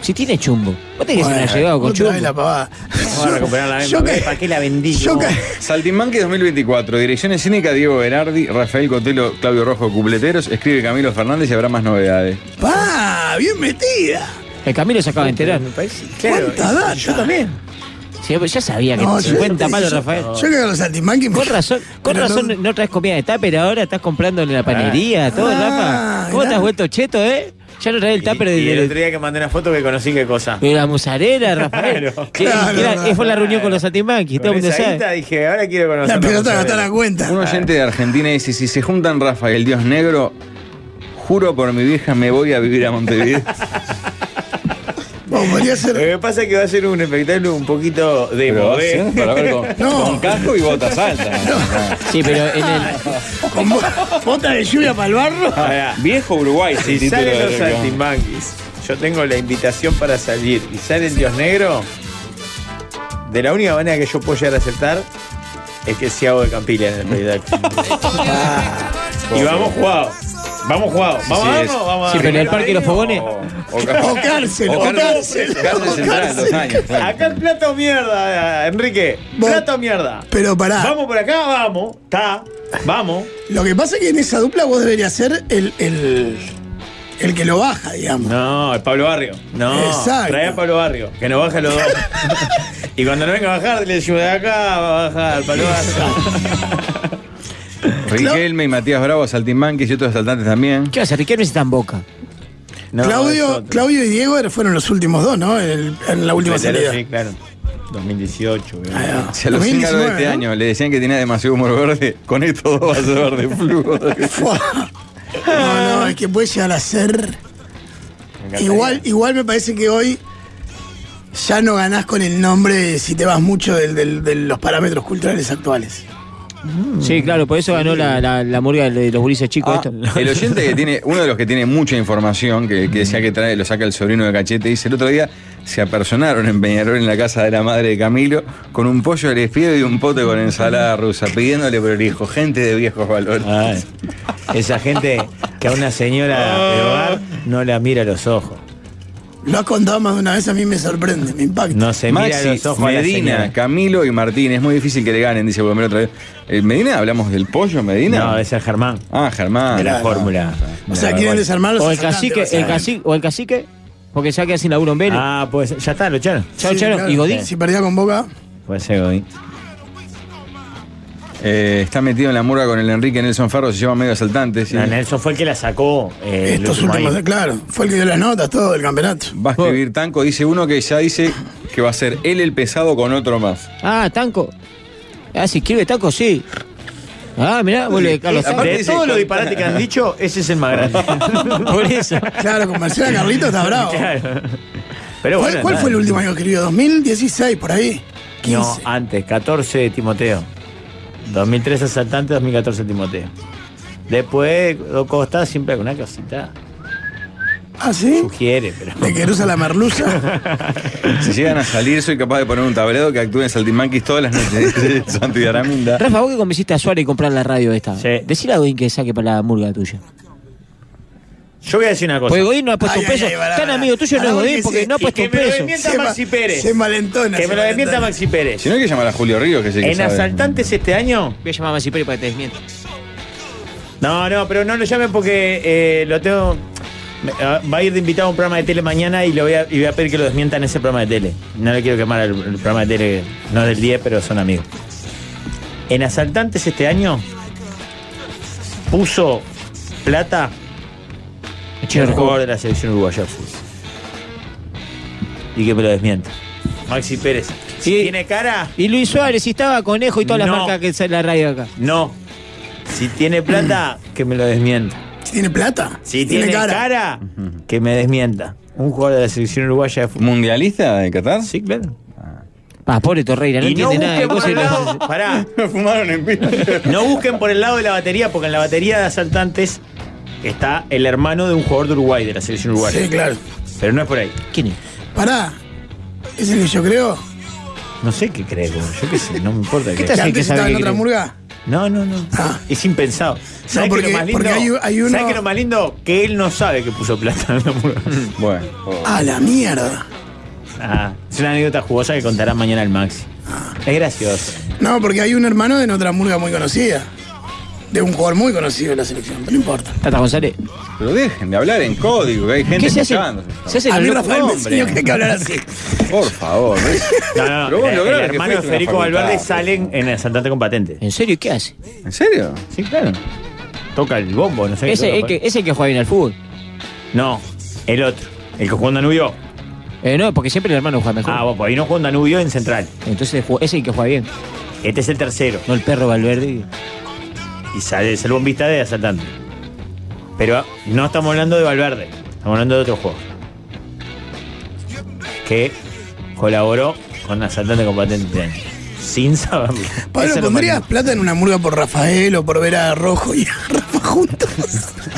Speaker 7: Si tiene chumbo. Vos tenés que
Speaker 5: Bueno,
Speaker 7: ser llegado con
Speaker 5: otra
Speaker 7: chumbo.
Speaker 5: vez la pavada.
Speaker 6: Vamos a recuperar la
Speaker 5: Yo
Speaker 6: misma.
Speaker 5: que-
Speaker 6: ¿Para qué la vendí?
Speaker 5: Yo
Speaker 6: No.
Speaker 5: ca-
Speaker 4: Saltimbanque 2024, direcciones cínica Diego Berardi, Rafael Cotelo, Claudio Rojo, Cubleteros, escribe Camilo Fernández y habrá más novedades.
Speaker 5: ¡Pa! ¡Bien metida!
Speaker 7: El Camilo se acaba de enterar.
Speaker 6: Me parece. Claro.
Speaker 5: ¿Cuánta data?
Speaker 6: Yo también.
Speaker 7: si- ya sabía que
Speaker 5: No, yo-
Speaker 7: 50
Speaker 5: yo-
Speaker 7: palos,
Speaker 5: yo-
Speaker 7: Rafael.
Speaker 5: Yo creo que los saltimbanquis. me-
Speaker 7: Con razón, con
Speaker 5: Pero
Speaker 7: razón no, traes comida de tupper ahora, estás comprando en la panería, todo,
Speaker 5: Ah,
Speaker 7: Rafa. ¿Cómo te
Speaker 5: mirá.
Speaker 7: has vuelto cheto, eh? Ya no traes el
Speaker 6: Y,
Speaker 7: tupper
Speaker 6: y el
Speaker 7: de,
Speaker 6: otro día que mandé una foto que conocí qué cosa.
Speaker 7: de la musarela, Rafael.
Speaker 6: Claro,
Speaker 7: Que-
Speaker 5: claro,
Speaker 7: que era-
Speaker 5: claro.
Speaker 7: fue la reunión con los antimanquis, todo
Speaker 6: Con
Speaker 7: el mundo
Speaker 6: esa
Speaker 7: sabe.
Speaker 6: guita dije, ahora quiero conocer.
Speaker 5: La
Speaker 6: una
Speaker 5: pelota
Speaker 6: mozzarella.
Speaker 5: gastar la cuenta.
Speaker 4: Un oyente de Argentina dice, si se juntan Rafa y el Dios Negro, juro por mi vieja me voy a vivir a Montevideo.
Speaker 5: Bueno, podría
Speaker 6: Lo
Speaker 5: ser.
Speaker 6: que pasa es que va a ser un espectáculo un poquito de
Speaker 4: Pero va a
Speaker 6: modé.
Speaker 4: ser para ver con,
Speaker 5: No.
Speaker 4: con casco y botas altas.
Speaker 7: Sí, pero en el.
Speaker 5: Con bo- bota de lluvia para el barro.
Speaker 6: Ahora,
Speaker 4: Viejo Uruguay, es el
Speaker 6: si
Speaker 4: título
Speaker 6: salen
Speaker 4: del
Speaker 6: los
Speaker 4: programa.
Speaker 6: antimanguis, yo tengo la invitación para salir y sale el Dios Negro, de la única manera que yo puedo llegar a aceptar es que si hago de campilla en el espectáculo. y vamos jugados. Vamos jugados. Vamos,
Speaker 4: Sí,
Speaker 6: a
Speaker 4: es-
Speaker 6: darnos, vamos a
Speaker 7: sí, pero en el
Speaker 6: darnos.
Speaker 7: Parque de los Fogones.
Speaker 4: O,
Speaker 5: O cárcel, o cárcel, o
Speaker 4: central, dos
Speaker 5: cárcel.
Speaker 4: años. claro.
Speaker 6: Acá el plato mierda, Enrique.
Speaker 5: Vos-
Speaker 6: Plato mierda.
Speaker 5: Pero pará.
Speaker 6: Vamos por acá, vamos. Ta, vamos.
Speaker 5: Lo que pasa es que en esa dupla vos deberías ser el, el, el que lo baja, digamos.
Speaker 6: No, es Pablo Barrio. No,
Speaker 5: Exacto.
Speaker 6: trae a Pablo Barrio, que nos baja los dos. y cuando no venga a bajar, le decimos de acá, va a bajar, Pablo Barrio.
Speaker 4: Riquelme y Matías Bravo, Saltimbanquis y otros asaltantes también.
Speaker 7: ¿Qué va a hacer? Riquelme está en boca.
Speaker 6: No, es
Speaker 5: Claudio,
Speaker 6: otro.
Speaker 5: Claudio y Diego er- fueron los últimos dos, ¿no? El- en la última salida.
Speaker 6: Sí, claro. 2018, güey.
Speaker 5: Ah,
Speaker 4: Si a los
Speaker 5: 2019,
Speaker 4: cíngaros de este
Speaker 5: ¿no?
Speaker 4: año le decían que tenía demasiado humor verde, con esto dos va a ser verde flujo.
Speaker 5: Fua. No, no, es que puede llegar a ser. Igual, igual me parece que hoy ya no ganás con el nombre si te vas mucho del- del- de los parámetros culturales actuales.
Speaker 7: Sí, claro, por eso ganó la, la, la murga de los gurises chicos.
Speaker 4: Ah,
Speaker 7: esto.
Speaker 4: el oyente que tiene, uno de los que tiene mucha información, que, que decía que trae, lo saca el sobrino de cachete, dice el otro día se apersonaron en Peñarol en la casa de la madre de Camilo con un pollo al espiedo y un pote con ensalada rusa, pidiéndole prolijo, gente de viejos valores.
Speaker 10: Ay, esa gente que a una señora de hogar no la mira a los ojos.
Speaker 5: Lo has contado más de una vez, a mí me sorprende, me impacta.
Speaker 10: No se mira a
Speaker 4: Maxi,
Speaker 10: los ojos a la
Speaker 4: Medina,
Speaker 10: señora.
Speaker 4: Camilo y Martín, es muy difícil que le ganen, dice Bomero otra vez. Eh, Medina, hablamos del pollo, Medina.
Speaker 10: No, ese es Germán.
Speaker 4: Ah, Germán.
Speaker 10: La fórmula.
Speaker 5: o
Speaker 10: Mira,
Speaker 5: sea, quieren
Speaker 10: bueno.
Speaker 5: desarmar los
Speaker 7: O el
Speaker 5: asaltantes,
Speaker 7: cacique, el
Speaker 5: básicamente.
Speaker 7: cacique, o el cacique, porque se va a quedar sin laburo en Vélez.
Speaker 10: Ah, pues ya está, lo echaron.
Speaker 7: Chao,
Speaker 5: Sí,
Speaker 7: Charo.
Speaker 5: claro.
Speaker 7: Y Godín.
Speaker 5: Si perdía con Boca,
Speaker 10: Puede ser Godín.
Speaker 4: Eh, está metido en la murga con el Enrique Nelson Ferro, se lleva medio asaltante. sí.
Speaker 10: No, Nelson fue el que la sacó. eh, el
Speaker 5: estos
Speaker 10: último
Speaker 5: últimos,
Speaker 10: ahí.
Speaker 5: claro, fue el que dio las notas, todo el campeonato.
Speaker 4: Va a escribir Tanco, dice uno que ya dice que va a ser él el pesado con otro más.
Speaker 7: Ah, Tanco. Ah, si escribe Tanco, sí. Ah, mirá, vos le Carlos Tanco.
Speaker 4: aparte
Speaker 6: De todos los disparates que han dicho, ese es el más grande.
Speaker 7: Por eso.
Speaker 5: Claro, con Marcela Carlito está bravo.
Speaker 10: Claro. Pero
Speaker 5: ¿Cuál,
Speaker 10: bueno,
Speaker 5: cuál
Speaker 10: nada.
Speaker 5: fue el último año que escribió? 2016, por ahí. 15.
Speaker 10: No, antes, 14 de Timoteo. 2003 asaltante, 2014 Timoteo. Después, lo costaba siempre alguna cosita.
Speaker 5: ¿Ah, sí?
Speaker 10: Sugiere, pero.
Speaker 5: De Querusa a la Merluza.
Speaker 4: Si llegan a salir, soy capaz de poner un tablado que actúe en Saltimanquis todas las noches. dice Santi de Araminda.
Speaker 7: Rafa, vos que convenciste a Suárez y comprar la radio esta.
Speaker 10: Sí.
Speaker 7: Decile a Godín que saque para la murga tuya.
Speaker 10: Yo voy a decir una cosa.
Speaker 5: Pues
Speaker 7: Porque Godín no ha puesto
Speaker 5: Ay,
Speaker 7: un peso.
Speaker 5: ay, ay, pará,
Speaker 7: Tan
Speaker 5: pará.
Speaker 7: amigo tuyo no
Speaker 5: Pará, porque
Speaker 7: es Godín porque
Speaker 5: se-
Speaker 7: no ha
Speaker 5: y
Speaker 7: puesto
Speaker 6: que
Speaker 7: un
Speaker 6: me lo
Speaker 7: peso.
Speaker 6: desmienta Maxi Pérez.
Speaker 5: Se malentona.
Speaker 6: que me lo desmienta Maxi Pérez.
Speaker 4: Si no hay que llamar a Julio Ríos, que sí que
Speaker 6: En
Speaker 4: sabe.
Speaker 6: asaltantes este año.
Speaker 7: Voy a llamar a Maxi Pérez para que te desmienta.
Speaker 6: No, no, pero no lo llamen porque eh, lo tengo. me- ah, Va a ir de invitado a un programa de tele mañana y, lo voy a, y voy a pedir que lo desmientan ese programa de tele. No le quiero quemar el, programa de tele, no es del 10, pero son amigos. En Asaltantes este año puso plata el jugador de la selección uruguaya de fútbol. Y que me lo desmienta. Maxi Pérez. Si
Speaker 7: Sí.
Speaker 6: tiene cara,
Speaker 7: Y Luis Suárez, si estaba conejo y
Speaker 6: No.
Speaker 7: todas las marcas que sale la radio acá.
Speaker 6: no. Si tiene plata, que me lo desmienta.
Speaker 5: Si tiene plata.
Speaker 6: Si tiene, cara, que me desmienta. Un jugador de la selección uruguaya de fútbol.
Speaker 4: ¿Mundialista de Qatar?
Speaker 6: Sí, claro.
Speaker 7: Ah, pobre Torreira, no
Speaker 6: y no
Speaker 7: entiende nada. de
Speaker 6: busquen, por
Speaker 7: cosas y
Speaker 6: el lado,
Speaker 7: no-
Speaker 6: pará,
Speaker 4: Me fumaron en pila.
Speaker 6: no busquen por el lado de la batería, porque en la batería de asaltantes está el hermano de un jugador de Uruguay, de la selección uruguaya.
Speaker 5: Sí, claro.
Speaker 6: Pero no es por ahí.
Speaker 7: ¿Quién es?
Speaker 5: Pará. ¿Es el que yo creo?
Speaker 10: No sé qué crees, vos, yo qué sé, no me importa qué.
Speaker 7: ¿Qué te-
Speaker 5: ¿Que
Speaker 7: Sí, que
Speaker 5: antes
Speaker 7: sabe
Speaker 5: estaba en
Speaker 7: que
Speaker 5: otra
Speaker 7: cree.
Speaker 5: murga?
Speaker 10: No, no, no.
Speaker 5: Ah.
Speaker 6: Es impensado. ¿Sabes qué es
Speaker 5: porque-
Speaker 6: lo más lindo?
Speaker 5: porque hay u- hay uno-
Speaker 6: ¿Sabes qué es lo más lindo? Que él no sabe que puso plata en la murga.
Speaker 4: Bueno, oh.
Speaker 5: A la mierda.
Speaker 6: Ah, es una anécdota jugosa que contará mañana el Maxi. Es gracioso.
Speaker 5: No, porque hay un hermano de otra murga muy conocida. de un jugador muy conocido de la selección, pero no importa.
Speaker 7: Tata González.
Speaker 4: Pero dejen de hablar en código, que hay gente
Speaker 7: ¿Qué se hace?
Speaker 4: escuchando.
Speaker 7: Se hace
Speaker 6: Ah,
Speaker 5: A
Speaker 7: el
Speaker 5: mí
Speaker 7: loco.
Speaker 5: Rafael me enseñó que hay que hablar así.
Speaker 4: Por favor. ¿ves?
Speaker 6: No, no,
Speaker 4: Pero vos
Speaker 6: el,
Speaker 4: lográs
Speaker 6: el
Speaker 4: que
Speaker 6: hermano
Speaker 4: fuiste
Speaker 6: de
Speaker 4: una
Speaker 6: Federico
Speaker 4: facultad.
Speaker 6: Valverde salen en el Santante con patente.
Speaker 7: ¿En serio? ¿Qué hace?
Speaker 4: ¿En serio?
Speaker 6: Sí, claro. Toca el bombo, no sé qué
Speaker 7: Ese
Speaker 6: toca, pues.
Speaker 7: es que, ese que juega bien al fútbol.
Speaker 6: No, el otro. El que jugó en Danubio.
Speaker 7: Eh, no, porque siempre el hermano juega mejor.
Speaker 6: Ah, vos, pues ahí no jugó en Danubio en Central.
Speaker 7: Entonces ju- ese es el que juega bien,
Speaker 6: Este es el tercero.
Speaker 7: no el perro Valverde.
Speaker 6: Y sale, es el bombista de asaltante. Pero no estamos hablando de Valverde. Estamos hablando de otro juego. Que colaboró con asaltante con patente. Sin saberlo.
Speaker 5: Pablo,
Speaker 6: Eso lo
Speaker 5: ¿pondrías plata en una murga por Rafael o por ver a Rojo y a Rafa juntos?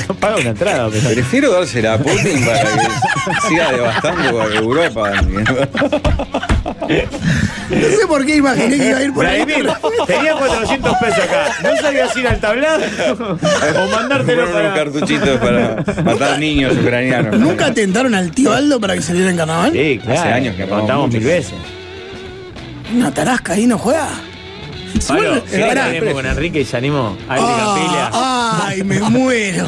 Speaker 6: No paga una entrada, pero.
Speaker 4: Prefiero dársela a Putin para que siga devastando a Europa.
Speaker 5: No sé por qué imaginé que iba a ir por ahí.
Speaker 6: Vladimir, tenía 400 pesos acá. ¿No sabías ir al tablado? o mandártelo
Speaker 4: Fueron unos
Speaker 6: para.
Speaker 4: cartuchitos para matar niños ucranianos.
Speaker 5: ¿Nunca tentaron al tío Aldo para que saliera en carnaval?
Speaker 6: Sí, claro.
Speaker 4: Hace años que
Speaker 6: lo
Speaker 4: robamos
Speaker 6: contamos
Speaker 4: mucho.
Speaker 6: mil veces.
Speaker 5: Una tarasca ahí no juega. Si
Speaker 6: Pablo,
Speaker 5: vos-
Speaker 6: ¿querés que
Speaker 5: Pará.
Speaker 6: hablemos con Enrique y se animó a ir
Speaker 5: Ah, ay, me muero.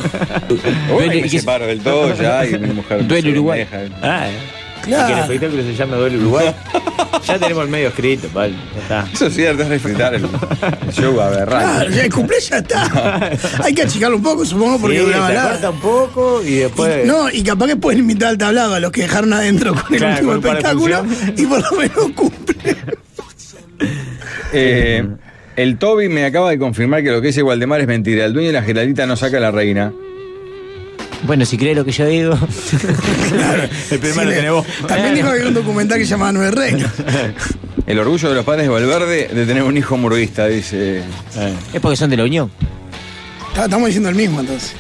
Speaker 4: Hoy
Speaker 7: Duele-
Speaker 4: me
Speaker 7: y que-
Speaker 4: separo del todo ya y mi mujer
Speaker 7: Duele
Speaker 4: se
Speaker 7: Uruguay.
Speaker 4: deja.
Speaker 6: Ah, y que el
Speaker 5: Claro.
Speaker 6: espectáculo se llame Duele Uruguay. ya tenemos el medio escrito, Pablo. Ya está.
Speaker 4: Eso es cierto, es refritar el, el show
Speaker 5: Claro,
Speaker 4: aberrante.
Speaker 5: ya el cumpleaños ya está. Hay que achicarlo un poco, supongo, porque
Speaker 6: sí,
Speaker 5: duraba
Speaker 6: se
Speaker 5: nada.
Speaker 6: corta un poco y después.
Speaker 5: Y- no, y capaz que pueden invitar al tablado a los que dejaron adentro con el
Speaker 6: Claro,
Speaker 5: último
Speaker 6: con un par de
Speaker 5: espectáculo
Speaker 6: funciones.
Speaker 5: y por lo menos cumple.
Speaker 4: Eh, el Toby me acaba de confirmar que lo que dice Waldemar es mentira. El dueño de la geladita no saca a la reina.
Speaker 7: Bueno, si crees lo que yo digo.
Speaker 6: el primero
Speaker 5: Sí,
Speaker 6: lo
Speaker 5: le-
Speaker 6: tenés vos.
Speaker 5: También dijo que había un documental que se llamaba Nueve Reinos.
Speaker 4: El orgullo de los padres de Valverde de tener un hijo murguista, dice. eh,
Speaker 7: es porque son de la Unión.
Speaker 5: Está- Estamos diciendo el mismo entonces.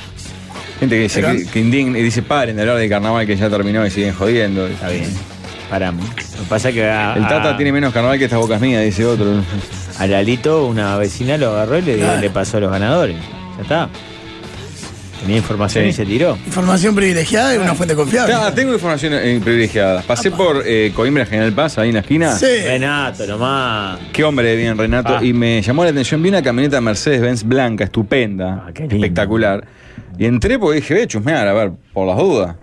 Speaker 4: Gente que dice
Speaker 5: Pero-
Speaker 4: que, que indigna y dice paren de hablar de carnaval que ya terminó y siguen jodiendo.
Speaker 6: Está bien. Ah. Paramos. Lo que pasa es que a,
Speaker 4: El Tata
Speaker 6: a-
Speaker 4: tiene menos carnaval que estas bocas mías, dice otro.
Speaker 6: a Lalito una vecina lo agarró y le,
Speaker 5: Claro.
Speaker 6: le pasó a los ganadores. Ya está. Tenía información
Speaker 4: Sí.
Speaker 6: y se tiró.
Speaker 5: Información privilegiada y una fuente confiable.
Speaker 4: Ah, tengo información eh, privilegiada. Pasé por eh, Coimbra General Paz, ahí en la esquina.
Speaker 5: Sí.
Speaker 6: Renato, nomás.
Speaker 4: Qué hombre de bien, Renato.
Speaker 6: Ah.
Speaker 4: Y me llamó la atención. Vi una camioneta Mercedes-Benz blanca, estupenda,
Speaker 6: Ah, qué lindo.
Speaker 4: espectacular. Y entré porque dije, ve, chusmear, a ver, por las dudas.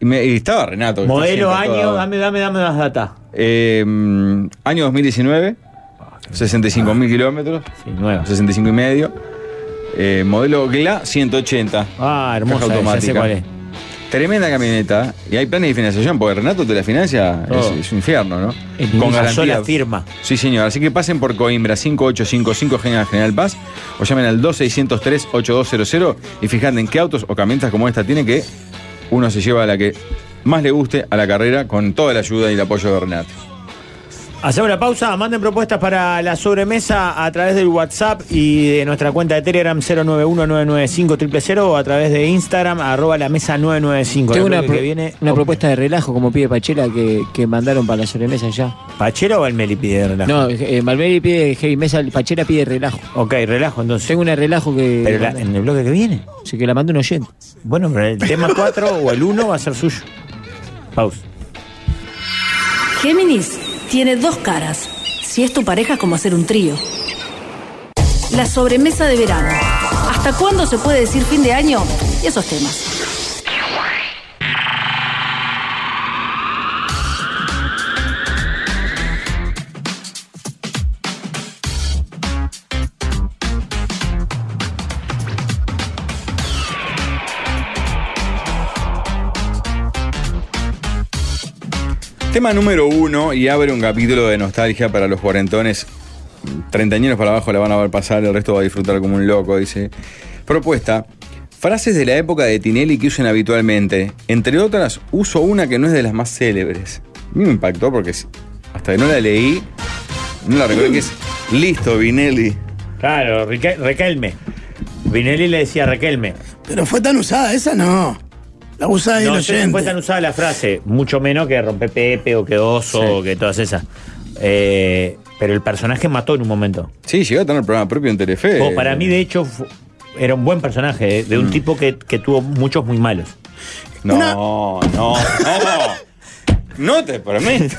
Speaker 4: Y, me, y estaba Renato. que está
Speaker 6: Modelo,
Speaker 4: siempre
Speaker 6: año,
Speaker 4: todo.
Speaker 6: dame, dame, dame las datas.
Speaker 4: Eh, mm, año 2019, 65.000 kilómetros,
Speaker 6: Sí, nueva.
Speaker 4: 65 y medio. Eh, modelo GLA 180.
Speaker 6: Ah, hermosa,
Speaker 4: Caja
Speaker 6: ya sé
Speaker 4: automática.
Speaker 6: cuál es.
Speaker 4: Tremenda camioneta. Y hay planes de financiación, porque Renato te la financia,
Speaker 6: Todo.
Speaker 4: es, es un infierno, ¿no?
Speaker 6: En una sola firma.
Speaker 4: Sí, señor. Así que pasen por Coimbra 5855 General General Paz o llamen al 2603-8200 y fíjate en qué autos o camionetas como esta tiene que uno se lleva a la que más le guste a la carrera con toda la ayuda y el apoyo de Renato.
Speaker 6: Hacemos la pausa, manden propuestas para la sobremesa a través del WhatsApp y de nuestra cuenta de Telegram 091995000 o a través de Instagram arroba la mesa 995.
Speaker 7: Tengo
Speaker 6: La
Speaker 7: una,
Speaker 6: que
Speaker 7: pro-
Speaker 6: viene,
Speaker 7: una
Speaker 6: oh,
Speaker 7: propuesta de relajo, como pide Pachela, que, que mandaron para la sobremesa ya.
Speaker 6: ¿Pachero o el Melipidero?
Speaker 7: No, eh, Malveri pide heavy mesa, Pachela pide relajo.
Speaker 6: Ok, relajo entonces.
Speaker 7: Tengo una relajo que.
Speaker 6: Pero la- en el bloque que viene.
Speaker 7: Sí, que la manda un oyente.
Speaker 6: Bueno, pero el tema 4 o el 1 va a ser suyo. Pausa.
Speaker 11: Géminis tiene dos caras. Si es tu pareja, es como hacer un trío. La sobremesa de verano. ¿Hasta cuándo se puede decir fin de año? Y esos temas.
Speaker 4: Tema número uno y abre un capítulo de nostalgia para los cuarentones. Treintañeros para abajo la van a ver pasar, el resto va a disfrutar como un loco, dice. Propuesta. Frases de la época de Tinelli que usen habitualmente. Entre otras, uso una que no es de las más célebres. A mí me impactó porque es- hasta que no la leí, no la recuerdo que es listo, Vinelli.
Speaker 6: Claro, Rique- Requelme. Vinelli le decía Requelme.
Speaker 5: Pero fue tan usada, esa no. La usada el
Speaker 6: No sé si fue tan
Speaker 5: oyente.
Speaker 6: usada la frase, mucho menos que rompe Pepe o que oso o que todas esas. Eh, pero el personaje mató en un momento.
Speaker 4: Sí, llegó a tener programa propio en Telefe.
Speaker 6: O para mí, de hecho, fu- era un buen personaje, eh, de un tipo que, que tuvo muchos muy malos.
Speaker 4: No,
Speaker 5: Una-
Speaker 4: no, no. No te prometo.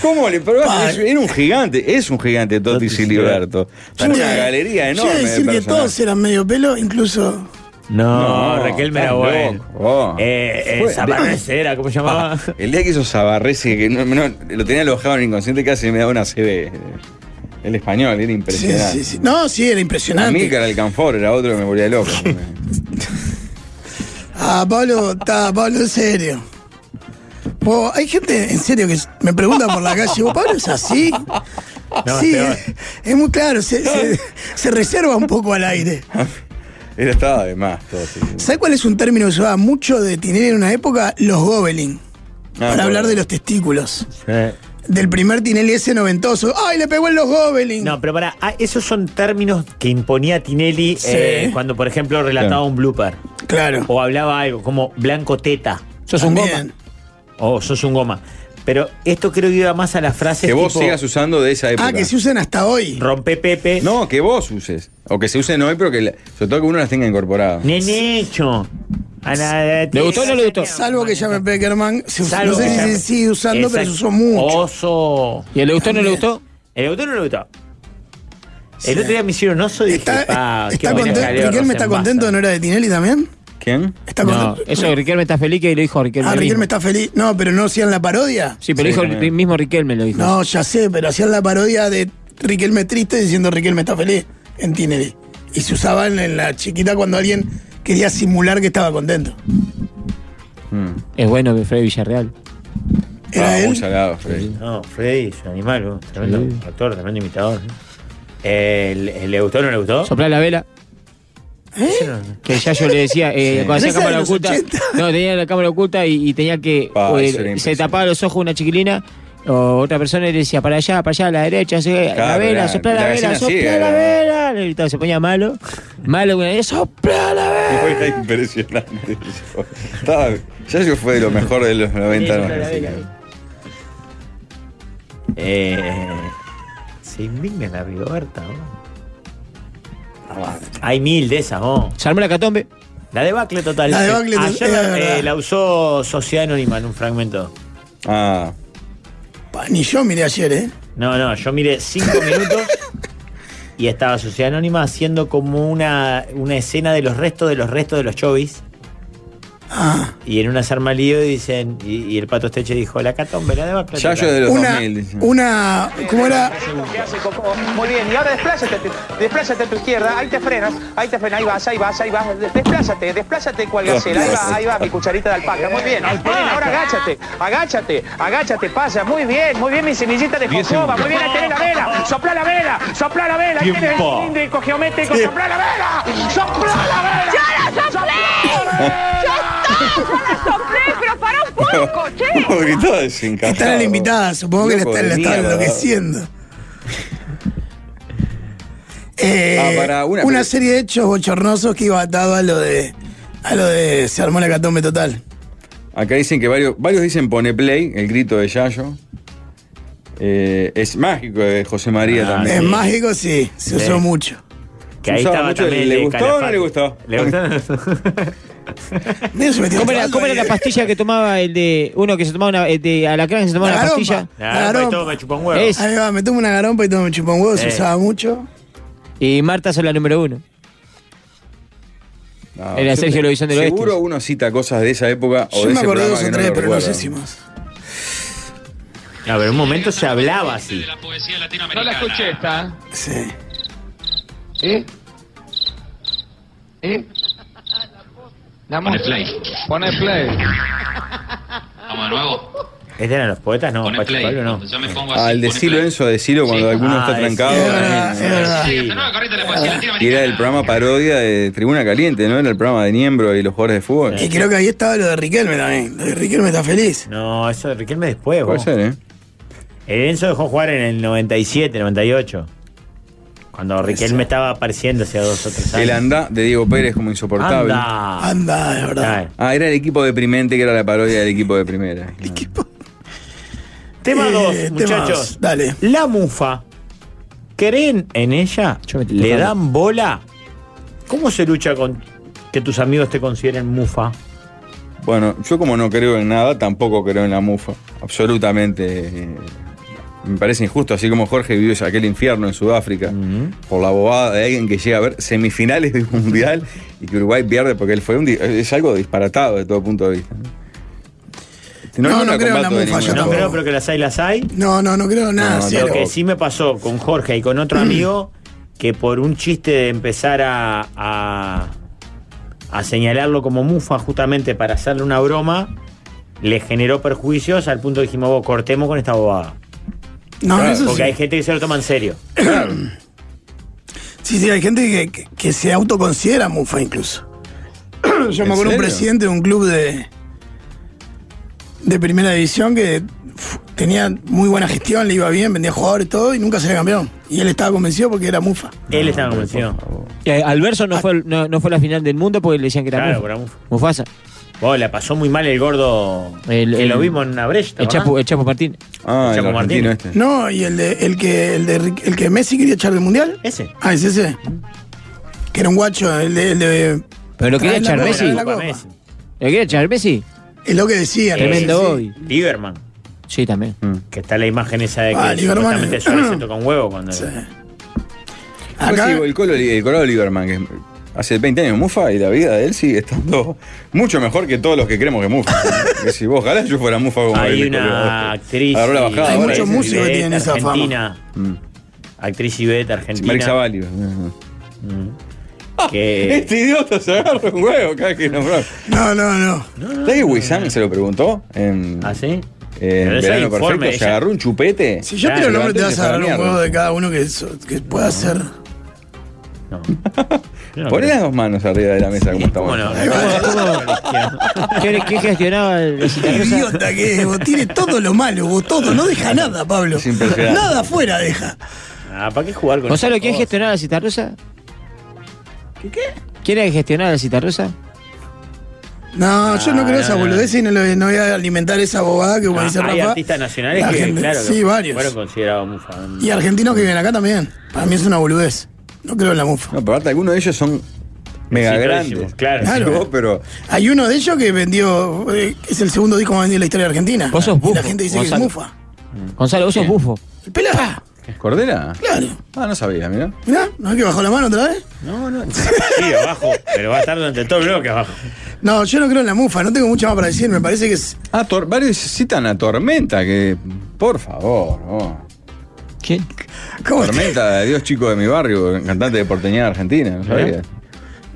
Speaker 4: ¿Cómo le pero
Speaker 5: Pa.
Speaker 4: es- Era un gigante, es un gigante Totti Siliberto. Es una
Speaker 5: Yo-
Speaker 4: galería
Speaker 5: yo
Speaker 4: enorme.
Speaker 5: iba a
Speaker 4: de
Speaker 5: decir que
Speaker 4: personajes.
Speaker 5: todos eran medio pelo, incluso.
Speaker 6: No,
Speaker 4: No,
Speaker 6: Raquel me era
Speaker 4: estás
Speaker 6: bueno.
Speaker 4: loco.
Speaker 6: Eh, eh,
Speaker 4: Fue-
Speaker 6: Zaparnecera, ¿cómo se llamaba?
Speaker 4: El día que hizo Sabarresi, que no, no, lo tenía alojado en el inconsciente, casi me daba una CB. El español, era
Speaker 5: Sí,
Speaker 4: impresionante.
Speaker 5: sí, sí. No, sí, era impresionante.
Speaker 4: Amílcar Alcanfor era otro que me volvía loco.
Speaker 5: Ah, Pablo, está, Pablo, en serio. Vos, hay gente en serio que me pregunta por la calle, ¿vos, Pablo es así? sí,
Speaker 6: Esteban.
Speaker 5: es, es muy claro, se, se- se reserva un poco al aire.
Speaker 4: Era estaba de más, Totti.
Speaker 5: ¿Sabes cuál es un término que se usaba mucho de Tinelli en una época? Los gobelin.
Speaker 4: Ah,
Speaker 5: para
Speaker 4: bueno.
Speaker 5: hablar de los testículos. Del primer Tinelli ese noventoso. ¡Ay, le pegó en los gobelin!
Speaker 6: No, pero para, esos son términos que imponía Tinelli
Speaker 5: Sí.
Speaker 6: eh, cuando, por ejemplo, relataba
Speaker 4: Claro.
Speaker 6: un blooper
Speaker 5: Claro.
Speaker 6: o hablaba algo como blanco teta
Speaker 7: Sos un goma.
Speaker 5: También.
Speaker 6: o sos un goma. Pero esto creo que iba más a las frases
Speaker 4: Que vos
Speaker 6: tipo,
Speaker 4: sigas usando de esa época.
Speaker 5: Ah, que se usan hasta hoy.
Speaker 6: rompe Pepe,
Speaker 4: No, que vos uses. O que se usen hoy, pero que la- sobre todo que uno las tenga incorporadas.
Speaker 6: nenecho. a la-
Speaker 7: ¿Le gustó o no le gustó?
Speaker 5: Salvo que llame Peckerman. se us-
Speaker 6: Salvo
Speaker 5: no sé
Speaker 6: que
Speaker 5: si
Speaker 6: llame-
Speaker 5: se sigue usando, pero se
Speaker 6: Exacto.
Speaker 5: usó mucho.
Speaker 6: Oso.
Speaker 7: ¿Y le gustó o no le gustó?
Speaker 6: ¿El autor no le gustó? El otro día me hicieron oso y dije,
Speaker 5: Está,
Speaker 6: pa, qué
Speaker 5: está
Speaker 6: buena
Speaker 5: contento.
Speaker 6: jaleo
Speaker 5: Riquelme está
Speaker 6: Rosenbasa.
Speaker 5: contento de no era de Tinelli también.
Speaker 4: ¿Quién?
Speaker 5: Está
Speaker 7: No,
Speaker 5: contento.
Speaker 7: eso Riquelme está feliz que lo dijo Riquelme.
Speaker 5: Ah, Riquelme
Speaker 7: mismo.
Speaker 5: está feliz. No, pero no hacían la parodia.
Speaker 7: Sí, pero
Speaker 4: Sí,
Speaker 7: dijo
Speaker 4: también.
Speaker 7: el mismo Riquelme lo dijo.
Speaker 5: No, ya sé, pero hacían la parodia de Riquelme triste diciendo Riquelme está feliz en Tinelli. Y se usaban en la chiquita cuando alguien quería simular que estaba contento.
Speaker 7: Es bueno que Freddy Villarreal.
Speaker 5: Era
Speaker 4: Ah, muy
Speaker 5: él.
Speaker 4: salado, Freddy.
Speaker 6: No, Freddy es un animal, vos, tremendo
Speaker 7: Sí.
Speaker 6: actor, tremendo imitador. ¿no? Eh, ¿le- ¿Le gustó o no le gustó?
Speaker 7: Soplá la vela.
Speaker 6: Eso no-
Speaker 7: Que ya yo le decía, eh, cuando
Speaker 5: Pero
Speaker 7: hacía
Speaker 5: esa ¿Eh? de
Speaker 7: cámara
Speaker 5: los
Speaker 7: oculta.
Speaker 5: 80.
Speaker 7: No, tenía la cámara oculta y, y tenía que.
Speaker 4: Pa,
Speaker 7: o, eh,
Speaker 4: eso era
Speaker 7: se
Speaker 4: impresionante.
Speaker 7: tapaba los ojos una chiquilina. O otra persona y le decía, para allá, para allá, a la derecha, así, la
Speaker 4: Claro,
Speaker 7: vela,
Speaker 4: era-
Speaker 7: sopla
Speaker 4: la
Speaker 7: la
Speaker 4: vecina
Speaker 7: vela,
Speaker 4: así
Speaker 7: sopla la
Speaker 4: era.
Speaker 7: vela. Le gritaba, se ponía malo. Malo, una vez, sopla la vela.
Speaker 4: Era impresionante. eso. Estaba- ya yo fue de lo mejor de los 90.
Speaker 7: Sí,
Speaker 4: no
Speaker 7: la
Speaker 4: sé.
Speaker 7: vela.
Speaker 6: Eh, se indigna la Rigoberta, ¿no? Hay mil de esas, ¿no?
Speaker 7: Se armó la catombe.
Speaker 6: La debacle total.
Speaker 5: La debacle total,
Speaker 6: Ayer
Speaker 5: es
Speaker 6: la-
Speaker 5: verdad.
Speaker 6: eh, la usó Sociedad Anónima en un fragmento.
Speaker 4: Ah,
Speaker 5: Pa, ni yo miré ayer, ¿eh?
Speaker 6: No, no, yo miré cinco minutos y estaba Sociedad Anónima haciendo como una, una escena de los restos de los restos de los chovis.
Speaker 5: Ah,
Speaker 6: Y en una se arma lío y dicen, y, y el pato Esteche dijo, la catombe, la debacle
Speaker 4: ya yo
Speaker 6: total".
Speaker 4: de los
Speaker 5: una,
Speaker 4: 2000. dice.
Speaker 5: una, ¿cómo era?
Speaker 3: Muy bien, y ahora desplázate, te- desplázate a tu izquierda, ahí te frenas, ahí te frenas, ahí vas, ahí vas, ahí vas, de- desplázate, desplázate cual gacela, ahí va, ahí va mi cucharita de alpaca, muy bien, ahora agáchate, agáchate, agáchate, pasa, muy bien, muy bien mi semillita de jojoba, muy bien, ahí tenés la vela, sopla la vela, sopla la vela, ahí tenés el
Speaker 6: Tiempo.
Speaker 3: cilíndrico geométrico, sopla la vela, sopla la vela. ¡Yo la
Speaker 4: ¿Cómo gritó desencajado?
Speaker 5: Está la invitada, supongo que la
Speaker 4: Loco
Speaker 5: está-
Speaker 4: de
Speaker 5: la estaba
Speaker 4: mierda.
Speaker 5: enloqueciendo. Eh,
Speaker 4: Ah, para
Speaker 5: una,
Speaker 4: una-
Speaker 5: serie de hechos bochornosos que iba atado a lo de. A lo de. Se armó la catombe total.
Speaker 4: Acá dicen que varios, varios dicen pone play, el grito de Yayo. Eh, es mágico de José María
Speaker 6: Ah,
Speaker 4: también.
Speaker 5: es
Speaker 6: sí.
Speaker 5: mágico, sí, se
Speaker 6: Sí.
Speaker 5: usó mucho.
Speaker 6: Que ahí
Speaker 4: Usaba
Speaker 6: estaba
Speaker 4: mucho el-
Speaker 6: también
Speaker 4: ¿le
Speaker 6: de
Speaker 4: gustó o no
Speaker 6: Calafate.
Speaker 4: le gustó?
Speaker 6: ¿Le gustó o no le gustó?
Speaker 5: Medio se metió
Speaker 7: ¿Cómo era,
Speaker 5: Osvaldo
Speaker 7: cómo era
Speaker 5: ahí.
Speaker 7: la pastilla que tomaba el de. Uno que se tomaba una. El de Alacrán que se tomaba
Speaker 5: La
Speaker 7: una
Speaker 5: garompa.
Speaker 7: pastilla.
Speaker 6: La
Speaker 5: La
Speaker 6: garpa y
Speaker 5: garpa.
Speaker 6: todo me chupa un huevo.
Speaker 4: Eh.
Speaker 7: Es-
Speaker 5: Ahí va, me tomo una garompa y tomo un chupón huevo, se
Speaker 6: Eh.
Speaker 5: usaba mucho.
Speaker 7: Y Marta es la número uno.
Speaker 5: Eh,
Speaker 4: No,
Speaker 7: Era
Speaker 4: yo-
Speaker 7: Sergio Lovisión del Oeste.
Speaker 4: Seguro uno cita cosas de esa época o
Speaker 5: Yo
Speaker 4: de
Speaker 5: me
Speaker 4: ese
Speaker 5: acordé
Speaker 4: programa
Speaker 5: dos o
Speaker 4: que
Speaker 5: tres,
Speaker 4: no
Speaker 5: pero no sé
Speaker 4: recuerdo.
Speaker 5: si más.
Speaker 6: A ver, un momento se hablaba así.
Speaker 3: No la escuché esta,
Speaker 5: Sí.
Speaker 3: ¿eh? ¿Eh? Pone play. Pone play.
Speaker 6: ¿Este eran los poetas? No, Pacho Pablo no.
Speaker 4: Al decilo Enzo, a decilo cuando alguno
Speaker 6: Ah,
Speaker 4: está
Speaker 6: es-
Speaker 4: trancado.
Speaker 5: es verdad,
Speaker 4: también,
Speaker 5: es
Speaker 4: ¿no?
Speaker 5: verdad.
Speaker 6: Sí.
Speaker 4: Y era el programa parodia de Tribuna Caliente, ¿no? Era el programa de Niembro y los jugadores de fútbol.
Speaker 5: Y creo que ahí estaba lo de Riquelme también. Lo de Riquelme está feliz.
Speaker 6: No, eso de Riquelme después,
Speaker 4: Puede
Speaker 6: vos.
Speaker 4: ser, ¿eh?
Speaker 6: El Enzo dejó jugar en el 97, 98. Cuando Riquelme estaba apareciendo hace dos o tres años.
Speaker 4: El andá de Diego Pérez como insoportable.
Speaker 6: Anda.
Speaker 5: Anda, es verdad.
Speaker 4: Ah, era el equipo deprimente que era la parodia del equipo de primera.
Speaker 6: Tema
Speaker 5: Eh,
Speaker 6: 2,
Speaker 5: tema
Speaker 6: muchachos.
Speaker 5: dos, dale.
Speaker 6: La mufa. ¿Creen en ella?
Speaker 7: Yo me estoy
Speaker 6: ¿Le
Speaker 7: tocando.
Speaker 6: dan bola? ¿Cómo se lucha con que tus amigos te consideren mufa?
Speaker 4: Bueno, yo como no creo en nada, tampoco creo en la mufa. Absolutamente eh, Me parece injusto, así como Jorge vivió aquel infierno en Sudáfrica por la bobada de alguien que llega a ver semifinales de un mundial y que Uruguay pierde porque él fue un. di- Es algo disparatado de todo punto de vista.
Speaker 5: No,
Speaker 4: lo
Speaker 5: no creo en la
Speaker 4: combato de
Speaker 5: mufa, yo
Speaker 4: ningún
Speaker 5: No.
Speaker 6: No
Speaker 4: modo.
Speaker 6: creo, pero que las hay, las hay.
Speaker 5: No, no, no creo nada,
Speaker 4: No, no,
Speaker 5: cero.
Speaker 6: Lo que sí me pasó con Jorge y con otro amigo que por un chiste de empezar a, a, a señalarlo como mufa justamente para hacerle una broma, le generó perjuicios al punto que dijimos, vos cortemos con esta bobada.
Speaker 5: No,
Speaker 4: Ah,
Speaker 5: eso sí.
Speaker 6: Porque hay gente que se lo toma en serio.
Speaker 5: Sí, sí, hay gente que, que- que se autoconsidera mufa incluso. Yo me acuerdo
Speaker 4: serio?
Speaker 5: un presidente de un club de, de primera división que fu- tenía muy buena gestión, le iba bien, vendía jugadores y todo, y nunca se le cambió. Y él estaba convencido porque era mufa.
Speaker 6: Él estaba convencido.
Speaker 7: Eh, Alverso no fue, no, no fue la final del mundo porque le decían que era
Speaker 6: Claro,
Speaker 7: Muf-
Speaker 6: era mufa.
Speaker 7: Mufasa.
Speaker 6: Vos, la pasó muy mal el gordo
Speaker 7: El-
Speaker 6: que
Speaker 7: el-
Speaker 6: lo vimos en una brecha.
Speaker 7: El Chapo, el Chapo Martín.
Speaker 4: Ah, el
Speaker 6: Chaco
Speaker 4: argentino
Speaker 6: Martínez.
Speaker 4: este.
Speaker 5: No, y el de el que el de Ric- el que Messi quería echar del mundial.
Speaker 6: Ese.
Speaker 5: Ah, es ese. Que era un guacho, el de, el de-
Speaker 7: Pero lo quería
Speaker 5: Trae la
Speaker 7: echar
Speaker 5: copa,
Speaker 7: Messi.
Speaker 5: trae
Speaker 7: Lo
Speaker 5: la copa.
Speaker 6: Messi.
Speaker 7: quería echar Messi.
Speaker 5: es lo que decía. ¿no?
Speaker 7: Tremendo
Speaker 5: Sí, sí.
Speaker 7: hoy.
Speaker 6: Lieberman.
Speaker 7: Sí, también.
Speaker 6: Que está la imagen esa de que
Speaker 5: Mm. Ah, Lieberman
Speaker 6: supuestamente
Speaker 5: es-
Speaker 6: Suárez se toca un huevo cuando.
Speaker 5: Sí.
Speaker 4: Pues
Speaker 5: Acá,
Speaker 4: sí, el Colo, el Colorado Lieberman, que hace 20 años Mufa y la vida de él sigue estando mucho mejor que todos los que creemos que Mufa. que si vos, ojalá yo fuera Mufa como
Speaker 6: Hay
Speaker 4: el
Speaker 6: una
Speaker 4: Colorado.
Speaker 6: actriz.
Speaker 4: Ahora la
Speaker 6: y-
Speaker 4: bajada,
Speaker 5: Hay
Speaker 4: ahora
Speaker 5: muchos
Speaker 4: dice,
Speaker 5: músicos que
Speaker 6: Ivette
Speaker 5: tienen esa fama.
Speaker 6: argentina,
Speaker 4: Mm.
Speaker 6: Actriz Ivette
Speaker 4: Sí, Mark
Speaker 6: argentina.
Speaker 4: Zavalli.
Speaker 6: Eh. Que
Speaker 4: Este idiota se agarra un huevo cada que nombró.
Speaker 5: no, no, no.
Speaker 4: David Wissam se lo preguntó en,
Speaker 6: ¿Ah, sí?
Speaker 4: en
Speaker 6: Pero ese
Speaker 4: Verano
Speaker 6: informe,
Speaker 4: Perfecto. Se
Speaker 6: ella-
Speaker 4: agarró un chupete.
Speaker 5: Si yo
Speaker 6: Claro,
Speaker 5: tiro el nombre, te
Speaker 4: levantense
Speaker 5: vas a dar
Speaker 4: Ah, para
Speaker 5: un
Speaker 4: la
Speaker 5: juego
Speaker 4: mierda.
Speaker 5: de cada uno que, so- que pueda ser.
Speaker 6: No. Yo no
Speaker 4: Poné
Speaker 6: creo.
Speaker 4: las dos manos arriba de la mesa como estamos.
Speaker 6: ¿Cómo no? ¿Cómo- cómo-
Speaker 7: ¿Qué, qué gestionaba el
Speaker 5: Qué
Speaker 7: visitante?
Speaker 5: idiota que es, vos. Tiene todo lo malo, vos, todo. No deja nada, Pablo.
Speaker 4: Es impresionante.
Speaker 5: Nada afuera deja.
Speaker 6: Ah, ¿para qué jugar con
Speaker 7: Gonzalo,
Speaker 6: esas
Speaker 7: ¿quién
Speaker 6: cosas?
Speaker 7: gestionaba la citarrosa? ¿Qué? ¿Quién gestionaba la citarrosa?
Speaker 5: No, yo no
Speaker 6: Ah,
Speaker 5: creo
Speaker 6: no,
Speaker 5: esa
Speaker 6: no.
Speaker 5: boludez y no, lo- no voy a alimentar esa bobada que como dice
Speaker 6: Ah, hay
Speaker 5: Rafa.
Speaker 6: artistas nacionales
Speaker 5: La
Speaker 6: que,
Speaker 5: gente-
Speaker 6: claro,
Speaker 5: sí,
Speaker 6: que
Speaker 5: varios.
Speaker 6: fueron considerados mufa.
Speaker 5: Y argentinos que viven acá también. Para mí es una boludez. No creo en la mufa.
Speaker 4: No, pero aparte, algunos de ellos son mega grandes.
Speaker 6: Exitosísimos, claro.
Speaker 5: Claro.
Speaker 4: Pero
Speaker 5: Hay uno de ellos que vendió, eh, es el segundo disco más vendido en la historia de Argentina.
Speaker 7: Vos sos
Speaker 5: Y la
Speaker 7: bufo,
Speaker 5: gente dice que
Speaker 7: Gonzalo.
Speaker 5: es mufa.
Speaker 7: Gonzalo, vos sos bufo.
Speaker 5: El pelá,
Speaker 4: ¿Cordera?
Speaker 5: claro.
Speaker 4: Ah, no sabía, mira.
Speaker 5: Mirá, ¿no es que bajó la mano otra vez?
Speaker 6: No, no. Sí, abajo. Pero va a estar durante todo el bloque abajo.
Speaker 5: Eh. No, yo no creo en la mufa, no tengo mucho más para decir, me parece que es...
Speaker 4: Ah, Tor- varios citan a Tormenta, que. Por favor, no.
Speaker 7: ¿Quién?
Speaker 5: ¿Cómo te-
Speaker 4: Tormenta, Dios chico de mi barrio, cantante de porteñada argentina, ¿no sabía?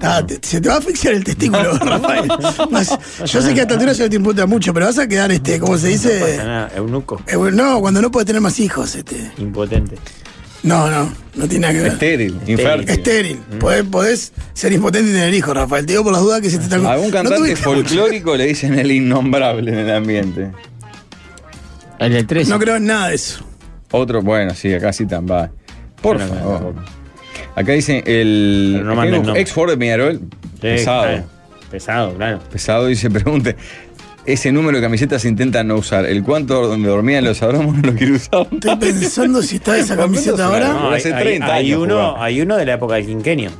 Speaker 5: Ah, te- se te va a asfixiar el testículo, Rafael. Más- yo sé que a esta altura ya te importa mucho, pero vas a quedar, este, ¿cómo se dice?
Speaker 6: Pasa nada, eunuco.
Speaker 5: Eh, bueno, no, cuando no puedes tener más hijos, este.
Speaker 6: Impotente.
Speaker 5: No, no, no tiene nada que ver.
Speaker 4: Estéril, Mm. infértil.
Speaker 5: Estéril. Podés, podés ser impotente y tener hijos, Rafael. Te digo por las dudas que se te están...
Speaker 4: A un
Speaker 5: No
Speaker 4: cantante
Speaker 5: tuviste mucho.
Speaker 4: folclórico le dicen el innombrable en el ambiente.
Speaker 7: El del 13.
Speaker 5: No creo en nada de eso.
Speaker 4: Otro, bueno, sí, acá citan, va. Por
Speaker 6: Yo no creo
Speaker 4: favor.
Speaker 6: tampoco.
Speaker 4: Acá dice el.
Speaker 6: Pero no
Speaker 4: acá
Speaker 6: manden
Speaker 4: hay un
Speaker 6: nombres.
Speaker 4: ex jugador de Peñarol, pesado.
Speaker 6: Pesado. Pesado, claro.
Speaker 4: Pesado y se pregunte. Ese número de camisetas intenta no usar. El cuánto donde dormían los abramos no lo quiere usar.
Speaker 5: Estoy pensando si está esa camiseta ahora.
Speaker 6: No, hay,
Speaker 4: Hace
Speaker 6: hay-
Speaker 4: 30
Speaker 6: hay
Speaker 4: años
Speaker 6: uno,
Speaker 4: jugaba.
Speaker 6: hay uno de la época del quinquenio.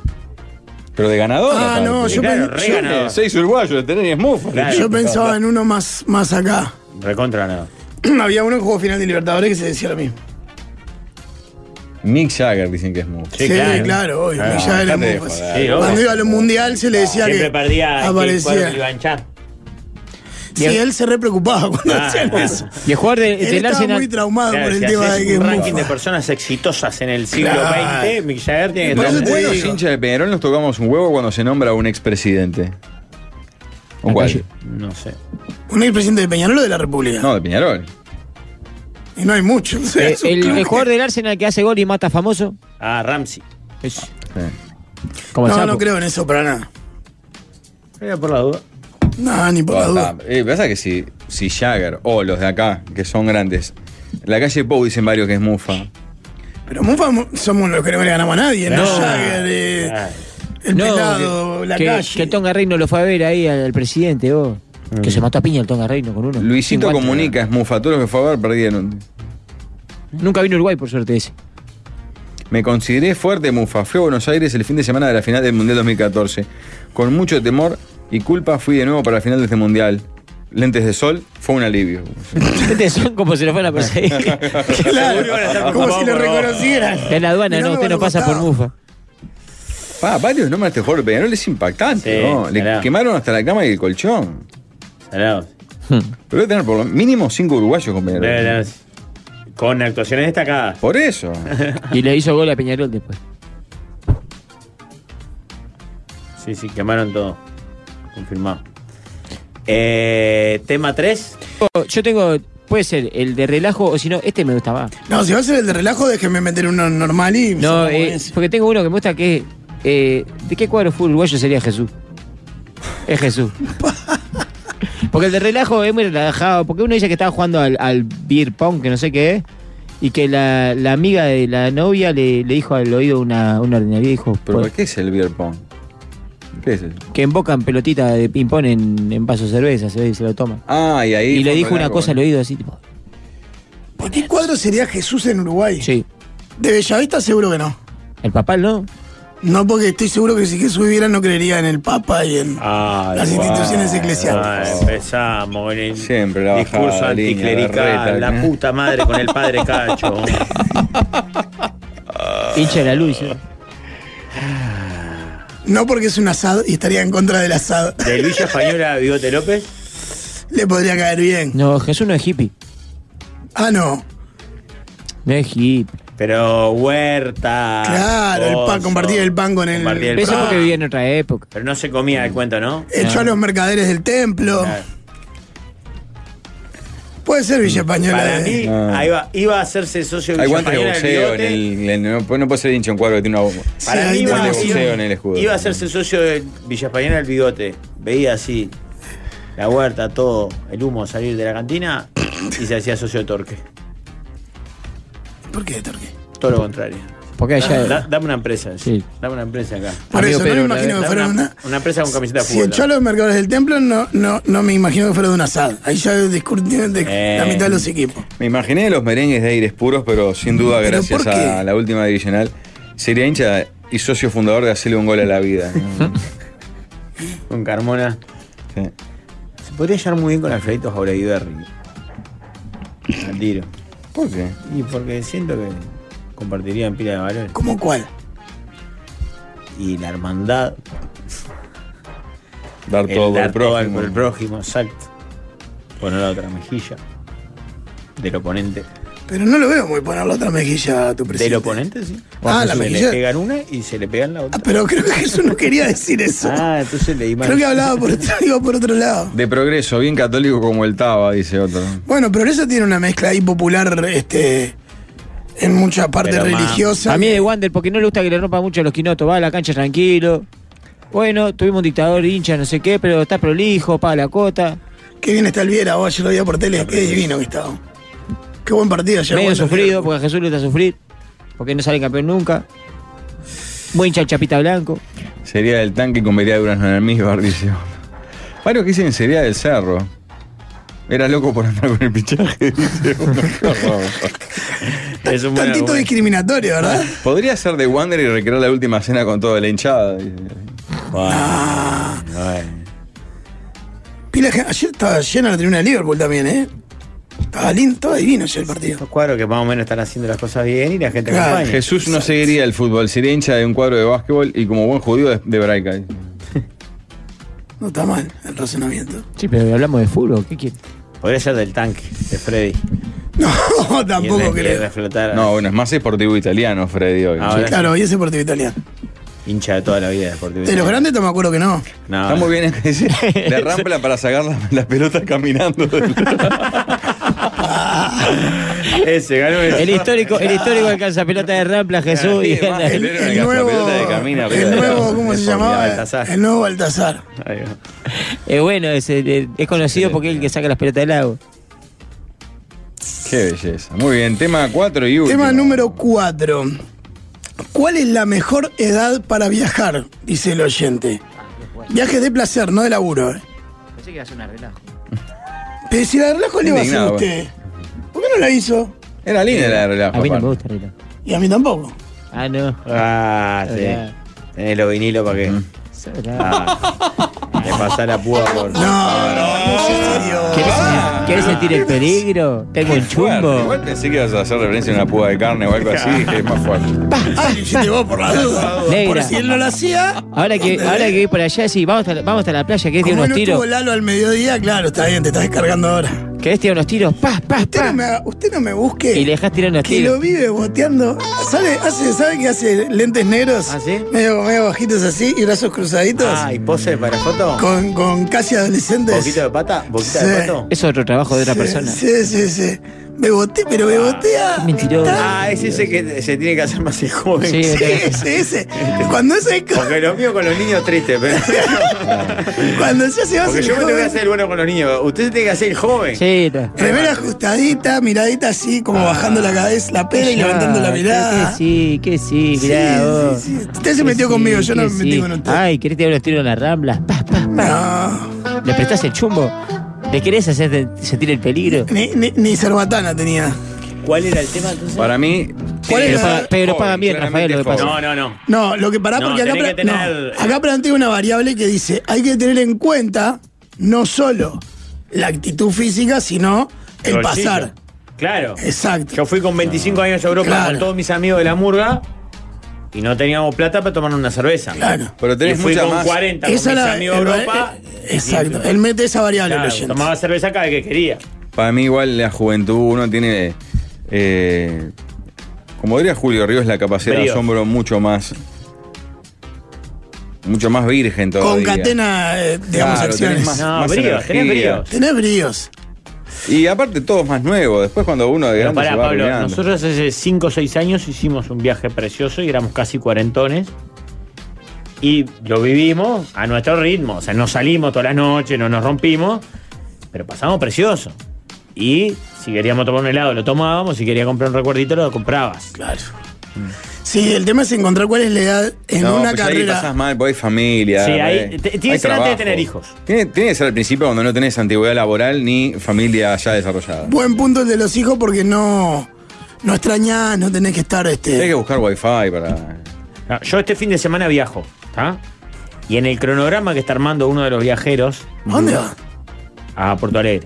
Speaker 4: Pero de ganador.
Speaker 5: Ah, no,
Speaker 4: aparte.
Speaker 5: yo,
Speaker 6: Claro,
Speaker 5: pen-
Speaker 6: re ganador.
Speaker 4: Seis uruguayos, tenés mufa.
Speaker 6: Claro.
Speaker 5: yo pensaba en uno más, más acá.
Speaker 6: Recontra ganador.
Speaker 5: Había uno que jugó final de Libertadores que se decía lo mismo.
Speaker 4: Mick Jagger dicen que es mufa.
Speaker 6: Sí,
Speaker 5: Sí,
Speaker 6: claro.
Speaker 5: claro, obvio.
Speaker 4: Claro,
Speaker 5: ya era
Speaker 4: dejate de
Speaker 5: muy
Speaker 4: joder.
Speaker 5: fácil.
Speaker 6: Sí, obvio.
Speaker 5: Cuando iba al mundial se le decía
Speaker 6: Siempre
Speaker 5: que
Speaker 6: perdía el cuadro de
Speaker 5: aparecía.
Speaker 6: Iván Chan.
Speaker 5: Sí, él se re preocupaba cuando
Speaker 6: Ah,
Speaker 5: hacían
Speaker 6: claro.
Speaker 5: eso.
Speaker 7: Y el jugador de-
Speaker 5: Él
Speaker 7: del
Speaker 5: estaba muy
Speaker 7: Arsenal.
Speaker 5: traumado
Speaker 6: Claro,
Speaker 5: por el
Speaker 6: si
Speaker 5: tema
Speaker 6: haces
Speaker 5: de que es
Speaker 6: un ranking de
Speaker 5: mufa.
Speaker 6: personas exitosas en el siglo
Speaker 5: Claro.
Speaker 6: XX, Mick Jagger tiene que
Speaker 5: Por
Speaker 4: Los
Speaker 5: eso
Speaker 6: estar.
Speaker 5: te
Speaker 4: buenos
Speaker 5: digo.
Speaker 4: hinchas de Peñarol nos tocamos un huevo cuando se nombra a un expresidente. ¿O
Speaker 7: La
Speaker 4: cuál?
Speaker 7: calle.
Speaker 6: No sé.
Speaker 5: Un expresidente de Peñarol o de la República.
Speaker 4: No, de Peñarol.
Speaker 5: Y no hay muchos. o sea,
Speaker 7: Eh,
Speaker 5: es un
Speaker 7: El,
Speaker 5: club
Speaker 7: el
Speaker 5: que-
Speaker 7: jugador del Arsenal que hace gol y mata famoso.
Speaker 6: Ah, Ramsey.
Speaker 7: Es
Speaker 4: Sí.
Speaker 7: como el
Speaker 5: No,
Speaker 7: sapo.
Speaker 5: no creo en eso para nada.
Speaker 6: Era por la duda.
Speaker 5: No, ni por la
Speaker 4: Ah, está.
Speaker 5: duda.
Speaker 4: Eh, pasa que si, si Jagger o los de acá, que son grandes, la calle Pou dicen varios que es mufa.
Speaker 5: Pero Mufa mu- somos los que no le ganamos a nadie. No,
Speaker 7: No.
Speaker 5: Jagger, eh,
Speaker 6: Claro.
Speaker 5: el
Speaker 7: No,
Speaker 5: pelado, la
Speaker 7: que,
Speaker 5: calle.
Speaker 7: que Tonga Reino lo fue a ver ahí al, al presidente, vos. Que se mató a piña el Tonga Reino con uno. Sin
Speaker 4: Ah, Luisito
Speaker 7: guante,
Speaker 4: Comunica es mufa. Todos los que fue a ver perdieron.
Speaker 7: ¿no? Nunca vino a Uruguay, por suerte, ese.
Speaker 4: Me consideré fuerte mufa. Fui a Buenos Aires el fin de semana de la final del Mundial 2014. Con mucho temor y culpa fui de nuevo para la final de este Mundial. lentes de sol, fue un alivio.
Speaker 7: Ustedes Este son como si lo fueran a perseguir.
Speaker 5: Claro, como si lo reconocieran.
Speaker 7: En la aduana,
Speaker 5: Mirá,
Speaker 7: no, usted no
Speaker 5: bueno,
Speaker 7: pasa por
Speaker 5: está.
Speaker 7: mufa.
Speaker 4: Pa, varios nombres te juro, Peñarol es impactante,
Speaker 6: Sí,
Speaker 4: ¿no? Le
Speaker 6: claro.
Speaker 4: quemaron hasta la cama y el colchón.
Speaker 6: Salados.
Speaker 4: Pero debe tener por lo mínimo cinco uruguayos con Peñarol.
Speaker 6: Salados. Con actuaciones destacadas.
Speaker 4: Por eso.
Speaker 7: Y le hizo gol a Peñarol después.
Speaker 6: Sí, sí, quemaron todo. Confirmado. Eh, tema 3.
Speaker 7: Yo tengo, puede ser el de relajo o si no, este me gusta más.
Speaker 5: No, si va a ser el de relajo, déjeme meter uno normal y.
Speaker 7: No,
Speaker 5: sacamos
Speaker 7: eh,
Speaker 5: ese.
Speaker 7: porque tengo uno que me gusta que es. eh, ¿De qué cuadro fue uruguayo sería Jesús? Es Jesús. Porque el de relajo es muy relajado. Porque uno dice que estaba jugando al, al beer pong, que no sé qué es, y que la, la amiga de la novia le, le dijo al oído una, una ordinaria. Dijo
Speaker 4: ¿Pero
Speaker 7: "Por-
Speaker 4: por qué es el beer pong? ¿Qué es eso?
Speaker 7: que embocan pelotita de ping-pong en, en vaso de cerveza, se ve y se lo toma.
Speaker 4: Ah, y ahí.
Speaker 7: Y le
Speaker 4: fue
Speaker 7: dijo una
Speaker 4: Renato,
Speaker 7: cosa al
Speaker 4: ¿no?
Speaker 7: oído así, tipo.
Speaker 5: ¿Por qué cuadro sería Jesús en Uruguay?
Speaker 7: Sí.
Speaker 5: De Bellavista seguro que no.
Speaker 7: El papal, ¿no?
Speaker 5: No, porque estoy seguro que si Jesús viviera no creería en el Papa y en
Speaker 6: Ah,
Speaker 5: las instituciones eclesiásticas.
Speaker 6: empezamos con el
Speaker 4: Siempre la bajada,
Speaker 6: discurso
Speaker 4: la línea, la
Speaker 6: anticlerical.
Speaker 4: reta,
Speaker 6: La,
Speaker 4: ¿eh?
Speaker 6: puta madre con el padre Cacho.
Speaker 7: Hincha de la luz. ¿eh?
Speaker 6: eh.
Speaker 5: No porque es un asado y estaría en contra del asado.
Speaker 6: De Luisa Española a Bigote López.
Speaker 5: Le podría caer bien.
Speaker 7: No, Jesús no es hippie.
Speaker 5: Ah, no.
Speaker 7: No es hippie.
Speaker 4: Ah.
Speaker 6: Pero Huerta.
Speaker 5: Claro, el pan,
Speaker 6: Coso.
Speaker 5: compartir el pan con el-
Speaker 6: Compartir
Speaker 7: Pero Eso es
Speaker 6: pan.
Speaker 7: porque vivía en otra época.
Speaker 6: Pero no se comía el cuento, ¿no?
Speaker 5: Echó a los mercaderes del templo.
Speaker 6: Claro.
Speaker 5: Puede ser Villa Española.
Speaker 6: Mm, Para
Speaker 5: eh.
Speaker 6: mí,
Speaker 4: No.
Speaker 6: ahí va, iba a hacerse socio de
Speaker 4: Hay
Speaker 6: Villa
Speaker 4: guantes de
Speaker 6: Española
Speaker 4: boxeo en
Speaker 6: Bigote.
Speaker 4: el. en- no, no puede ser hincha un cuadro que tiene una bomba.
Speaker 5: Sí,
Speaker 6: Para mí
Speaker 5: ahí
Speaker 6: iba,
Speaker 5: tenés.
Speaker 6: a-
Speaker 4: boxeo
Speaker 6: iba-
Speaker 4: en el escudo.
Speaker 6: iba a hacerse socio de Villa Española el bigote. Veía así la huerta, todo, el humo salir de la cantina y se hacía socio de Torque.
Speaker 5: ¿Por qué, Torque?
Speaker 6: Todo lo contrario.
Speaker 7: Porque allá.
Speaker 6: Da- dame una empresa.
Speaker 7: Sí.
Speaker 6: Dame una empresa acá.
Speaker 5: Por
Speaker 7: Amigo
Speaker 5: eso,
Speaker 7: Pedro,
Speaker 5: no me
Speaker 7: la
Speaker 5: imagino que
Speaker 6: Dame
Speaker 5: fuera
Speaker 6: una,
Speaker 5: una.
Speaker 6: una empresa con camiseta de
Speaker 5: Si echó a
Speaker 6: fútbol.
Speaker 5: los mercaderes del templo, no, no, no me imagino que fuera de un asado. Ahí ya discutieron de
Speaker 6: Eh.
Speaker 5: la mitad de los equipos.
Speaker 4: Me imaginé los merengues de aires puros, pero sin duda,
Speaker 5: ¿Pero
Speaker 4: gracias
Speaker 5: por qué?
Speaker 4: a la última divisional, sería hincha y socio fundador de hacerle un gol a la vida. ¿no?
Speaker 6: Con Carmona.
Speaker 4: Sí.
Speaker 6: Se podría llevar muy bien con Alfredito Jauregui Berry. Al tiro.
Speaker 4: ¿Por qué?
Speaker 6: Y porque siento que compartirían pila de valores.
Speaker 5: ¿Cómo cuál?
Speaker 6: Y la hermandad
Speaker 4: Dar
Speaker 6: El
Speaker 4: todo por
Speaker 6: dar
Speaker 4: el
Speaker 6: todo
Speaker 4: prójimo.
Speaker 6: por el prójimo, exacto. Poner la otra mejilla del oponente.
Speaker 5: Pero no lo veo muy poner la otra mejilla a tu presidente.
Speaker 6: Del oponente, sí.
Speaker 5: Ah, la
Speaker 6: se
Speaker 5: mejilla.
Speaker 6: le pegan una y se le pegan la
Speaker 5: Ah,
Speaker 6: otra.
Speaker 5: pero creo que Jesús no quería decir eso.
Speaker 6: Ah, entonces leí mal.
Speaker 5: creo que hablaba por otro, iba por otro lado.
Speaker 4: De progreso, bien católico como el Taba, dice otro.
Speaker 5: Bueno, pero eso tiene una mezcla ahí popular este, en mucha parte
Speaker 6: Pero, ma,
Speaker 5: religiosa.
Speaker 7: A mí es de Wander, porque no le gusta que le rompa mucho los quinotos. Va a la cancha tranquilo. Bueno, tuvimos un dictador hincha, no sé qué, pero está prolijo, paga la cuota.
Speaker 5: Qué bien está el Viera, vos, ayer lo vi por tele, qué divino que estaba. Qué buen partido ayer.
Speaker 7: medio
Speaker 5: bueno,
Speaker 7: sufrido, porque a Jesús le gusta sufrir. Porque no sale campeón nunca. Buen hincha el Chapita Blanco.
Speaker 4: Sería del tanque con María Durazno en el Mísbar, dice otro. Varios que dicen sería del cerro. Era loco por andar con el pichaje, dice uno. Qué horror.
Speaker 6: Es un buen
Speaker 5: Tantito
Speaker 6: argumento.
Speaker 5: discriminatorio, ¿verdad?
Speaker 4: Podría ser de Wander y recrear la última cena con toda la hinchada. dice.
Speaker 6: Bueno,
Speaker 5: Ah.
Speaker 6: bueno.
Speaker 5: Pila, de gente- ayer estaba llena la tribuna de Liverpool también, ¿eh? Estaba lindo, estaba divino ayer el partido.
Speaker 6: Los cuadros que más o menos están haciendo las cosas bien y la gente
Speaker 5: Claro.
Speaker 6: acompaña.
Speaker 4: Jesús no seguiría el fútbol, sería hincha de un cuadro de básquetbol y como buen judío de, de Braica. dice.
Speaker 5: No está mal el razonamiento.
Speaker 7: Sí, pero hablamos de fútbol, ¿qué quiere?
Speaker 6: Podría ser del tanque, de Freddy.
Speaker 5: No,
Speaker 6: Y
Speaker 5: tampoco
Speaker 6: el de- y el
Speaker 5: creo.
Speaker 6: de flotar,
Speaker 4: No, bueno, es más esportivo italiano, Freddy, hoy.
Speaker 6: Ahora-
Speaker 5: Claro, y ese partido italiano.
Speaker 6: hincha de toda la vida de Deportivo.
Speaker 5: De los grandes no me acuerdo que no.
Speaker 6: No,
Speaker 4: Está muy bien, es que dice, le rampla para sacar la- las pelotas caminando. del-
Speaker 6: Ese ganó ese.
Speaker 7: El histórico, el histórico alcanza pelota de rampla, Jesús. y-
Speaker 4: Más
Speaker 5: El,
Speaker 4: pelero en
Speaker 5: el
Speaker 4: el
Speaker 5: nuevo,
Speaker 4: gastapelota de camina,
Speaker 5: el
Speaker 4: pelota.
Speaker 5: nuevo, ¿cómo
Speaker 4: Es formidable.
Speaker 5: se llamaba?
Speaker 6: Baltasar.
Speaker 5: El nuevo Baltasar.
Speaker 6: Ahí va.
Speaker 7: Es bueno, es, es- es conocido porque es el que saca las pelotas del lago.
Speaker 4: Qué belleza. Muy bien, tema 4 y 1.
Speaker 5: Tema número 4. ¿Cuál es la mejor edad para viajar? Dice el oyente. Viajes de placer, no de laburo. ¿eh?
Speaker 7: Pensé que una relajo.
Speaker 5: Pero si la relajo le va a hacer
Speaker 4: Indignado,
Speaker 5: usted. ¿Por qué no la hizo?
Speaker 4: Era linda la de relajo.
Speaker 7: A mí no me
Speaker 4: aparte.
Speaker 7: gusta el relajo.
Speaker 5: Y a mí tampoco.
Speaker 7: Ah, no.
Speaker 6: Ah, sí.
Speaker 7: Hola.
Speaker 6: Tenés los vinilos para que.
Speaker 7: Sola.
Speaker 6: Ah. Después Pasar la púa por.
Speaker 5: No, Ah, no, Ah,
Speaker 7: ¿Querés, querés sentir el peligro? Tengo un
Speaker 4: Fuerte.
Speaker 7: chumbo.
Speaker 4: Igual pensé que ibas a hacer referencia a una púa de carne o algo así, que es más fuerte.
Speaker 5: Ay, Ah, hiciste vos por la duda. Por
Speaker 7: Negra.
Speaker 5: si él no lo hacía.
Speaker 7: Ahora que, ahora que voy por allá, sí, vamos hasta, vamos hasta la playa, querés tirar
Speaker 5: Como no
Speaker 7: unos
Speaker 5: estuvo
Speaker 7: tiros.
Speaker 5: Lalo al mediodía, claro, está bien, te estás descargando ahora.
Speaker 7: ¿Querés tirar unos tiros? ¡Pah, pah,
Speaker 5: Usted
Speaker 7: pah!
Speaker 5: no me, haga- usted no me busque.
Speaker 7: Y le dejás tirar unos
Speaker 5: que lo
Speaker 7: tiros.
Speaker 5: vive boteando. ¿Sabe, hace, ¿Sabe que hace lentes negros?
Speaker 7: ¿Ah, sí?
Speaker 5: Medio, medio bajitos así y brazos cruzaditos.
Speaker 6: Ah, ¿y pose para foto?
Speaker 5: Con, con casi adolescentes.
Speaker 6: ¿Boquita de pata? ¿Boquita de
Speaker 5: Sí.
Speaker 6: pato?
Speaker 7: Es otro trabajo de otra
Speaker 5: Sí,
Speaker 7: persona.
Speaker 5: Sí, sí, sí. Me botea, pero me botea.
Speaker 7: Mentiroso.
Speaker 6: Ah, es ese que se tiene que hacer más el joven.
Speaker 7: Sí.
Speaker 5: Sí, ese, ese. Cuando ese.
Speaker 6: Porque lo mío con los niños triste, pero.
Speaker 5: Cuando ya se va a
Speaker 6: Porque
Speaker 5: hacer
Speaker 6: yo me tengo que
Speaker 5: joven,
Speaker 6: hacer Ah. el bueno con los niños. Usted se tiene que hacer el joven.
Speaker 7: Sí, no.
Speaker 5: Remera ajustadita, miradita así,
Speaker 6: Ah.
Speaker 5: como bajando la cabeza, la pera y levantando la
Speaker 7: Ah,
Speaker 5: mirada.
Speaker 7: Que sí, que sí,
Speaker 5: Sí,
Speaker 7: mirá vos.
Speaker 5: sí, sí. Usted se
Speaker 7: Que
Speaker 5: metió
Speaker 7: sí,
Speaker 5: conmigo, yo no
Speaker 7: que
Speaker 5: me metí
Speaker 7: sí.
Speaker 5: con usted.
Speaker 7: Ay, ¿querés tirar unos tiros en la rambla? Pa, pa, pa.
Speaker 5: No.
Speaker 7: ¿Le prestás el chumbo? ¿Le querés hacer de- sentir el peligro?
Speaker 5: Ni, ni, ni cerbatana tenía.
Speaker 6: ¿Cuál era el tema entonces?
Speaker 4: Para mí.
Speaker 5: ¿Cuál
Speaker 4: tiene
Speaker 5: es
Speaker 4: que
Speaker 5: la-
Speaker 4: ser
Speaker 7: pero
Speaker 4: joven,
Speaker 7: pagan bien,
Speaker 4: claramente
Speaker 7: Rafael, lo que
Speaker 4: joven.
Speaker 6: No,
Speaker 7: pasa.
Speaker 6: no.
Speaker 5: No, lo que pará
Speaker 6: No,
Speaker 5: porque acá,
Speaker 6: tenés
Speaker 5: pra-
Speaker 6: que tener-
Speaker 5: no, acá planteo una variable que dice, hay que tener en cuenta no solo la actitud física, sino el
Speaker 6: Pero chico.
Speaker 5: pasar.
Speaker 6: Claro.
Speaker 5: Exacto.
Speaker 6: Yo fui con 25 años a Europa
Speaker 5: Claro.
Speaker 6: con todos mis amigos de la murga y no teníamos plata para tomar una cerveza.
Speaker 5: Claro.
Speaker 4: Pero
Speaker 6: Y
Speaker 4: tenés
Speaker 6: fui
Speaker 4: mucha
Speaker 6: con
Speaker 4: más.
Speaker 6: 40 con mis
Speaker 5: Esa la,
Speaker 6: amigos de
Speaker 5: el-
Speaker 6: Europa.
Speaker 5: eh, exacto. Él mete esa variable
Speaker 6: Claro,
Speaker 5: el oyente.
Speaker 6: tomaba cerveza cada vez que quería.
Speaker 4: Para mí, igual la juventud, uno tiene. eh, como diría Julio Ríos, la capacidad de
Speaker 6: Brío.
Speaker 4: asombro mucho más. Mucho más virgen todavía.
Speaker 5: Concatena, eh, digamos,
Speaker 4: Claro,
Speaker 5: acciones.
Speaker 4: tenés más,
Speaker 6: No,
Speaker 4: más
Speaker 6: brío,
Speaker 4: energía.
Speaker 6: tenés brío.
Speaker 5: Tenés bríos.
Speaker 4: Y aparte, todo es más nuevo. Después, cuando uno de
Speaker 6: Pero
Speaker 4: grande
Speaker 6: pará,
Speaker 4: se va
Speaker 6: Pablo,
Speaker 4: arruinando.
Speaker 6: nosotros hace 5 o 6 años hicimos un viaje precioso y éramos casi cuarentones. Y lo vivimos a nuestro ritmo. O sea, no salimos todas las noches, no nos rompimos, pero pasamos precioso. Y si queríamos tomar un helado, lo tomábamos. Si quería comprar un recuerdito, lo comprabas.
Speaker 5: Claro.
Speaker 6: Mm.
Speaker 5: Sí, el tema es encontrar cuál es la edad en
Speaker 4: No,
Speaker 5: una
Speaker 4: pues Ahí
Speaker 5: carrera.
Speaker 4: pasás mal, porque hay familia.
Speaker 6: Sí, ahí-
Speaker 4: eh,
Speaker 6: te- tiene
Speaker 4: hay
Speaker 6: que ser antes de
Speaker 4: trabajo.
Speaker 6: tener hijos.
Speaker 4: Tiene, tiene que ser al principio cuando no tenés antigüedad laboral ni familia ya desarrollada.
Speaker 5: Buen punto el de los hijos porque no, no extrañás, no tenés que estar este.
Speaker 4: Tenés que buscar wifi para.
Speaker 6: No, Yo este fin de semana viajo, ¿tá? Y en el cronograma que está armando uno de los viajeros
Speaker 5: ¿A ¿Dónde va?
Speaker 6: a Porto Alegre.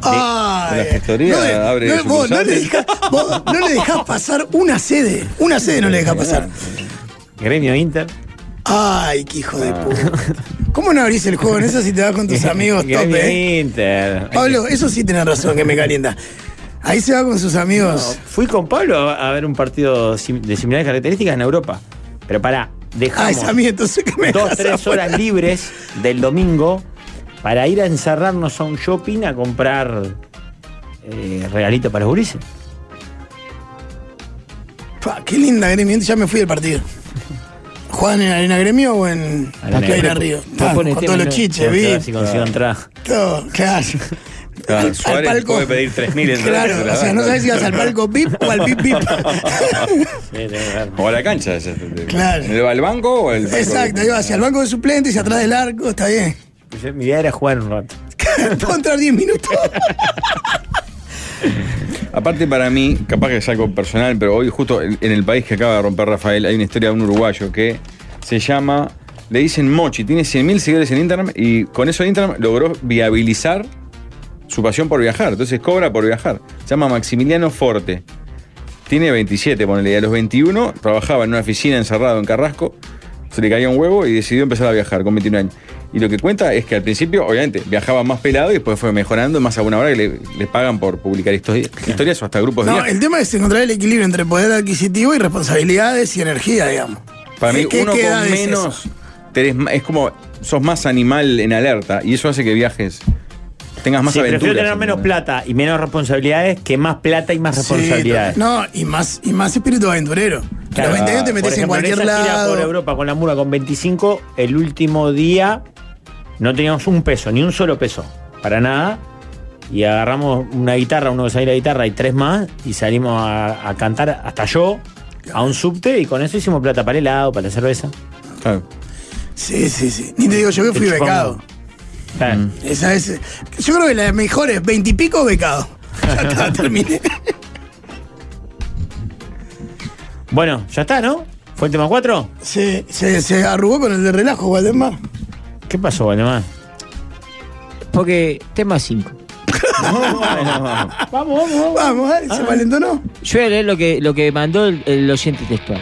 Speaker 5: Ay,
Speaker 4: La gestoría
Speaker 5: no le-
Speaker 4: abre
Speaker 5: no, vos, no le
Speaker 4: sucursales.
Speaker 5: dejás, vos no le dejás pasar una sede. Una sede no le dejás pasar.
Speaker 6: Gremio Inter.
Speaker 5: Ay, qué hijo de puta. ¿Cómo no abrís el juego en eso si te vas con tus amigos
Speaker 6: Gremio
Speaker 5: tope? eh?
Speaker 6: Inter.
Speaker 5: Pablo, eso sí tenés razón que me calienta. Ahí se va con sus amigos.
Speaker 6: Fui con Pablo a, a ver un partido sim- de similares características en Europa. Pero pará,
Speaker 5: Ah,
Speaker 6: dejamos
Speaker 5: es a mí entonces que me
Speaker 6: dos,
Speaker 5: dejás
Speaker 6: tres
Speaker 5: afuera.
Speaker 6: horas libres del domingo para ir a encerrarnos a un shopping a comprar eh, regalito para los gurises.
Speaker 5: Pa, qué linda gremio, ya me fui del partido. ¿Juegan en Arena Gremio o en
Speaker 6: Arena
Speaker 5: Arena
Speaker 6: Gremio.
Speaker 5: Río?
Speaker 7: No
Speaker 5: Ta,
Speaker 7: pone
Speaker 5: con
Speaker 7: tema,
Speaker 5: todos
Speaker 7: no.
Speaker 5: los chiches,
Speaker 6: Vamos a ver
Speaker 5: vi. Ah.
Speaker 6: si consigo entrada.
Speaker 5: Todo, claro.
Speaker 4: Claro, Suárez puede pedir 3.000 entradas.
Speaker 5: Claro, o sea, no sabes si vas al palco VIP o al VIP VIP.
Speaker 4: O a la cancha. ya-
Speaker 5: Claro.
Speaker 4: ¿El- ¿Al banco o el banco?
Speaker 5: Exacto, iba hacia el banco de suplentes y atrás del arco, está bien.
Speaker 6: Yo- Mi idea era jugar un rato.
Speaker 5: ¿Puedo entrar 10 minutos?
Speaker 4: Aparte, para mí, capaz que es algo personal, pero hoy, justo en en el país que acaba de romper Rafael, hay una historia de un uruguayo que se llama. Le dicen Mochi, tiene 100.000 seguidores en Instagram y con eso Instagram logró viabilizar su pasión por viajar. Entonces cobra por viajar. Se llama Maximiliano Forte. Tiene 27, ponele. Y a los 21 trabajaba en una oficina encerrado en Carrasco. Se le caía un huevo y decidió empezar a viajar con 21 años. Y lo que cuenta es que al principio, obviamente, viajaba más pelado y después fue mejorando más a una hora que le, les pagan por publicar histori- historias o hasta grupos de
Speaker 5: No,
Speaker 4: viaje.
Speaker 5: el tema es encontrar el equilibrio entre poder adquisitivo y responsabilidades y energía, digamos.
Speaker 4: Para mí,
Speaker 5: ¿Qué-
Speaker 4: uno
Speaker 5: qué edad
Speaker 4: con
Speaker 5: es
Speaker 4: menos
Speaker 5: eso?
Speaker 4: tenés ma- es como sos más animal en alerta y eso hace que viajes, tengas más
Speaker 6: Sí,
Speaker 4: aventuras.
Speaker 6: prefiero tener menos
Speaker 4: ¿entendés?
Speaker 6: plata y menos responsabilidades que más plata y más
Speaker 5: Sí,
Speaker 6: responsabilidades.
Speaker 5: no, y más, y más espíritu aventurero.
Speaker 6: Claro,
Speaker 5: a los 20 años te
Speaker 6: por
Speaker 5: metes en
Speaker 6: ejemplo,
Speaker 5: cualquier
Speaker 6: esa gira por
Speaker 5: lado.
Speaker 6: Europa con la mula con 25, el último día no teníamos un peso, ni un solo peso, para nada. Y agarramos una guitarra, uno que sabía la guitarra y tres más, y salimos a, a cantar hasta yo a un subte y con eso hicimos plata para el helado, para la cerveza.
Speaker 4: Claro.
Speaker 5: Sí, sí, sí. Ni te digo yo que fui
Speaker 6: Te chupamos.
Speaker 5: becado.
Speaker 6: Claro.
Speaker 5: Esa es. Yo creo que la mejor es 20 y pico becado. Ya está, terminé.
Speaker 6: Bueno, ya está, ¿no? ¿Fue el tema 4?
Speaker 5: Se, se, se arrugó con el de relajo, Guatemala.
Speaker 6: ¿Qué pasó, Valdemar?
Speaker 7: Porque tema 5.
Speaker 5: Vamos, dale, se valentonó.
Speaker 7: Yo voy a leer lo que, lo que mandó el, el oyente textual.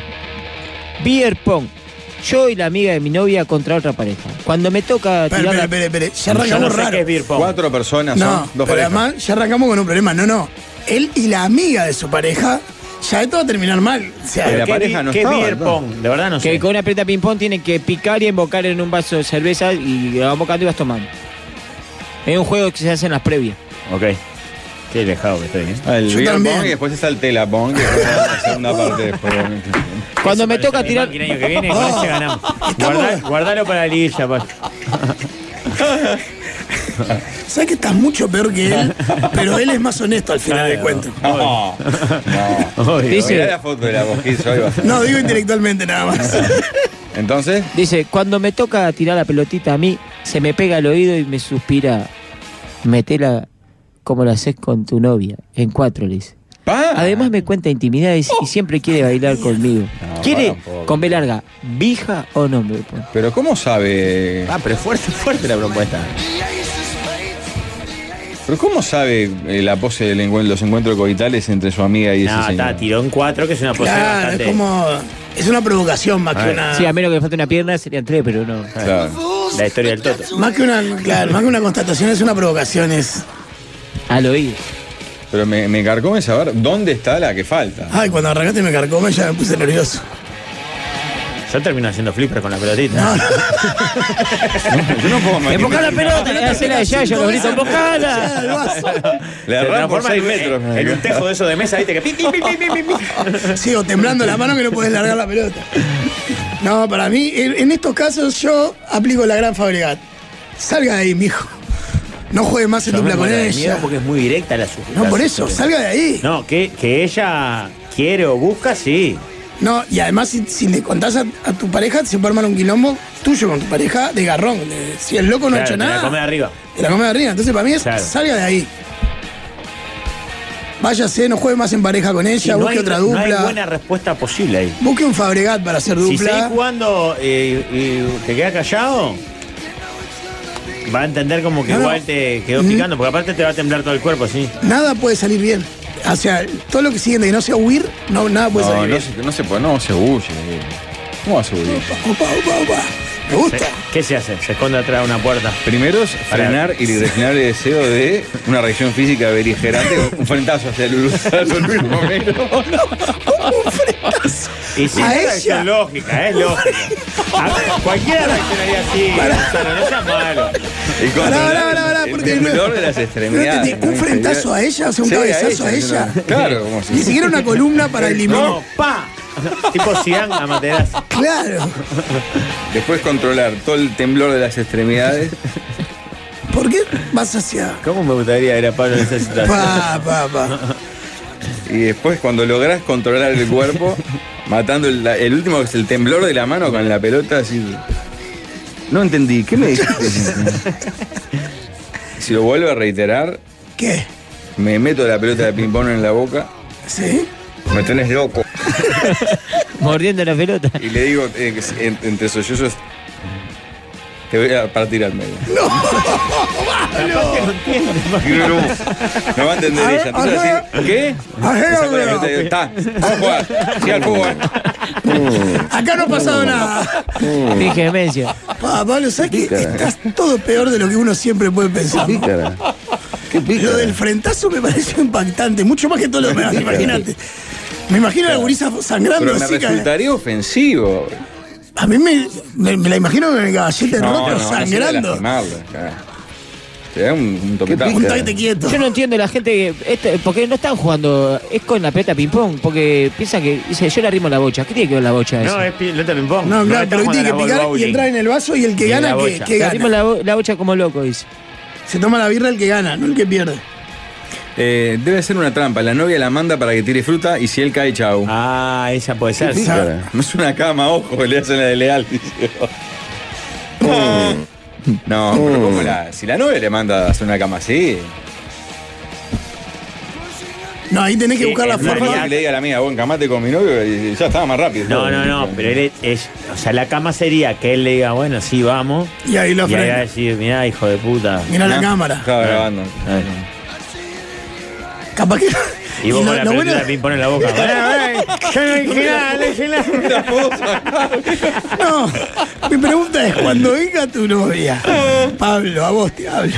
Speaker 7: Beer Pong. Yo y la amiga de mi novia contra otra pareja. Cuando me toca
Speaker 5: Espera,
Speaker 7: tirar
Speaker 5: espera,
Speaker 7: la-
Speaker 5: espera, espera. Ya
Speaker 6: Yo no
Speaker 5: arrancamos
Speaker 6: sé
Speaker 5: raro.
Speaker 6: qué es beer pong.
Speaker 4: Cuatro personas son
Speaker 5: No,
Speaker 4: dos
Speaker 5: pero
Speaker 4: parejas.
Speaker 5: además ya arrancamos con un problema. No, no. Él y la amiga de su pareja, ya esto va a terminar mal. O sea,
Speaker 4: Pero- La
Speaker 6: ¿Qué,
Speaker 4: pareja
Speaker 6: bi-
Speaker 4: no
Speaker 6: qué
Speaker 4: estaba,
Speaker 6: beer
Speaker 4: ¿no?
Speaker 6: pong? De verdad no
Speaker 7: Que
Speaker 6: sé.
Speaker 7: con una pelota de ping-pong tienen que picar y embocar en un vaso de cerveza y vas bocando y vas tomando. Es un juego que se hace en las previas.
Speaker 6: Ok. Qué alejado que estoy. ¿eh?
Speaker 4: Ah, El
Speaker 5: Yo
Speaker 4: beer
Speaker 5: también.
Speaker 4: pong y después está el telapong, que es la segunda parte después.
Speaker 7: Cuando me toca
Speaker 6: Mi
Speaker 7: tirar.
Speaker 6: máquina año que viene, con ese ganamos.
Speaker 5: Estamos-
Speaker 6: Guardá- guardalo para la liguilla, pa.
Speaker 5: sabes que estás mucho peor que él, pero él es más honesto al final de cuentas.
Speaker 4: No, no.
Speaker 6: Obvio.
Speaker 7: Dice-
Speaker 4: Mirá la foto de la bojiza, ahí va.
Speaker 5: No, digo intelectualmente nada más.
Speaker 4: Entonces,
Speaker 7: Dice, cuando me toca tirar la pelotita a mí, se me pega el oído y me suspira. Metela como lo haces con tu novia. En cuatro, le dice.
Speaker 4: pa.
Speaker 7: Además me cuenta intimidades y siempre quiere bailar conmigo.
Speaker 4: No,
Speaker 7: ¿Quiere?
Speaker 4: para un poco.
Speaker 7: Con B larga, vija o no me pone?
Speaker 4: Pero ¿cómo sabe?
Speaker 6: Ah, pero fuerte, fuerte la propuesta.
Speaker 4: ¿Pero cómo sabe eh, la pose de los encuentros coitales entre su amiga y ese
Speaker 6: No,
Speaker 4: señor?
Speaker 6: está, tiró en cuatro, que es una pose
Speaker 5: Claro,
Speaker 6: bastante.
Speaker 5: es como. Es una provocación más que una.
Speaker 7: Sí, a menos que le falte una pierna serían tres, pero no.
Speaker 4: Claro.
Speaker 6: La historia del Toto.
Speaker 5: Más que una, claro, más que una constatación es una provocación, es.
Speaker 7: Al oído.
Speaker 4: Pero me, me carcome saber dónde está la que falta.
Speaker 5: Ay, cuando arrancaste me carcome ya me puse nervioso.
Speaker 6: Yo termino haciendo flipper con la pelotita.
Speaker 5: No, no,
Speaker 4: Yo no puedo imaginar.
Speaker 7: ¡Embocá la pelota! ¡Hacela de Yayo, Gabrielito!
Speaker 5: ya,
Speaker 7: ¡Embocala!
Speaker 5: el vaso.
Speaker 4: Le
Speaker 6: Se
Speaker 4: erran por
Speaker 6: transforma
Speaker 4: 6
Speaker 6: en-
Speaker 4: metros.
Speaker 6: En, en un tejo de esos de mesa, viste, que pi, pi, pi, pi, pi, pi, pi.
Speaker 5: Sigo temblando la mano que no puedes largar la pelota. No, para mí, en, en estos casos yo aplico la gran Fabregat. Salga de ahí, mijo. No juegue más en
Speaker 6: Yo me
Speaker 5: dupla con
Speaker 6: muero de miedo
Speaker 5: ella.
Speaker 6: Porque es muy directa la sujeción.
Speaker 5: No, por eso, salga de ahí.
Speaker 6: No, que, que ella quiere o busca, sí.
Speaker 5: No, y además si, si le contás a, a tu pareja, se puede armar un quilombo tuyo con tu pareja de garrón. De- si el loco no ha
Speaker 6: Claro,
Speaker 5: hecho
Speaker 6: te La come de
Speaker 5: nada,
Speaker 6: arriba.
Speaker 5: te la come de arriba. Entonces para mí es
Speaker 6: Claro.
Speaker 5: salga de ahí. Váyase, no juegue más en pareja con
Speaker 6: Y
Speaker 5: ella,
Speaker 6: no
Speaker 5: busque
Speaker 6: hay-
Speaker 5: otra
Speaker 6: No hay
Speaker 5: dupla.
Speaker 6: buena respuesta posible ahí.
Speaker 5: busque un Fabregat para hacer
Speaker 6: Si seguís
Speaker 5: dupla.
Speaker 6: jugando eh, y te quedas callado, va a entender como que
Speaker 5: No, Mm. no.
Speaker 6: igual te quedó picando, porque aparte te va a temblar todo el cuerpo, así.
Speaker 5: nada puede salir bien. O sea, todo lo que siguiente que no sea huir, no, nada puede
Speaker 4: No,
Speaker 5: salir
Speaker 4: no
Speaker 5: bien.
Speaker 4: se, no se puede, no se huye. ¿Cómo va a huir?
Speaker 5: Opa, opa, opa. Me gusta.
Speaker 6: ¿Qué se hace? Se esconde atrás de una puerta.
Speaker 4: Primero es frenar el irrefrenable deseo de una reacción física beligerante, un frentazo hacia el uruguayo Luis Romero.
Speaker 6: Y sí,
Speaker 5: ¿A
Speaker 6: es
Speaker 5: ella?
Speaker 6: reacción lógica, es lógica. A- cualquiera reaccionaría así, Gonzalo, no seas malo.
Speaker 4: Y con
Speaker 5: Pará, pará, pará, pará,
Speaker 4: el
Speaker 5: porque
Speaker 4: temblor
Speaker 5: no-
Speaker 4: de las
Speaker 5: no
Speaker 4: extremidades.
Speaker 5: entendí, ¿un
Speaker 4: ¿no?
Speaker 5: frentazo a ella? O sea, un cabezazo a ella.
Speaker 4: no, no. Claro, como si.
Speaker 5: Ni siquiera una columna para el limón.
Speaker 6: No, pa. tipo Zidane a Materazzi.
Speaker 5: Claro.
Speaker 4: Después controlar todo el temblor de las extremidades.
Speaker 5: ¿Por qué vas hacia.?
Speaker 6: ¿Cómo me gustaría ir a Pablo en esa situación?
Speaker 5: Pa, pa, pa.
Speaker 4: Y después cuando lográs controlar el cuerpo, matando el, la- el último que es el temblor de la mano con la pelota, así. No entendí, ¿qué me dijiste? si lo vuelvo a reiterar,
Speaker 5: ¿Qué?
Speaker 4: me meto la pelota de ping-pong en la boca,
Speaker 5: ¿Sí?
Speaker 4: me tenés loco.
Speaker 7: Mordiendo la pelota.
Speaker 4: Y le digo, eh, que si- en- entre sollozos, te voy a partir al medio. ¡No! ¡No! No va a entender
Speaker 5: A ver,
Speaker 4: ella. Entonces
Speaker 5: a
Speaker 4: así, ¿qué?
Speaker 5: A ver,
Speaker 4: Esa con la
Speaker 5: a ver.
Speaker 4: pelota, digo, Está, vamos a jugar. Sí, al fútbol.
Speaker 5: Acá no ha pasado nada.
Speaker 4: Uh.
Speaker 7: Dije demencia.
Speaker 5: Pa, Pablo, ¿sabes que estás todo peor de lo que uno siempre puede pensar?
Speaker 4: Pícara. Qué pícara.
Speaker 5: Lo del frentazo me pareció impactante, mucho más que todo lo demás, imagínate. Me imagino a la gurisa sangrando
Speaker 4: Pero me
Speaker 5: así. que-
Speaker 4: resultaría ofensivo.
Speaker 5: A mí me, me- me la imagino con el caballete roto sangrando.
Speaker 4: Te da un, un topetazo.
Speaker 5: Un taquete quieto.
Speaker 7: Yo no entiendo la gente que. este- porque no están jugando. Es con la pelota ping-pong. Porque piensan que. Dice, yo le arrimo la bocha. ¿Qué tiene que ver la bocha eso?
Speaker 6: No, es pilota de ping-pong.
Speaker 5: No, claro,
Speaker 6: está
Speaker 5: pero
Speaker 6: jugando
Speaker 5: tiene que
Speaker 6: al
Speaker 5: picar y
Speaker 6: bowling.
Speaker 5: entrar en el vaso y el que
Speaker 6: Y en
Speaker 5: gana,
Speaker 6: la
Speaker 5: que,
Speaker 6: bocha.
Speaker 5: que
Speaker 7: le arrimo
Speaker 5: gana.
Speaker 7: la, bo- la bocha como loco, dice.
Speaker 5: Se toma la birra el que gana, no el que pierde.
Speaker 4: Eh, debe ser una trampa. La novia la manda para que tire fruta y si él cae, chau.
Speaker 6: Ah, esa puede ser. sí.
Speaker 4: Pícara. No es una cama, ojo, le hacen la de leal. dice. No, pero ¿cómo la, si la novia le manda a hacer una cama así.
Speaker 5: No, ahí tenés que
Speaker 6: Sí,
Speaker 5: buscar la
Speaker 6: en realidad-
Speaker 5: forma.
Speaker 4: Fácil que le diga a la mía, buen camate con mi novio y ya estaba más rápido.
Speaker 6: No, no, no, pero él es, es- O sea, la cama sería que él le diga, bueno, sí, vamos.
Speaker 5: Y ahí la
Speaker 6: y ahí va a
Speaker 5: frena.
Speaker 6: decir, mirá, hijo de puta.
Speaker 5: Mira la
Speaker 4: Ah,
Speaker 5: cámara.
Speaker 4: Estaba grabando.
Speaker 6: Ay.
Speaker 5: Capaz que.
Speaker 6: Y vos
Speaker 5: lo-
Speaker 6: con la
Speaker 5: lo
Speaker 6: pelota
Speaker 5: bueno-
Speaker 6: de ping-pong en la boca. Yo no dije nada, no dije nada.
Speaker 5: No, mi pregunta es: cuando venga tu novia, Pablo, a vos te hablo,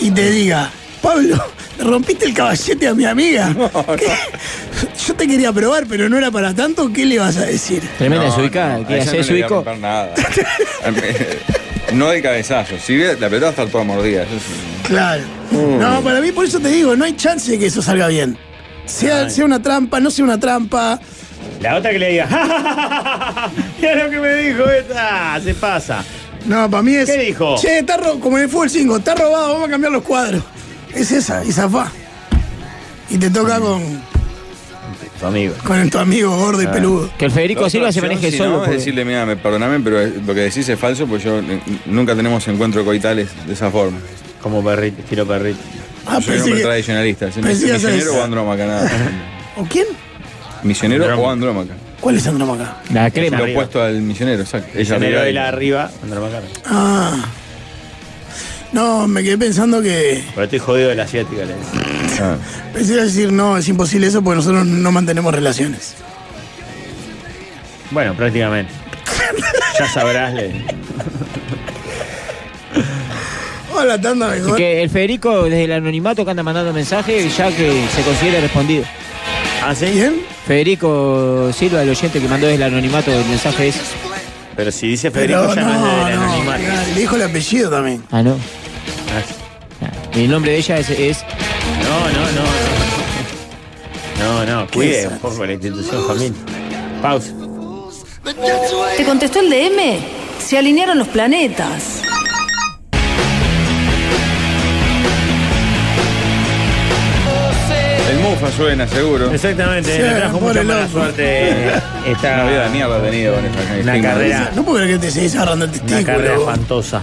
Speaker 5: y te diga, Pablo, le rompiste el caballete a mi amiga. ¿Qué? Yo te quería probar, pero no era para tanto, ¿qué le vas a decir?
Speaker 7: Tremenda
Speaker 4: No,
Speaker 7: desubicada.
Speaker 4: no, a
Speaker 7: ¿Qué
Speaker 4: ella
Speaker 7: hace
Speaker 4: no le voy a
Speaker 7: desubicó?
Speaker 4: romper nada. no de cabezazo. Si bien la pelota está toda mordida. eso es-
Speaker 5: Claro. Mm.
Speaker 6: Mm.
Speaker 5: No, para mí, por eso te digo, no hay chance de que eso salga bien. Sea, sea una trampa, no sea una trampa.
Speaker 6: La otra que le diga, ¡Ja, ja, ja, ja, ja! Mirá lo que me dijo esta, se pasa.
Speaker 5: No, para mí es.
Speaker 6: ¿Qué dijo?
Speaker 5: Che, está ro- como en el fútbol 5, está robado, vamos a cambiar los cuadros. Es esa, y zafá. Y te toca
Speaker 6: Mm.
Speaker 5: con,
Speaker 6: Tu amigo.
Speaker 5: con tu amigo gordo y peludo.
Speaker 7: Que el Federico
Speaker 4: La
Speaker 7: Silva
Speaker 4: otra
Speaker 7: se
Speaker 4: opción,
Speaker 7: maneje
Speaker 4: si
Speaker 7: solo.
Speaker 4: No, es
Speaker 7: porque-
Speaker 4: decirle, mira, me- perdoname, pero es- lo que decís es falso, pues yo eh, nunca tenemos encuentros coitales de esa forma.
Speaker 6: Como perrito, estilo perrito.
Speaker 5: Ah,
Speaker 4: Yo soy un
Speaker 5: pensé
Speaker 4: hombre
Speaker 5: que-
Speaker 4: tradicionalista. siempre
Speaker 5: pensé que
Speaker 4: dicen
Speaker 5: ibas a
Speaker 4: misionero
Speaker 5: decir-
Speaker 4: o andrómaca, nada.
Speaker 5: ¿O quién?
Speaker 4: Misionero o andrómaca.
Speaker 5: ¿Cuál es Andrómaca?
Speaker 7: La
Speaker 6: Esa
Speaker 7: crema.
Speaker 4: Lo
Speaker 6: arriba.
Speaker 4: opuesto al misionero, exacto.
Speaker 6: El llanero de la arriba, Andrés Macarena.
Speaker 5: Ah. No, me quedé pensando que.
Speaker 6: Pero estoy jodido de la asiática, le digo.
Speaker 4: Ah.
Speaker 5: Pensé iba a decir, no, es imposible eso porque nosotros no mantenemos relaciones.
Speaker 6: Bueno, prácticamente. Ya sabrás, le digo.
Speaker 5: Hola, Oh, tanda mejor.
Speaker 7: Que el Federico, desde el anonimato que anda mandando mensajes, ya que se considera respondido.
Speaker 6: ¿Ah, sí?
Speaker 5: ¿Bien?
Speaker 7: Federico Silva, el oyente que mandó desde el anonimato el mensaje es.
Speaker 6: Pero si dice Federico,
Speaker 5: Pero
Speaker 6: ya no, es del
Speaker 5: no, no.
Speaker 6: anonimato.
Speaker 5: Le dijo el apellido también.
Speaker 7: Ah, no.
Speaker 6: Ah,
Speaker 7: El nombre de ella es. es-
Speaker 6: No, no, no. No, no, no cuide un poco la institución, familia. Pausa.
Speaker 12: ¿Te contestó el DM? Se alinearon los planetas.
Speaker 4: El Mufa suena, seguro.
Speaker 6: Exactamente,
Speaker 5: Sí,
Speaker 6: me trajo mucha
Speaker 5: pobre
Speaker 6: mala
Speaker 5: loco.
Speaker 6: suerte esta
Speaker 4: Una vida de mierda ha tenido con esta
Speaker 6: Una carrera.
Speaker 5: No puedo creer que te seguís agarrando el
Speaker 6: Una carrera
Speaker 5: testículo.
Speaker 6: espantosa.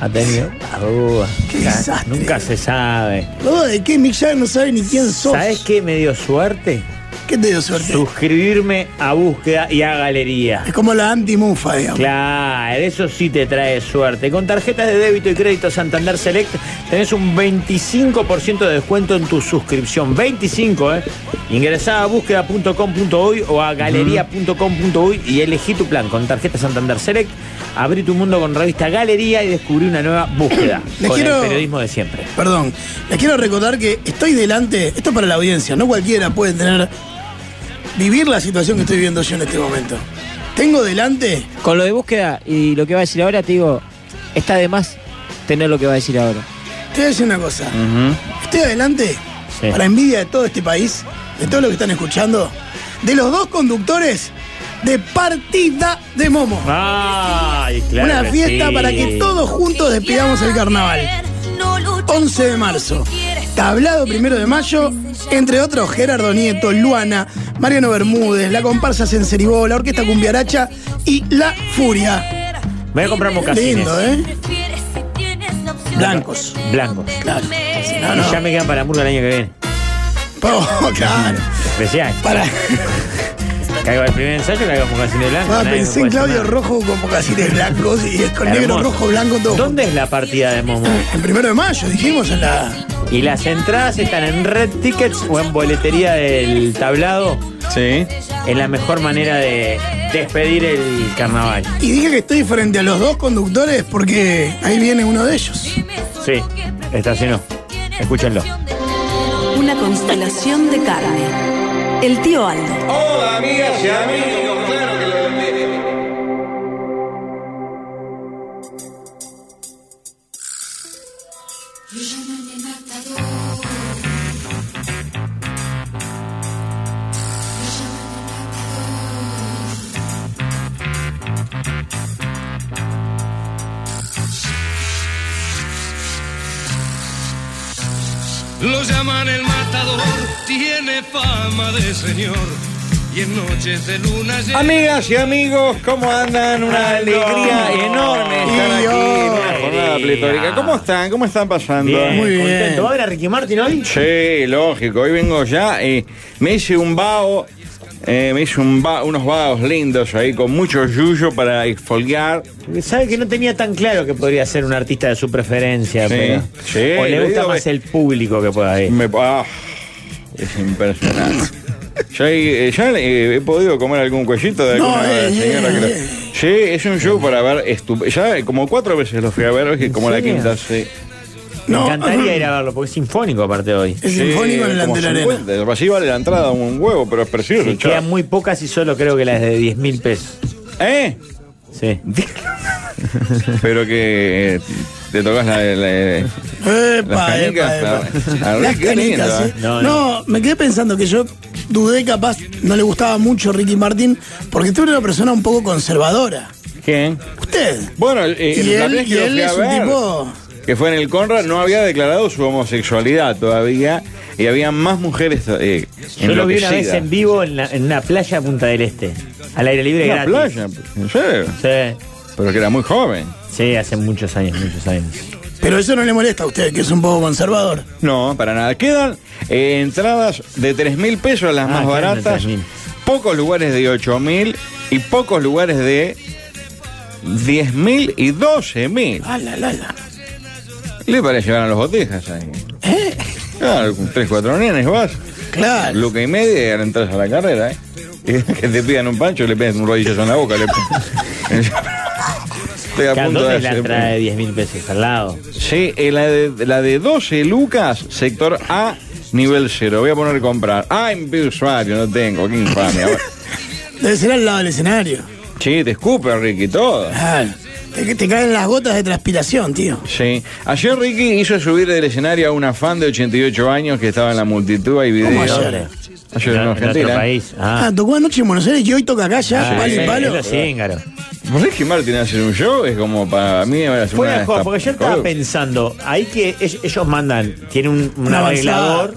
Speaker 6: Ha tenido arrugas.
Speaker 5: Qué
Speaker 6: Nunca-
Speaker 5: desastre.
Speaker 6: Nunca se sabe.
Speaker 5: No, ¿de qué? Mick Jagger no sabe ni quién sos.
Speaker 6: ¿Sabes qué me dio suerte?
Speaker 5: ¿Qué te dio suerte?
Speaker 6: Suscribirme a búsqueda y a galería.
Speaker 5: Es como la anti-mufa, digamos.
Speaker 6: Claro, eso sí te trae suerte. Con tarjetas de débito y crédito Santander Select tenés un 25% de descuento en tu suscripción. 25, ¿eh? Ingresá a búsqueda.com.uy o a galería.com.uy y elegí tu plan. Con tarjeta Santander Select, abrí tu mundo con revista Galería y descubrí una nueva búsqueda.
Speaker 5: Les
Speaker 6: con
Speaker 5: quiero-
Speaker 6: el periodismo de siempre.
Speaker 5: Perdón, les quiero recordar que estoy delante, esto es para la audiencia, no cualquiera puede tener, vivir la situación que estoy viviendo yo en este momento. Tengo delante,
Speaker 7: Con lo de búsqueda y lo que va a decir ahora, te digo, está de más tener lo que va a decir ahora.
Speaker 5: te voy a decir una cosa, estoy adelante,
Speaker 6: Sí.
Speaker 5: para envidia de todo este país, de todo lo que están escuchando, de los dos conductores de Partida de Momo.
Speaker 6: ¡Ay, Ah, claro!
Speaker 5: Una
Speaker 6: que
Speaker 5: fiesta
Speaker 6: sí.
Speaker 5: para que todos juntos despidamos el carnaval. 11 de marzo. Tablado primero de mayo, entre otros Gerardo Nieto, Luana, Mariano Bermúdez, la comparsa Senceribó, la orquesta Cumbiaracha y La Furia.
Speaker 6: Voy a comprar mocasines.
Speaker 5: Lindo, ¿eh? Blancos.
Speaker 6: Blancos.
Speaker 5: Claro. No,
Speaker 6: Y ya
Speaker 5: no.
Speaker 6: me quedan para la murga el año que viene.
Speaker 5: Oh, claro.
Speaker 6: Especial.
Speaker 5: Para.
Speaker 6: Caigo al primer ensayo, caigo con casino blanco.
Speaker 5: Ah,
Speaker 6: nadie me
Speaker 5: pensé en
Speaker 6: puede
Speaker 5: Claudio
Speaker 6: tomar.
Speaker 5: Rojo con mocasines blancos y con negro,
Speaker 6: Hermoso.
Speaker 5: rojo, blanco, todo.
Speaker 6: ¿Dónde es la partida de Momo?
Speaker 5: En primero de mayo, dijimos en la.
Speaker 6: ¿Y las entradas están en Red Tickets o en boletería del tablado?
Speaker 4: Sí.
Speaker 6: Es la mejor manera de despedir el carnaval.
Speaker 5: Y dije que estoy frente a los dos conductores porque ahí viene uno de ellos.
Speaker 6: Sí, estacionó. Escúchenlo.
Speaker 12: Una constelación de carne. El tío Aldo.
Speaker 4: Hola, amigas y amigos. Claro que lo vendé.
Speaker 13: Lo llaman el matador, tiene fama de señor.
Speaker 14: y en noches de luna llena.
Speaker 4: Amigas y amigos, ¿cómo andan? Una alegría enorme estar aquí en una jornada pletórica. ¿Cómo están? ¿Cómo están pasando?
Speaker 6: Bien,
Speaker 5: Muy bien.
Speaker 6: contento. ¿Va a ver a Ricky Martin hoy?
Speaker 4: Sí, lógico. Hoy vengo ya. eh, me hice un vaho. eh, me hice un va- unos vaos lindos ahí con mucho yuyo para exfoliar.
Speaker 6: Porque Sabe que no tenía tan claro que podría ser un artista de su preferencia,
Speaker 4: Sí,
Speaker 6: pero.
Speaker 4: sí,
Speaker 6: o le
Speaker 4: lo
Speaker 6: gusta
Speaker 4: digo
Speaker 6: más
Speaker 4: que-
Speaker 6: el público que pueda ir.
Speaker 4: Me, ah, es impresionante. Ya, he- eh, ya, eh, he podido comer algún cuellito de
Speaker 5: No,
Speaker 4: alguna
Speaker 5: eh,
Speaker 4: señora
Speaker 5: eh,
Speaker 4: que lo-
Speaker 5: eh.
Speaker 4: Sí, es un show para ver estu- Ya eh, como cuatro veces lo fui a ver, hoy que como la
Speaker 6: serio?
Speaker 4: quinta, sí.
Speaker 6: Me
Speaker 5: No,
Speaker 6: encantaría ir a verlo, porque es sinfónico aparte hoy.
Speaker 5: Es
Speaker 4: Sí,
Speaker 5: sinfónico en el
Speaker 4: como
Speaker 5: ante la
Speaker 4: 50.
Speaker 5: arena.
Speaker 4: Así vale la entrada un huevo, pero es precioso.
Speaker 6: Sí,
Speaker 4: chao.
Speaker 6: quedan muy pocas y solo creo que las de 10 mil pesos.
Speaker 4: ¿Eh?
Speaker 6: Sí.
Speaker 4: Pero que eh, te tocas la, la- eh, las
Speaker 5: Epa,
Speaker 4: canicas.
Speaker 5: epa, epa.
Speaker 4: la- la-
Speaker 5: Las
Speaker 4: qué lindo,
Speaker 5: canicas,
Speaker 4: ¿eh?
Speaker 5: ¿eh?
Speaker 6: No,
Speaker 5: No,
Speaker 6: no.
Speaker 5: me quedé pensando que yo dudé capaz, no le gustaba mucho Ricky Martin, porque tú eres una persona un poco conservadora.
Speaker 4: ¿Quién?
Speaker 5: Usted.
Speaker 4: Bueno, eh,
Speaker 5: Y
Speaker 4: la
Speaker 5: él-
Speaker 4: vez que
Speaker 5: y
Speaker 4: lo
Speaker 5: él
Speaker 4: fui a
Speaker 5: es un
Speaker 4: ver,
Speaker 5: tipo-
Speaker 4: que fue en el Conrad, no había declarado su homosexualidad todavía y había más mujeres eh,
Speaker 6: Yo lo vi una vez
Speaker 4: enloquecidas.
Speaker 6: en vivo en, la- en una playa en Punta del Este, al aire libre
Speaker 4: En la
Speaker 6: gratis.
Speaker 4: playa, en serio.
Speaker 6: Sí,
Speaker 4: Pero que era muy joven.
Speaker 6: sí, hace muchos años, muchos años.
Speaker 5: Pero eso no le molesta a usted, que es un poco conservador.
Speaker 4: No, para nada. Quedan eh, entradas de 3 mil pesos las
Speaker 6: Ah,
Speaker 4: más
Speaker 6: quedan de
Speaker 4: baratas,
Speaker 6: 3.000.
Speaker 4: pocos lugares de 8 mil y pocos lugares de 10 mil y 12 mil.
Speaker 5: Ah, la, la, la.
Speaker 4: Le parece llevar a los botijas ahí. Claro, con 3, 4 nenes vas.
Speaker 5: ¿Eh? Claro.
Speaker 4: Luca y media y ahora entras a la carrera, ¿eh? Y que te pidan un pancho, le piden un rodillazo en la boca. le- Estoy a
Speaker 6: ¿Que ¿A
Speaker 4: punto de
Speaker 6: dónde la
Speaker 4: hacer-
Speaker 6: trae 10 mil pesos? Al lado.
Speaker 4: Sí, eh, la de, la de 12 lucas, sector A, nivel 0. Voy a poner comprar. Ah, en mi usuario, no tengo, qué infamia. Bueno.
Speaker 5: Debe ser al lado del escenario.
Speaker 4: Sí, te escupe, Ricky, todo.
Speaker 5: Claro. Te, te caen las gotas de transpiración, tío.
Speaker 4: Sí. Ayer Ricky hizo subir del escenario a una fan de 88 años que estaba en la multitud. Hay
Speaker 5: ¿Cómo
Speaker 4: videos.
Speaker 5: ayer?
Speaker 4: Ayer en
Speaker 6: eh? en otro
Speaker 4: Argentina.
Speaker 6: país. Ah,
Speaker 5: Ah, tocó anoche en Buenos Aires y hoy toca acá ya,
Speaker 6: ah,
Speaker 5: palo
Speaker 6: sí,
Speaker 5: y palo.
Speaker 6: era Zíngaro.
Speaker 4: Ricky Martin hacer un show es como para mí. es
Speaker 6: Fue
Speaker 4: una
Speaker 6: mejor,
Speaker 4: esta-
Speaker 6: porque yo estaba pensando, ahí que ell- ellos mandan, tiene un, un
Speaker 5: Una avanzada.
Speaker 6: arreglador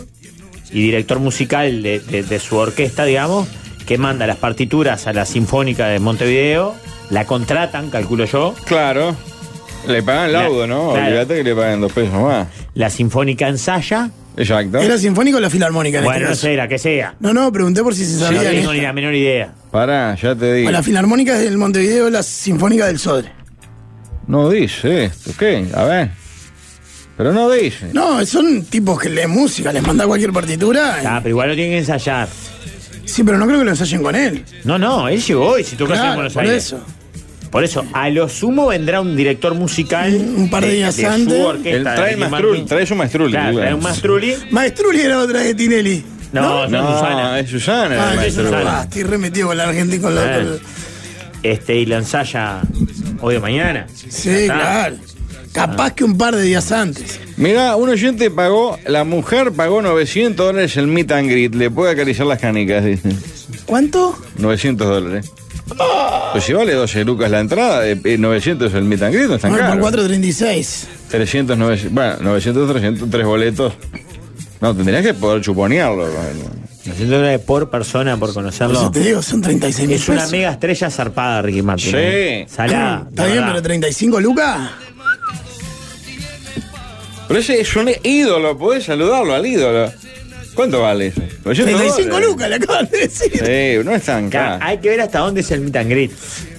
Speaker 6: y director musical de, de- de su orquesta, digamos, que manda las partituras a la Sinfónica de Montevideo, la contratan, calculo yo,
Speaker 4: Claro. Le pagan
Speaker 6: La-
Speaker 4: laudo, ¿no?
Speaker 6: claro.
Speaker 4: Olvídate que le pagan dos pesos más.
Speaker 6: la Sinfónica ensaya,
Speaker 4: Exacto.
Speaker 5: ¿Era sinfónico o la filarmónica? en
Speaker 6: bueno,
Speaker 5: este
Speaker 6: no
Speaker 5: caso?
Speaker 6: sé, la que sea,
Speaker 5: No, no, pregunté por si se
Speaker 6: no
Speaker 5: sabía.
Speaker 6: tengo ni la menor idea.
Speaker 4: Pará, ya te digo.
Speaker 5: A la Filarmónica es del Montevideo, la Sinfónica del Sodre.
Speaker 4: No dice esto, ¿qué? A ver. Pero no dice.
Speaker 5: No, son tipos que leen música, les manda cualquier partitura. eh.
Speaker 6: Ah, pero igual lo tienen que ensayar.
Speaker 5: Sí, pero no creo que lo ensayen con él.
Speaker 6: No, no, él llegó y si tocó en
Speaker 5: Claro,
Speaker 6: Buenos
Speaker 5: por
Speaker 6: Aires.
Speaker 5: eso.
Speaker 6: Por eso, a lo sumo vendrá un director musical.
Speaker 5: Un par de días
Speaker 6: su
Speaker 5: antes.
Speaker 6: orquesta,
Speaker 4: Él
Speaker 6: de
Speaker 4: trae
Speaker 6: Ricky
Speaker 4: Mastrulli,
Speaker 6: Martin.
Speaker 4: trae su Mastrulli,
Speaker 6: Claro, trae un
Speaker 4: claro.
Speaker 6: Mastrulli.
Speaker 5: Maestruli era otra de Tinelli.
Speaker 6: No, eh, no, Susana.
Speaker 4: es Susana.
Speaker 5: Ah,
Speaker 4: el
Speaker 5: entonces
Speaker 4: maestro.
Speaker 5: no,
Speaker 6: Susana.
Speaker 5: ah, estoy remetido con la Argentina con la.
Speaker 6: Claro.
Speaker 5: con-
Speaker 6: Ah. Este, y la ensaya hoy o mañana. Ya
Speaker 5: Sí,
Speaker 6: está.
Speaker 5: claro. Capaz que un par de días antes.
Speaker 4: Mirá, un oyente pagó, la mujer pagó 900 dólares el meet and greet. Le puede acariciar las canicas, dice.
Speaker 5: ¿Cuánto?
Speaker 4: 900 dólares. Pues si vale 12 lucas la entrada, eh, eh, 900 es el meet and greet, no es tan
Speaker 5: Voy por
Speaker 4: caro.
Speaker 5: 4.36.
Speaker 4: 300, 900, bueno, 900, 300, tres boletos. No, tendrías que poder chuponearlo. bueno.
Speaker 6: 900 dólares por persona por
Speaker 5: Por eso
Speaker 6: conocerlo.
Speaker 5: te digo, son 36 mil
Speaker 6: Es una
Speaker 5: pesos.
Speaker 6: mega estrella zarpada, Ricky Martin.
Speaker 4: Sí.
Speaker 6: ¿eh? Salada.
Speaker 5: Está bien, pero 35 lucas.
Speaker 4: Pero ese es un ídolo, podés saludarlo al ídolo. ¿Cuánto vale eso? 900
Speaker 5: 35
Speaker 4: dólares.
Speaker 5: lucas, le acaban de decir.
Speaker 4: Sí, no es tan
Speaker 6: Ca-
Speaker 4: caro.
Speaker 6: Hay que ver hasta dónde es el meet and greet.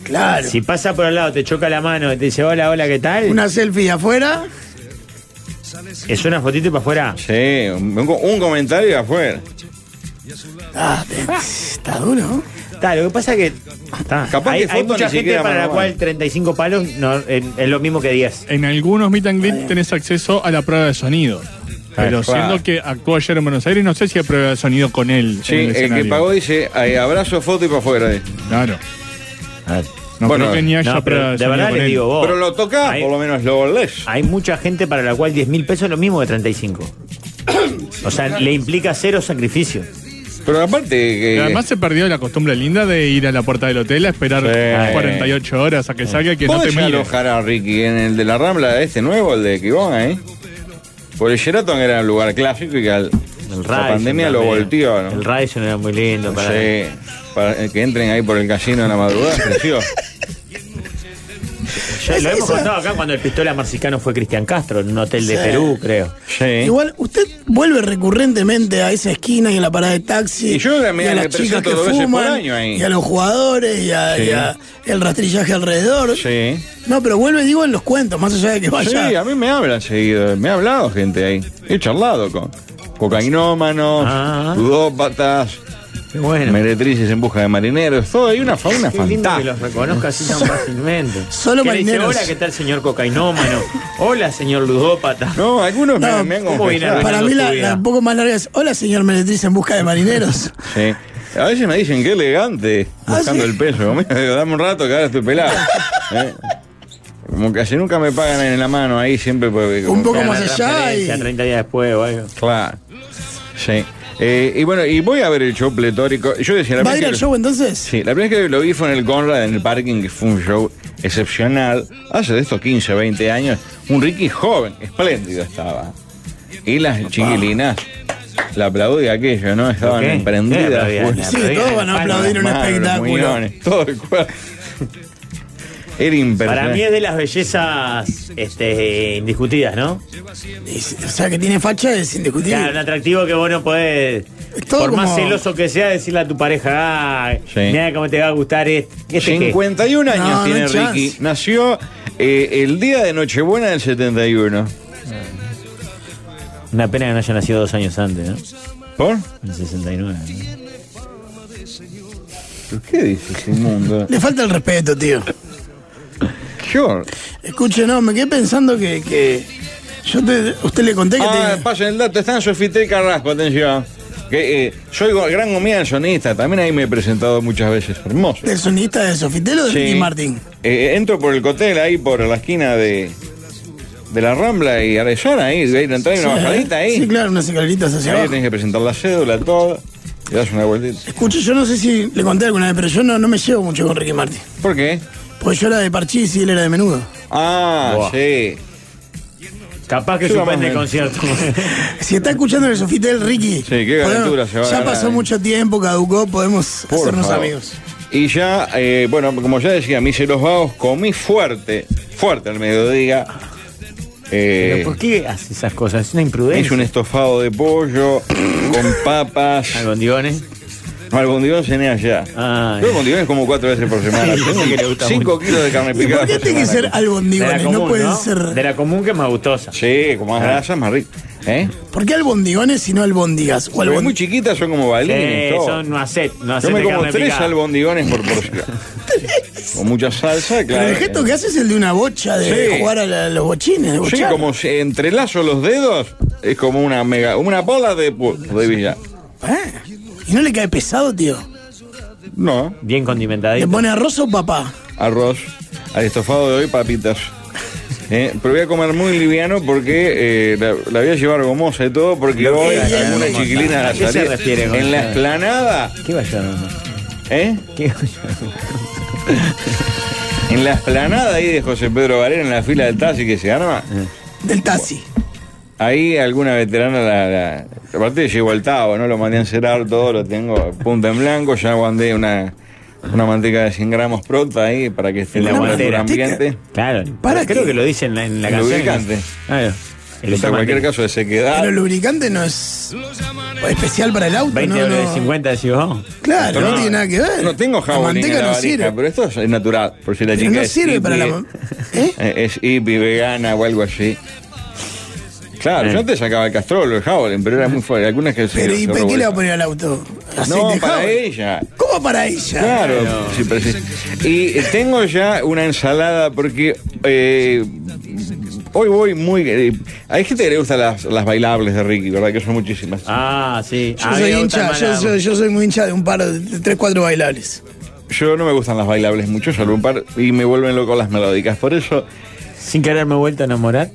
Speaker 5: Claro.
Speaker 6: Si pasa por al lado, te choca la mano y te dice hola, hola, ¿qué tal?
Speaker 5: Una selfie afuera.
Speaker 6: Es una fotito y para afuera.
Speaker 4: Sí, un, un comentario y afuera.
Speaker 5: Ah, te- está duro. ¿no?
Speaker 6: Está, lo que pasa que. está.
Speaker 4: Capaz
Speaker 6: hay,
Speaker 4: que
Speaker 6: hay
Speaker 4: foto
Speaker 6: mucha
Speaker 4: ni
Speaker 6: gente
Speaker 4: siquiera
Speaker 6: para la
Speaker 4: mandaban.
Speaker 6: cual 35 palos no, eh, es lo mismo que 10.
Speaker 8: En algunos meet and greet tenés acceso a la prueba de sonido.
Speaker 4: claro.
Speaker 8: Pero siendo que actuó ayer en Buenos Aires, no sé si hay prueba de sonido con él.
Speaker 4: Sí,
Speaker 8: en
Speaker 4: el, que
Speaker 8: escenario.
Speaker 4: pagó dice "Ay, abrazo, foto y para afuera. dice.
Speaker 8: Claro. No
Speaker 4: Bueno,
Speaker 8: creo que ni haya
Speaker 6: No,
Speaker 8: prueba
Speaker 6: pero
Speaker 8: de
Speaker 6: de
Speaker 8: sonido
Speaker 6: verdad
Speaker 8: con
Speaker 6: les
Speaker 8: él.
Speaker 6: digo vos.
Speaker 4: Pero lo tocás,
Speaker 6: Ahí-
Speaker 4: por lo menos lo
Speaker 8: Ah.
Speaker 4: lees.
Speaker 6: Hay mucha gente para la cual 10 mil pesos es lo mismo que 35. O sea, le implica cero sacrificio.
Speaker 4: Pero aparte que.
Speaker 8: Y además se perdió la costumbre linda de ir a la puerta del hotel a esperar
Speaker 4: Sí.
Speaker 8: 48 horas a que salga que no te
Speaker 4: ¿Podés
Speaker 8: mire.
Speaker 4: alojar a Ricky en el de la Rambla, este nuevo, el de Quibón, eh? Por el Sheraton era un lugar clásico y que al- la
Speaker 6: El Radisson
Speaker 4: pandemia lo
Speaker 6: también.
Speaker 4: volteó, ¿no?
Speaker 6: El Radisson era muy lindo para
Speaker 4: Sí. para eh, que entren ahí por el casino en la madrugada, creció.
Speaker 6: Ya lo hemos
Speaker 5: Esa-
Speaker 6: contado acá cuando el pistola marxicano fue Cristian Castro en un hotel de Perú, creo.
Speaker 4: Sí.
Speaker 5: Igual usted vuelve recurrentemente a esa esquina y a la parada de taxi.
Speaker 4: Y yo la-
Speaker 5: y
Speaker 4: me- me
Speaker 5: a las chicas
Speaker 4: presento
Speaker 5: que
Speaker 4: dos veces por
Speaker 5: fuman,
Speaker 4: año ahí.
Speaker 5: y a los jugadores, y, a,
Speaker 4: Sí.
Speaker 5: y a el rastrillaje alrededor.
Speaker 4: Sí.
Speaker 5: No, pero vuelve, digo, en los cuentos, más allá de que vaya.
Speaker 4: Sí, a mí me hablan seguido, me ha hablado gente ahí. He charlado con cocainómanos,
Speaker 6: Ah.
Speaker 4: ludópatas,
Speaker 6: Bueno,
Speaker 4: meretrices en busca de marineros, todo. Hay una fauna
Speaker 6: qué lindo que
Speaker 4: fantástica.
Speaker 6: los reconozca así tan fácilmente.
Speaker 5: Solo
Speaker 6: Que le dice,
Speaker 5: marineros.
Speaker 6: Hola, ¿qué tal, señor cocainómano? Hola, señor ludópata.
Speaker 4: No, algunos me-
Speaker 5: No,
Speaker 4: me, han
Speaker 6: ¿cómo viene
Speaker 4: confesado.
Speaker 5: Para mí la,
Speaker 6: tu vida.
Speaker 5: la un poco más larga es, hola señor Meretriz en busca de marineros.
Speaker 4: Sí. A veces me dicen qué elegante
Speaker 5: Ah,
Speaker 4: buscando
Speaker 5: sí.
Speaker 4: el peso. Mira, digo, Dame un rato que ahora estoy pelado. Eh, Como casi nunca me pagan en la mano ahí, siempre. porque-
Speaker 5: Un poco
Speaker 4: como-
Speaker 5: más allá y...
Speaker 6: Ya 30 días después o algo.
Speaker 4: Claro. Sí. Eh, y bueno, y voy a ver el show pletórico. Yo decía la
Speaker 5: ¿Va a ir
Speaker 4: primera
Speaker 5: al
Speaker 4: que-
Speaker 5: show entonces?
Speaker 4: Sí, la primera vez que lo vi fue en el Conrad, en el parking, que fue un show excepcional. Hace de estos 15, 20 años, un Ricky joven, espléndido estaba. Y las chiquilinas, la aplaudí aquello, ¿no? Estaban
Speaker 6: ¿Qué? ¿Qué
Speaker 4: emprendidas.
Speaker 6: aplaudían?
Speaker 4: full.
Speaker 6: La
Speaker 5: Sí,
Speaker 6: aplaudían
Speaker 5: todos
Speaker 6: en
Speaker 5: van a
Speaker 6: palma.
Speaker 5: aplaudir un
Speaker 4: Manos,
Speaker 5: espectáculo.
Speaker 4: muñones, todo el cuerpo. Era impresionante.
Speaker 6: Para mí es de las bellezas este, indiscutidas, ¿no?
Speaker 5: Y- o sea, que tiene facha es
Speaker 6: Claro,
Speaker 5: indiscutible.
Speaker 6: un atractivo que vos no podés,
Speaker 5: Es todo
Speaker 6: por más
Speaker 5: como-
Speaker 6: celoso que sea, decirle a tu pareja, ah,
Speaker 4: Sí.
Speaker 6: mira cómo te va a gustar este. este qué".
Speaker 4: 51 años
Speaker 5: No, no
Speaker 4: tiene
Speaker 5: hay chance.
Speaker 4: Ricky. Nació eh, el día de Nochebuena del 71.
Speaker 6: Una pena que no haya nacido dos años antes, ¿no?
Speaker 4: ¿Por?
Speaker 6: En el 69. ¿no?
Speaker 4: ¿Qué dices, inmundo?
Speaker 5: Le falta el respeto, tío.
Speaker 4: Sure.
Speaker 5: Escuche, no, me quedé pensando que... que yo te- usted le conté que
Speaker 4: Ah,
Speaker 5: te-
Speaker 4: pasen el dato. Está en Sofitel Carrasco, atención. Que, eh, soy go- gran comida sonista. También ahí me he presentado muchas veces. Hermoso.
Speaker 5: del sonista de Sofitel o de Ricky
Speaker 4: Sí.
Speaker 5: Martin.
Speaker 4: Eh, entro por el cotel ahí, por la esquina de, de la Rambla y Arellana. Ahí, de ahí la entrada y una
Speaker 5: Sí, eh.
Speaker 4: bajadita ahí.
Speaker 5: Sí, claro, unas escaleritas hacia
Speaker 4: Ahí
Speaker 5: abajo.
Speaker 4: tenés que presentar la cédula, todo. Le das una vueltita.
Speaker 5: Escuche, yo no sé si le conté alguna vez, pero yo no, no me llevo mucho con Ricky Martin.
Speaker 4: ¿Por qué?
Speaker 5: Porque yo era de Parchís y él era de menudo.
Speaker 4: Ah,
Speaker 6: Buah.
Speaker 4: sí.
Speaker 6: Capaz que
Speaker 4: Sí, vamos
Speaker 6: suspende el
Speaker 4: bien.
Speaker 6: concierto.
Speaker 5: Si está escuchando en el Sofitel, Ricky.
Speaker 4: Sí, qué aventura se va a
Speaker 5: Ya
Speaker 4: ganar,
Speaker 5: pasó
Speaker 4: eh.
Speaker 5: mucho tiempo, caducó, podemos
Speaker 4: Por
Speaker 5: hacernos
Speaker 4: favor.
Speaker 5: amigos.
Speaker 4: Y ya, eh, bueno, como ya decía, mis los vagos comí fuerte, fuerte al mediodía. Eh,
Speaker 6: Pero ¿por qué hace esas cosas? Es una
Speaker 4: me
Speaker 6: imprudencia.
Speaker 4: hice un estofado de pollo con papas.
Speaker 6: Algondigones.
Speaker 4: Albondigón cené allá.
Speaker 6: Ay.
Speaker 4: Yo albondigón como cuatro veces por semana.
Speaker 6: Sí,
Speaker 4: Tengo
Speaker 6: que le gusta
Speaker 4: 5 kilos de carne
Speaker 5: ¿Y
Speaker 4: picada.
Speaker 5: por qué
Speaker 4: por
Speaker 5: tiene que ser
Speaker 4: semana.
Speaker 6: De la
Speaker 5: albondigones?
Speaker 6: común,
Speaker 5: no pueden
Speaker 6: ¿no? De
Speaker 5: ser.
Speaker 6: la común que es más gustosa.
Speaker 4: Sí, con más
Speaker 6: Ah.
Speaker 4: grasa, más rico. ¿Eh?
Speaker 5: ¿Por qué albondigones y no albondigas? O
Speaker 4: Porque
Speaker 5: albond-
Speaker 4: muy chiquitas son como
Speaker 6: Eh,
Speaker 4: balines. todo.
Speaker 6: son no hacet, no
Speaker 4: Yo
Speaker 6: hacet
Speaker 4: me
Speaker 6: de
Speaker 4: como
Speaker 6: carne
Speaker 4: tres
Speaker 6: picada.
Speaker 4: albondigones por porción. con mucha salsa,
Speaker 5: Pero
Speaker 4: claro.
Speaker 5: el gesto que hace es el de una bocha, de
Speaker 4: Sí.
Speaker 5: jugar a la- los bochines,
Speaker 4: Sí,
Speaker 5: de bochar.
Speaker 4: como si entrelazo los dedos, es como una mega, una bola de, pu- de villa.
Speaker 5: Ah, Y no le cae pesado, tío.
Speaker 4: No,
Speaker 6: Bien
Speaker 5: ¿Le
Speaker 6: condimentadito.
Speaker 5: pone arroz o papá?
Speaker 4: arroz, al estofado de hoy papitas. Eh, pero voy a comer muy liviano porque eh, la, la voy a llevar gomosa y todo, porque hoy
Speaker 6: que-
Speaker 4: alguna
Speaker 6: gomosa.
Speaker 4: chiquilina
Speaker 6: ¿A
Speaker 4: la
Speaker 6: qué se
Speaker 4: salida-
Speaker 6: refiere gomosa?
Speaker 4: en la esplanada,
Speaker 6: ¿Qué vaya? mamá?
Speaker 4: ¿eh?
Speaker 6: ¿Qué vaya?
Speaker 4: En la esplanada ahí de José Pedro Varela, en la fila del taxi que se arma,
Speaker 6: Mm.
Speaker 5: Del taxi.
Speaker 4: ahí alguna veterana la... la aparte llegó al tabo, ¿no? Lo mandé a encerar todo, lo tengo punta en blanco, ya mandé una... Una manteca de 100 gramos pronta ahí para que esté en
Speaker 6: En
Speaker 4: la
Speaker 6: la
Speaker 4: temperatura
Speaker 6: guantera.
Speaker 4: ambiente.
Speaker 6: Claro.
Speaker 5: ¿Para
Speaker 6: pero creo
Speaker 5: qué?
Speaker 6: que lo dicen en la, en la
Speaker 4: El
Speaker 6: canción.
Speaker 4: lubricante.
Speaker 6: Claro. El
Speaker 4: O sea, en cualquier
Speaker 6: lubricante.
Speaker 4: caso de sequedad.
Speaker 5: Pero el lubricante no es especial para el auto,
Speaker 6: 20
Speaker 5: ¿no?
Speaker 6: dólares
Speaker 5: no.
Speaker 6: 50 decís vos.
Speaker 5: Claro, no,
Speaker 4: No,
Speaker 5: tiene nada que ver.
Speaker 4: No tengo jabón
Speaker 5: La
Speaker 4: ni en
Speaker 5: manteca
Speaker 4: la
Speaker 5: no
Speaker 4: valija,
Speaker 5: sirve.
Speaker 4: pero esto es natural, por si la
Speaker 5: Pero
Speaker 4: chica
Speaker 5: no
Speaker 4: es
Speaker 5: sirve
Speaker 4: hippie,
Speaker 5: para la mam- ¿Eh?
Speaker 4: eh, es hippie, vegana o algo así. Claro,
Speaker 6: Eh.
Speaker 4: yo antes sacaba el castrol, el jabón, pero era muy fuerte. Algunas que se-
Speaker 5: Pero ¿y
Speaker 4: se
Speaker 5: para qué le va a
Speaker 4: revuelcan.
Speaker 5: poner al auto?
Speaker 4: No,
Speaker 5: Aceite,
Speaker 4: para
Speaker 5: jabón.
Speaker 4: ella.
Speaker 5: ¿Cómo para ella?
Speaker 4: Claro, sí, pero sí. Y eh, tengo ya una ensalada porque eh, hoy voy muy. eh, hay gente que le gustan las, las bailables de Ricky, ¿verdad? Que son muchísimas.
Speaker 6: Ah, sí.
Speaker 5: Yo soy hincha, yo soy, yo soy muy hincha de un par de, de tres, cuatro bailables.
Speaker 4: Yo no me gustan las bailables mucho, solo un par, y me vuelven loco las melódicas. Por eso.
Speaker 6: Sin querer me he vuelto a enamorar.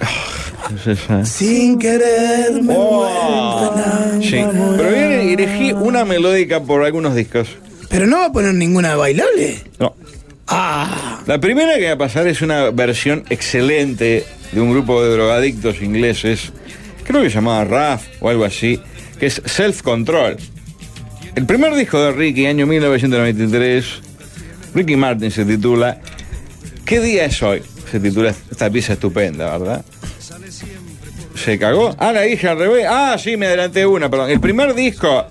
Speaker 5: Ah,
Speaker 4: es esa.
Speaker 5: Sin querer me
Speaker 4: Oh.
Speaker 5: vuelvo a enamorar.
Speaker 4: Sí, pero bien elegí una melódica por algunos discos.
Speaker 5: Pero no va a poner ninguna bailable.
Speaker 4: No.
Speaker 5: Ah,
Speaker 4: La primera que va a pasar es una versión excelente de un grupo de drogadictos ingleses, creo que se llamaba RAF o algo así, que es Self Control. El primer disco de Ricky, año 1993, Ricky Martin se titula ¿Qué día es hoy? Se titula esta pieza estupenda, ¿verdad? ¿Se cagó? Ah, la dije al revés. Ah, sí, me adelanté una, perdón. El primer disco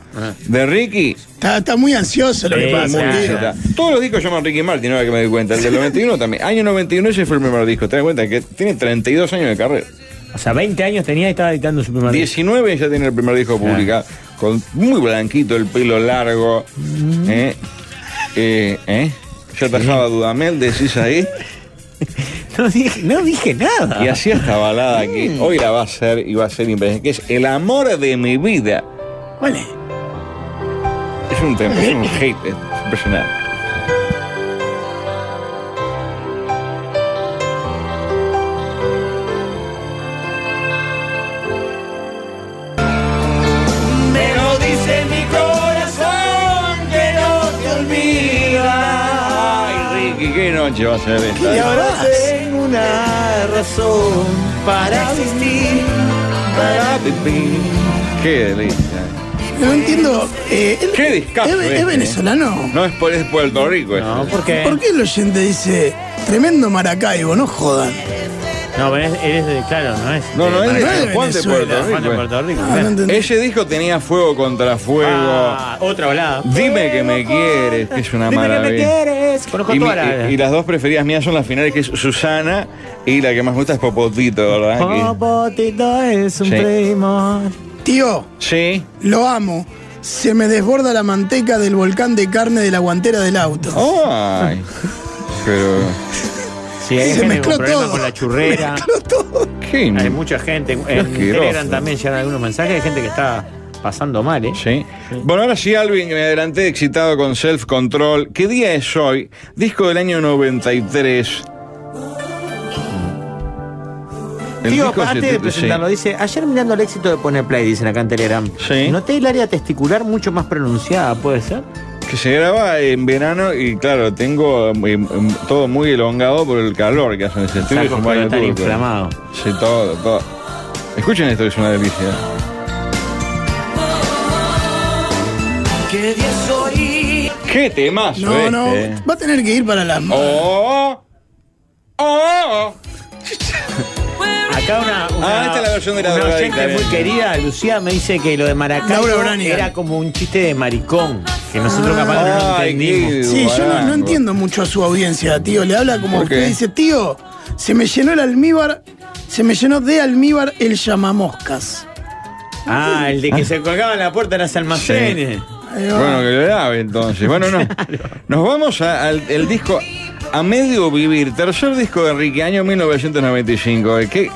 Speaker 4: de Ricky.
Speaker 5: Está, está muy ansioso lo que
Speaker 4: Eh,
Speaker 5: pasa.
Speaker 4: muy
Speaker 5: tío.
Speaker 4: bien. Todos los discos llaman Ricky Martin, ahora que me doy cuenta. El del 91 también. Año 91 ese fue el primer disco. Ten en cuenta que tiene 32 años de carrera.
Speaker 15: O sea, 20 años tenía y estaba editando su primer disco.
Speaker 4: 19 ya tiene el primer disco publicado. Con muy blanquito, el pelo largo. ¿eh? Eh, ¿eh? Yo tajaba Dudamel, decís ahí.
Speaker 15: No dije, no dije nada.
Speaker 4: Y así esta balada
Speaker 5: Mm.
Speaker 4: que hoy la va a hacer y va a ser impresionante, que es El amor de mi vida.
Speaker 5: Vale.
Speaker 4: Es un tema, es un hate, es impresionante.
Speaker 16: Me lo dice mi corazón que no te olvida.
Speaker 4: Ay, Ricky, qué noche va a ser esta.
Speaker 5: Y ahora
Speaker 16: tengo una razón para existir.
Speaker 4: Qué delicia.
Speaker 5: No entiendo. eh, él-
Speaker 4: Qué discazo
Speaker 5: ¿Es, es
Speaker 4: este, eh.
Speaker 5: venezolano?
Speaker 4: No es por es Puerto Rico
Speaker 6: No,
Speaker 4: esto.
Speaker 6: ¿por qué?
Speaker 5: ¿Por qué el oyente dice tremendo Maracaibo? No jodan.
Speaker 6: No, pero es- eres de, claro, no es.
Speaker 4: No, no, es de
Speaker 5: Maracaibo,
Speaker 4: San Juan de
Speaker 5: Venezuela.
Speaker 4: Puerto
Speaker 6: Juan de
Speaker 4: Rico. pues.
Speaker 6: Puerto Rico.
Speaker 5: Ah, no entendí.
Speaker 4: Ese disco tenía fuego contra fuego.
Speaker 6: Ah, otra balada.
Speaker 4: Dime que me quieres, que es una
Speaker 6: Dime que me
Speaker 4: maravilla.
Speaker 6: quieres. Conozco
Speaker 4: Y, mi-
Speaker 6: toda la.
Speaker 4: y- y las dos preferidas mías son las finales, que es Susana y la que más me gusta es Popotito, ¿verdad? Que-
Speaker 6: Ah. Popotito es un
Speaker 4: Sí.
Speaker 6: primo.
Speaker 5: Tío,
Speaker 4: Sí.
Speaker 5: lo amo. Se me desborda la manteca del volcán de carne de la guantera del auto.
Speaker 4: Ay. Pero.
Speaker 6: Sí, hay
Speaker 5: Se
Speaker 6: gente
Speaker 5: mezcló
Speaker 6: con problemas
Speaker 5: todo.
Speaker 6: con la churrera.
Speaker 5: Mezcló todo.
Speaker 4: ¿Qué?
Speaker 6: Hay mucha gente. En
Speaker 4: asqueroso.
Speaker 6: Telegram también llegan algunos mensajes. Hay gente que está pasando mal, ¿eh?
Speaker 4: Sí. Bueno, ahora sí, Alvin, que me adelanté excitado con Self Control. ¿Qué día es hoy? Disco del año 93. El
Speaker 6: Tío,
Speaker 4: disco se
Speaker 6: antes de
Speaker 4: titula-
Speaker 6: presentarlo, dice, ayer mirando el éxito de Pone Play, dicen acá en Telegram,
Speaker 4: Sí.
Speaker 6: noté el área testicular mucho más pronunciada, ¿puede ser?
Speaker 4: sí, que se graba en verano y, claro, tengo eh, eh, todo muy elongado por el calor que hace en ese estudio.
Speaker 6: Está
Speaker 4: Es un
Speaker 6: como
Speaker 4: baño
Speaker 6: tan
Speaker 4: turco.
Speaker 6: inflamado.
Speaker 4: Sí, todo, todo. Escuchen esto, que es una delicia.
Speaker 16: Que día soy.
Speaker 4: ¡Qué temazo
Speaker 5: No, no.
Speaker 4: este, eh!
Speaker 5: Va a tener que ir para la.
Speaker 4: ¡Oh! ¡Oh!
Speaker 6: Acá una, una-
Speaker 4: Ah, esta es la versión de la
Speaker 6: una
Speaker 4: drogadicta, eh. bien.
Speaker 6: oyente muy querida, Lucía, me dice que lo de
Speaker 5: Laura
Speaker 6: Maracaibo
Speaker 5: Branigan.
Speaker 6: era como un chiste de maricón, que nosotros capaz que no lo
Speaker 4: Ay,
Speaker 6: entendimos.
Speaker 4: qué
Speaker 5: Sí, yo no, no
Speaker 4: guarango.
Speaker 5: entiendo mucho a su audiencia, tío. Le habla como
Speaker 4: ¿Por
Speaker 5: usted
Speaker 4: qué?
Speaker 5: dice, tío, se me llenó el almíbar, se me llenó de almíbar el llamamoscas.
Speaker 6: Ah, el de que se colgaba en la puerta de las almacenes.
Speaker 5: Ahí va.
Speaker 4: Bueno, que lo lave entonces. Bueno, no. Nos vamos a- al el disco A Medio Vivir, tercer disco de Enrique, año 1995. Eh, Qué,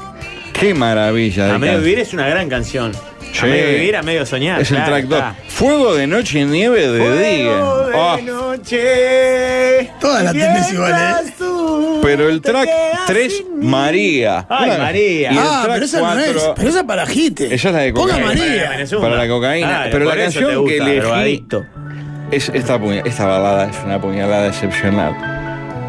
Speaker 4: qué maravilla. de
Speaker 6: A medio
Speaker 4: can-
Speaker 6: vivir es una gran canción.
Speaker 4: Sí.
Speaker 6: A medio vivir, a medio soñar.
Speaker 4: Es el
Speaker 6: claro,
Speaker 4: track 2.
Speaker 6: está.
Speaker 4: Fuego de noche y nieve de día.
Speaker 6: Fuego de
Speaker 4: Oh,
Speaker 6: noche.
Speaker 5: Todas las tenés igual, ¿eh?
Speaker 6: mientras tú
Speaker 4: pero el
Speaker 6: te
Speaker 4: track
Speaker 6: quedas
Speaker 4: 3,
Speaker 6: sin mí.
Speaker 4: María.
Speaker 6: Ay,
Speaker 4: Una-
Speaker 6: María.
Speaker 4: Y el
Speaker 5: Ah,
Speaker 4: track
Speaker 5: pero esa no es.
Speaker 4: 4,
Speaker 5: Pero esa es para Jite.
Speaker 4: Esa es la de
Speaker 5: Ponga
Speaker 4: cocaína.
Speaker 5: María.
Speaker 6: Bueno, es una.
Speaker 4: Para la cocaína. Pero
Speaker 6: por
Speaker 4: la
Speaker 6: eso te
Speaker 4: canción que elegí-
Speaker 6: drogadicto.
Speaker 4: es esta, puña- esta balada es una puñalada excepcional.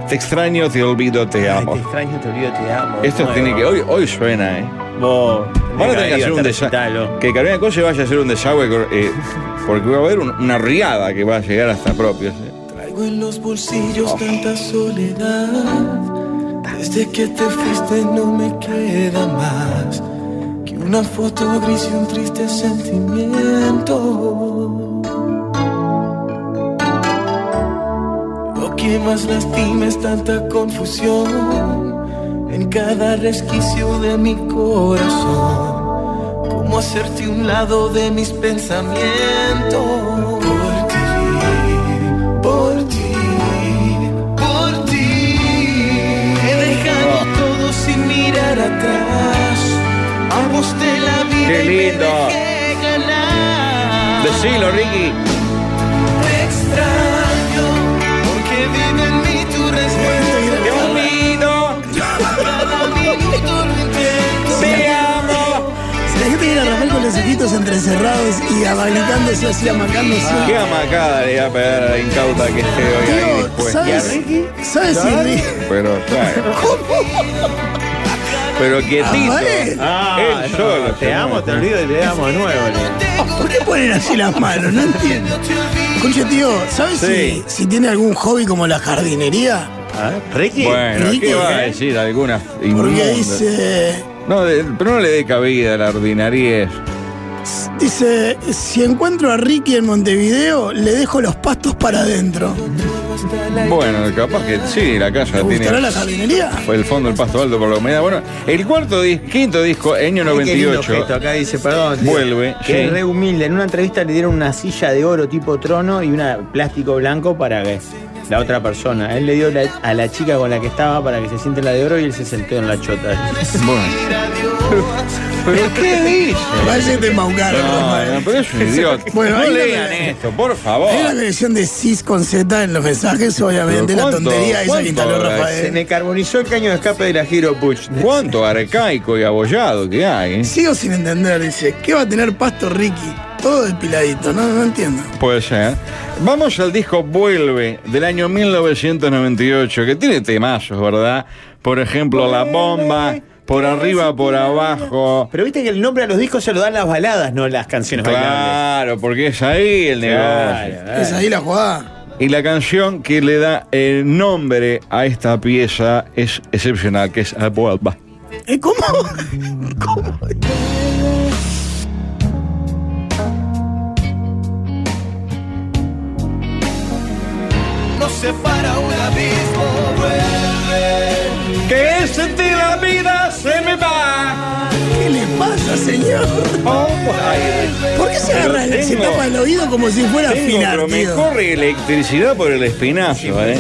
Speaker 4: Te extraño, te olvido, te
Speaker 6: Ay, te
Speaker 4: amo.
Speaker 6: extraño, te olvido, te amo.
Speaker 4: Oh. Esto
Speaker 6: Bueno,
Speaker 4: tiene que. Hoy, hoy suena, ¿eh?
Speaker 6: Vos.
Speaker 4: Ahora tenés que hacer un
Speaker 6: desayuno.
Speaker 4: desagüe. Que Carolina Cose vaya a hacer un desagüe, eh, porque va a haber un- una riada que va a llegar hasta propios. eh.
Speaker 16: Traigo en los bolsillos tanta soledad. Desde que te fuiste no me queda más que una foto gris y un triste sentimiento. Lo que más lastima es tanta confusión en cada resquicio de mi corazón. Cómo hacerte un lado de mis pensamientos. Por ti, por ti, por ti. He dejado todo sin mirar atrás. Aposté la vida
Speaker 4: Qué lindo.
Speaker 16: y me dejé ganar.
Speaker 4: Decilo, Ricky.
Speaker 16: Te extraño porque vive en mí tu respuesta.
Speaker 4: Te olvido,
Speaker 16: Cada minuto lo intento.
Speaker 4: te amo.
Speaker 5: La gente viene a Rafael con los ojitos entrecerrados y abanicándose así, amacándose.
Speaker 4: Qué amacada le voy a pegar a la incauta que esté hoy ahí
Speaker 5: Tío,
Speaker 4: después.
Speaker 5: ¿sabes? ¿Sabes si Ricky?
Speaker 4: Pero, claro. Pero quietito.
Speaker 5: Rafael.
Speaker 6: Ah,
Speaker 4: Él
Speaker 6: no,
Speaker 4: solo,
Speaker 6: Te
Speaker 4: no.
Speaker 6: amo, te olvido y te amo de nuevo. Leo.
Speaker 5: ¿Por qué ponen así las manos? No entiendo. Escucha, tío, ¿sabes
Speaker 6: Sí.
Speaker 5: si, si tiene algún hobby como la jardinería?
Speaker 6: A ver, Ricky.
Speaker 4: Bueno, ¿qué
Speaker 5: Ricky,
Speaker 4: va a
Speaker 5: ¿eh?
Speaker 4: decir? Alguna
Speaker 5: Porque
Speaker 4: inmunda.
Speaker 5: dice.
Speaker 4: No, de- pero no le dé cabida a la ordinariez.
Speaker 5: Dice, si encuentro a Ricky en Montevideo, le dejo los pastos para adentro.
Speaker 4: Bueno, capaz que sí, la casa
Speaker 5: ¿Te
Speaker 4: la
Speaker 5: gustará
Speaker 4: tiene.
Speaker 5: la jardinería?
Speaker 4: Fue el fondo del pasto alto por la humedad. Bueno, el cuarto disco, quinto disco, año
Speaker 6: Qué lindo
Speaker 4: 98.
Speaker 6: gesto. Acá dice, perdón. tío,
Speaker 4: Vuelve,
Speaker 6: Que
Speaker 4: sí.
Speaker 6: es re humilde. En una entrevista le dieron una silla de oro tipo trono y una plástico blanco para que la otra persona. Él le dio la- a la chica con la que estaba para que se siente la de oro y él se sentó en la chota.
Speaker 4: ¿Pero qué dice?
Speaker 5: Parece que te maucaron,
Speaker 4: No,
Speaker 5: Rafael.
Speaker 4: no, pero es un idiota.
Speaker 5: Bueno,
Speaker 4: no
Speaker 5: ahí la-
Speaker 4: lean esto, por favor.
Speaker 5: Hay una conexión de cis con Z en los mensajes, obviamente,
Speaker 4: Pero
Speaker 5: la
Speaker 4: ¿cuánto?
Speaker 5: tontería esa
Speaker 4: ¿Cuánto
Speaker 5: que instaló
Speaker 4: habrá?
Speaker 6: Se
Speaker 5: Rafael.
Speaker 6: Eh, me carbonizó el caño de escape de la Giro Puch.
Speaker 4: Cuánto arcaico y abollado que hay. ¿eh?
Speaker 5: Sigo sin entender, dice, ¿qué va a tener pasto Ricky? Todo depiladito, no, no entiendo.
Speaker 4: Puede ser. ¿eh? Vamos al disco Vuelve del año 1998, que tiene temazos, ¿verdad? Por ejemplo, La Bomba, Por Arriba, Por Abajo.
Speaker 6: Pero viste que el nombre a los discos se lo dan las baladas, no las canciones bailables.
Speaker 4: Claro, porque es ahí el negocio.
Speaker 6: Claro,
Speaker 5: Es ahí la jugada.
Speaker 4: Y la canción que le da el nombre a esta pieza es excepcional, que es Vuelva.
Speaker 5: ¿Eh, ¿Cómo? ¿Cómo?
Speaker 4: Que sentí la vida se me va.
Speaker 5: ¿Qué le pasa, señor?
Speaker 4: Oh, ay,
Speaker 5: ¿Por qué se agarra, el- se
Speaker 4: Tengo-
Speaker 5: tapa el oído como si fuera a
Speaker 4: tengo,
Speaker 5: afinar,
Speaker 4: pero me
Speaker 5: tío?
Speaker 4: corre electricidad por el espinazo, ¿eh?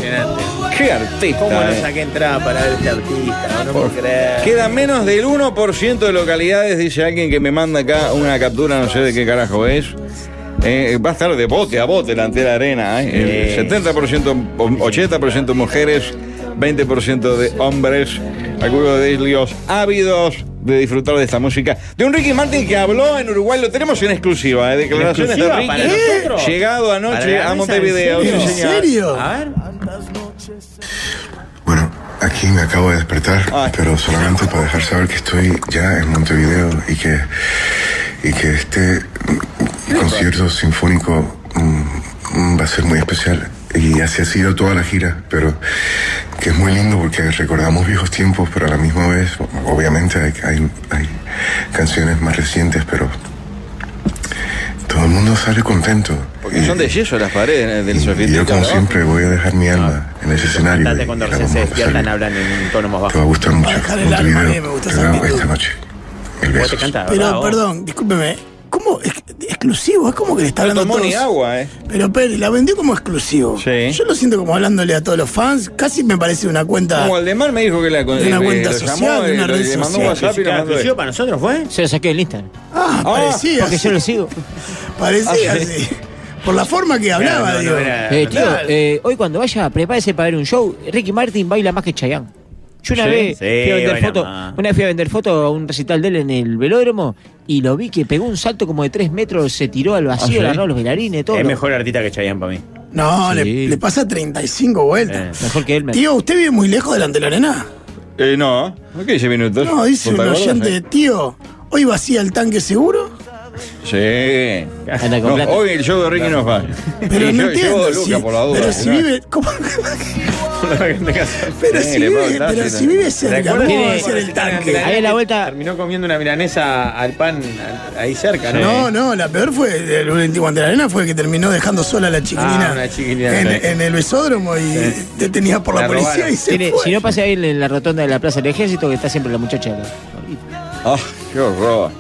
Speaker 4: Qué artista.
Speaker 6: ¿Cómo no
Speaker 4: eh.
Speaker 6: saqué entrada para ver este artista? No puedo creer.
Speaker 4: Queda menos del 1% de localidades, dice alguien que me manda acá una captura, no sé de qué carajo es. Eh, va a estar de bote a bote la entera arena. eh. El 70%, o 80% mujeres, 20% de hombres. Algunos de ellos ávidos de disfrutar de esta música. De un Ricky Martin que habló en Uruguay, lo tenemos en exclusiva. eh, declaraciones de
Speaker 6: exclusiva
Speaker 4: Ricky.
Speaker 6: para nosotros?
Speaker 4: Llegado anoche
Speaker 6: ¿Para la
Speaker 4: a
Speaker 6: mesa?
Speaker 4: Montevideo.
Speaker 6: ¿En
Speaker 5: ¿En
Speaker 4: sí, señor.
Speaker 5: serio?
Speaker 6: A ver.
Speaker 8: Bueno, aquí me acabo de despertar,
Speaker 4: Ay.
Speaker 8: pero solamente para dejar saber que estoy ya en Montevideo y que, y que este mm, concierto sinfónico mm, mm, va a ser muy especial. Y así ha sido toda la gira, pero que es muy lindo porque recordamos viejos tiempos, pero a la misma vez, obviamente hay, hay- hay canciones más recientes, pero todo el mundo sale contento.
Speaker 4: Porque
Speaker 8: Y-
Speaker 4: son de yeso las paredes del
Speaker 8: y-
Speaker 4: sofá.
Speaker 8: y yo como siempre voy a dejar mi alma en ese Este escenario. y-
Speaker 6: Date cuando
Speaker 8: y la
Speaker 6: recién
Speaker 8: vamos
Speaker 6: se
Speaker 8: a
Speaker 6: despiertan,
Speaker 8: pasar
Speaker 6: hablan
Speaker 8: bien.
Speaker 6: en un tono más
Speaker 8: Te va a
Speaker 6: bajo.
Speaker 8: gustar mucho.
Speaker 5: dejar el alma,
Speaker 8: Montevideo,
Speaker 5: eh, me gusta
Speaker 8: te
Speaker 5: esa
Speaker 8: veo
Speaker 5: actitud.
Speaker 8: esta noche. Mil
Speaker 6: Vos te
Speaker 8: besos.
Speaker 6: cantás, ¿verdad,
Speaker 5: Pero,
Speaker 6: vos?
Speaker 5: perdón, discúlpeme. ¿Cómo? ex- ¿Exclusivo? Es como que le está
Speaker 4: No
Speaker 5: hablando a
Speaker 4: tomó ni
Speaker 5: todos.
Speaker 4: agua, ¿eh?
Speaker 5: Pero Pérez, la vendió como exclusivo.
Speaker 4: Sí.
Speaker 5: Yo lo siento como hablándole a todos los fans. Casi me parece una cuenta.
Speaker 4: Como Aldemar me dijo que la
Speaker 5: Ah. De una cuenta social, de una
Speaker 4: le-
Speaker 5: red
Speaker 4: le mandó un
Speaker 5: social.
Speaker 4: WhatsApp y le
Speaker 6: Eh, Claro,
Speaker 4: mandó
Speaker 6: exclusivo para nosotros fue?
Speaker 7: Se lo saqué del Instagram.
Speaker 5: Ah, parecía.
Speaker 7: Porque
Speaker 5: así,
Speaker 7: yo lo sigo.
Speaker 5: Parecía
Speaker 4: Ah, sí.
Speaker 5: así. Por la forma que hablaba,
Speaker 6: Claro, no,
Speaker 5: digo.
Speaker 6: no, era-
Speaker 7: Eh, tío,
Speaker 6: Claro.
Speaker 7: eh, hoy cuando vaya, prepárese para ver un show. Ricky Martin baila más que Chayanne. Yo una
Speaker 6: Sí,
Speaker 7: vez
Speaker 6: sí,
Speaker 7: fui a vender
Speaker 6: baila
Speaker 7: foto,
Speaker 6: más.
Speaker 7: una vez fui a vender foto a un recital de él en el velódromo y lo vi que pegó un salto como de tres metros, se tiró al vacío,
Speaker 6: Ah, sí.
Speaker 7: agarró a los bailarines, todo.
Speaker 6: Es
Speaker 7: Lo-
Speaker 6: mejor artista que Chayanne para mí.
Speaker 5: No,
Speaker 7: Sí. Eh.
Speaker 5: le, le pasa 35 vueltas.
Speaker 7: mejor que él. me-
Speaker 5: Tío, ¿usted vive muy lejos delante de la arena?
Speaker 4: Eh, no, no 15 minutos.
Speaker 5: No, dice un
Speaker 4: Punta ¿eh? Gorda,
Speaker 5: oyente, tío, ¿hoy vacía el tanque seguro?
Speaker 4: Sí. Sí.
Speaker 7: Anda con
Speaker 4: No,
Speaker 7: plata.
Speaker 4: hoy el show de Ricky nos va.
Speaker 5: Pero
Speaker 4: Y
Speaker 5: no
Speaker 4: yo-
Speaker 5: entiendo.
Speaker 4: Yo,
Speaker 5: si-
Speaker 4: Luca, por la duda.
Speaker 5: pero si
Speaker 4: ¿no?
Speaker 5: vive. ¿cómo? pero
Speaker 4: Sí,
Speaker 5: si
Speaker 4: le puedo
Speaker 5: vive,
Speaker 4: dar,
Speaker 5: pero
Speaker 4: sí,
Speaker 5: si
Speaker 4: le-
Speaker 5: vive cerca, ¿cómo
Speaker 6: ¿Recuerdas?
Speaker 5: va a
Speaker 6: Tiene-
Speaker 5: ser el tanque?
Speaker 7: Ahí a la vuelta,
Speaker 6: Terminó comiendo una milanesa al pan al- ahí cerca,
Speaker 5: No,
Speaker 6: ¿no?
Speaker 5: no, la peor fue, el último ante la arena fue que terminó dejando sola a la chiquilina,
Speaker 6: Ah, una chiquilina,
Speaker 5: en,
Speaker 6: sí.
Speaker 5: en el besódromo y detenida por la,
Speaker 6: La
Speaker 5: policía
Speaker 6: robaron.
Speaker 5: y se
Speaker 7: tiene-
Speaker 5: fue.
Speaker 7: si no pase ahí en la rotonda de la Plaza del Ejército, que está siempre la muchacha. la-
Speaker 4: Ah, qué horror.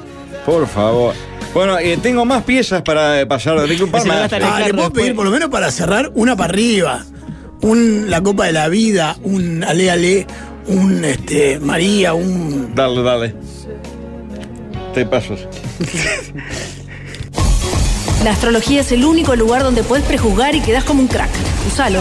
Speaker 4: Por favor. Bueno, eh, tengo más piezas para eh, pasar de Ricky. Un par
Speaker 7: Ese me va a
Speaker 4: más.
Speaker 7: estar-
Speaker 5: Ah, le
Speaker 7: Ricardo,
Speaker 5: puedo pedir
Speaker 7: después-
Speaker 5: por lo menos para cerrar una para arriba, un la copa de la vida, un ale ale, un este María, un
Speaker 4: Dale, dale. Te paso.
Speaker 17: La astrología es el único lugar donde puedes prejuzgar y quedás como un crack. Usalo.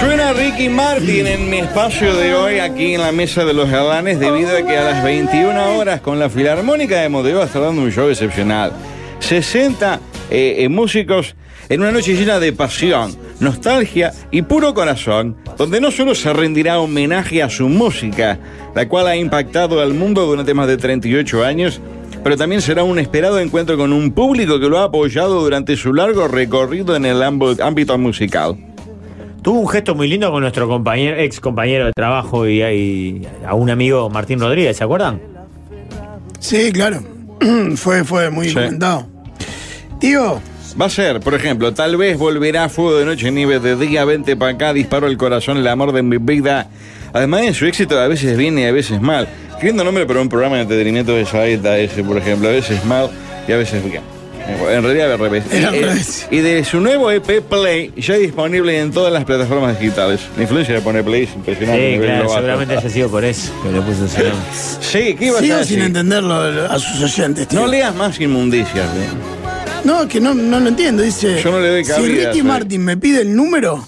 Speaker 4: Suena Ricky Martin en mi espacio de hoy aquí en la mesa de los galanes debido a que a las 21 horas con la Filarmónica de Montevideo está dando un show excepcional. 60 eh, eh, músicos en una noche llena de pasión, nostalgia y puro corazón, donde no solo se rendirá homenaje a su música, la cual ha impactado al mundo durante más de 38 años, pero también será un esperado encuentro con un público que lo ha apoyado durante su largo recorrido en el ambo- ámbito musical.
Speaker 6: Tuvo un gesto muy lindo con nuestro compañero, ex compañero de trabajo y, y a un amigo Martín Rodríguez, ¿se acuerdan?
Speaker 5: Sí, claro. fue, fue muy comentado. Tío.
Speaker 4: Va a ser, por ejemplo, tal vez volverá Fuego de Noche, Nieve de Día, Vente para acá, Disparo el Corazón, El Amor de mi Vida. Además de su éxito, a veces viene y a veces mal. Queriendo nombre para un programa de entretenimiento de Saeta ese, por ejemplo, a veces mal y a veces bien. Eh, En realidad al revés.
Speaker 5: Era al
Speaker 4: Eh,
Speaker 5: revés.
Speaker 4: Y de su nuevo EP Play, ya disponible en todas las plataformas digitales. La influencia de poner Play es impresionante. a
Speaker 6: Sí,
Speaker 4: nivel
Speaker 6: claro,
Speaker 4: global. Ah,
Speaker 6: seguramente haya sido por eso que le puso ese nombre.
Speaker 4: Sí, ¿qué ibas a
Speaker 5: Sigo
Speaker 4: decir?
Speaker 5: sin entenderlo a sus oyentes.
Speaker 4: No leas más inmundicias. ¿eh?
Speaker 5: No, que no, no lo entiendo. Dice.
Speaker 4: Yo no le doy
Speaker 5: Si
Speaker 4: cabida,
Speaker 5: Ricky
Speaker 4: sí.
Speaker 5: Martin me pide el número,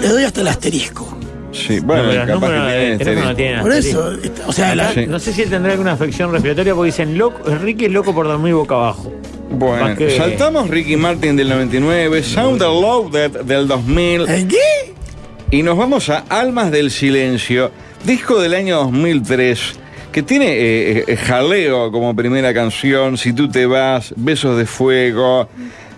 Speaker 5: le doy hasta el asterisco.
Speaker 4: Sí, bueno,
Speaker 6: No, pero los
Speaker 4: capaz que
Speaker 6: números
Speaker 4: tienen
Speaker 6: del teléfono
Speaker 4: este-
Speaker 6: tienen
Speaker 5: Por
Speaker 6: asterisco.
Speaker 5: eso, esta- o sea, la-
Speaker 6: Acá, no sé si él tendrá alguna afección respiratoria porque dicen, loco, Enrique es loco por dormir boca abajo.
Speaker 4: Bueno,
Speaker 6: Más que-
Speaker 4: saltamos Ricky Martin del 99, Sound Loaded del 2000.
Speaker 6: Eh.
Speaker 5: ¿Qué?
Speaker 4: Y nos vamos a Almas del Silencio, disco del año 2003, que tiene eh, eh, Jaleo como primera canción, Si tú te vas, Besos de Fuego,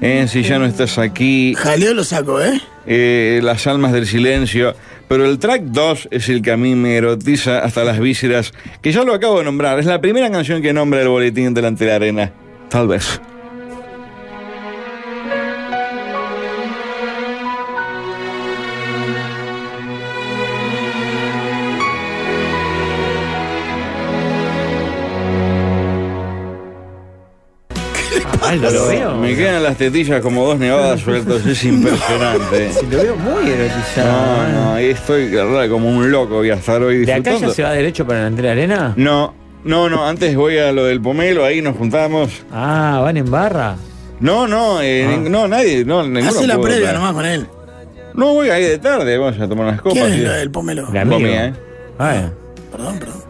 Speaker 4: eh, Si ya no estás aquí.
Speaker 5: Jaleo lo saco, ¿eh?
Speaker 4: eh, Las almas del silencio. Pero el track 2 es el que a mí me erotiza hasta las vísceras, que ya lo acabo de nombrar. Es la primera canción que nombra el boletín delante de la arena. Tal vez.
Speaker 6: Aldo, lo veo.
Speaker 4: Me quedan las tetillas como dos nevadas sueltas, es impresionante.
Speaker 6: Lo veo muy erotizado.
Speaker 4: No, no, ahí estoy la verdad, como un loco y hasta hoy
Speaker 6: ¿De acá
Speaker 4: disfrutando.
Speaker 6: ya se va derecho para la entera arena?
Speaker 4: No, no, no, antes voy a lo del pomelo, ahí nos juntamos.
Speaker 6: Ah, van en barra.
Speaker 4: No, no, eh,
Speaker 6: Ah.
Speaker 4: ning- no, nadie, no, ninguno.
Speaker 5: Hace la
Speaker 4: pudo
Speaker 5: previa
Speaker 4: entrar.
Speaker 5: nomás con él.
Speaker 4: No, voy ahí de tarde, vamos a tomar unas copas.
Speaker 5: ¿Quién es
Speaker 4: sí.
Speaker 5: lo del pomelo?
Speaker 6: El amigo.
Speaker 4: Comí, eh.
Speaker 6: Ah,
Speaker 5: Perdón, perdón.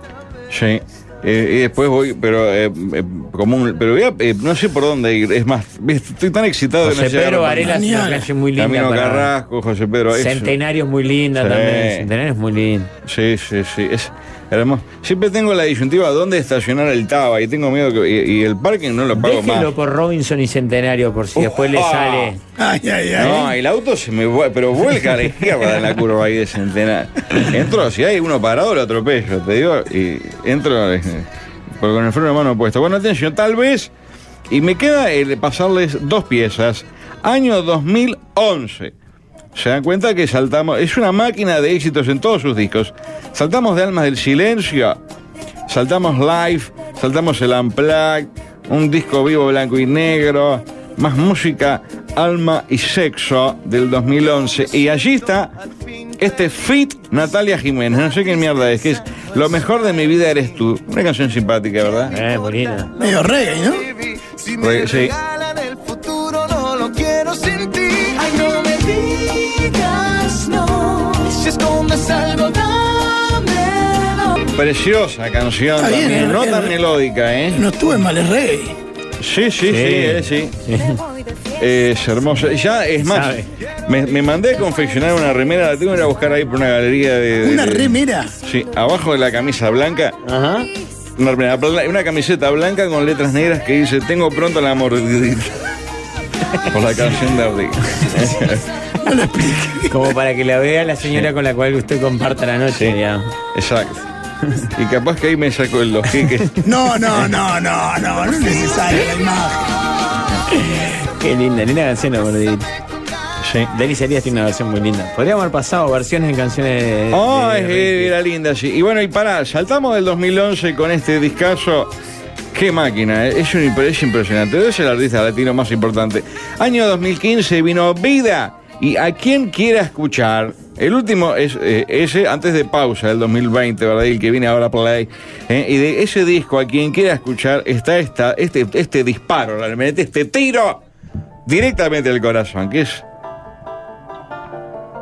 Speaker 4: Sí. Eh, y después voy, pero eh, eh, como un- pero voy a- eh, no sé por dónde ir. Es más, ¿viste? estoy tan excitado que
Speaker 6: José
Speaker 4: no sé
Speaker 6: Pedro
Speaker 4: ahora-
Speaker 6: Varela es una calle muy linda.
Speaker 4: Camino
Speaker 6: para-
Speaker 4: Carrasco, José Pedro. es-
Speaker 6: Centenario es muy linda
Speaker 4: Sí.
Speaker 6: también. Centenario es muy lindo.
Speaker 4: Sí, sí, sí. Es hermoso. Siempre tengo la disyuntiva dónde estacionar el Taba y tengo miedo que. Y, y el parking no lo pago
Speaker 6: Déjenlo
Speaker 4: más.
Speaker 6: por Robinson y Centenario por si después le
Speaker 4: Ujú.
Speaker 6: sale.
Speaker 5: Ay, ay, ay.
Speaker 4: No, el auto se me vuelve, pero vuelca a la izquierda en la curva ahí de centenar. Entro, si hay uno parado lo atropello, te digo, y entro eh, pero con el freno de mano puesto. Bueno, atención, tal vez, y me queda el pasarles dos piezas. Año 2011. Se dan cuenta que saltamos, es una máquina de éxitos en todos sus discos. Saltamos de Almas del Silencio, saltamos Live, saltamos el Unplugged, un disco vivo blanco y negro, más música, alma y sexo del 2011. Y allí está este fit Natalia Jiménez, no sé qué mierda es, que es Lo mejor de mi vida eres tú. Una canción simpática, ¿verdad?
Speaker 6: Eh, muy linda.
Speaker 5: Medio reggae, ¿no?
Speaker 4: Re- Sí.
Speaker 16: Ay, no me digas no. Si escondes algo, dámelo.
Speaker 4: Preciosa canción
Speaker 5: Está bien,
Speaker 4: también,
Speaker 5: es
Speaker 4: no
Speaker 5: re-
Speaker 4: tan
Speaker 5: es re-
Speaker 4: melódica, ¿eh?
Speaker 5: No estuve mal, es reggae.
Speaker 4: Sí, sí, sí, eh, sí. Es hermosa. Ya, es más,
Speaker 6: Sabe.
Speaker 4: me, me mandé a confeccionar una remera, la tengo que ir a buscar ahí por una galería de. de-
Speaker 5: Una
Speaker 4: de-
Speaker 5: remera.
Speaker 4: Sí, abajo de la camisa blanca.
Speaker 6: Ajá.
Speaker 4: Una, remera bla- una camiseta blanca con letras negras que dice Tengo pronto la mordidita. Por la canción de Ardi.
Speaker 6: Como para que la vea la señora con la cual usted comparta la noche. digamos.
Speaker 4: Exacto. Y capaz que ahí me saco el los quiques.
Speaker 5: No, no, no, no, no. No es necesaria la imagen.
Speaker 6: Qué linda, linda canción, la mordidita.
Speaker 4: Sí.
Speaker 6: Denis Arias tiene una versión muy linda. Podríamos haber pasado versiones en canciones de.
Speaker 4: Oh,
Speaker 6: de-
Speaker 4: es- eh, era linda, sí. Y bueno, y pará, saltamos del 2011 con este discazo. Qué máquina, eh. es, un impre- es impresionante. Es el artista latino más importante. Año 2015 vino Vida. Y a quien quiera escuchar, el último es eh, ese, antes de pausa del 2020, ¿verdad? Y el que viene ahora Play. eh, y de ese disco, a quien quiera escuchar, está esta, este, este disparo, realmente, este tiro directamente al corazón, que es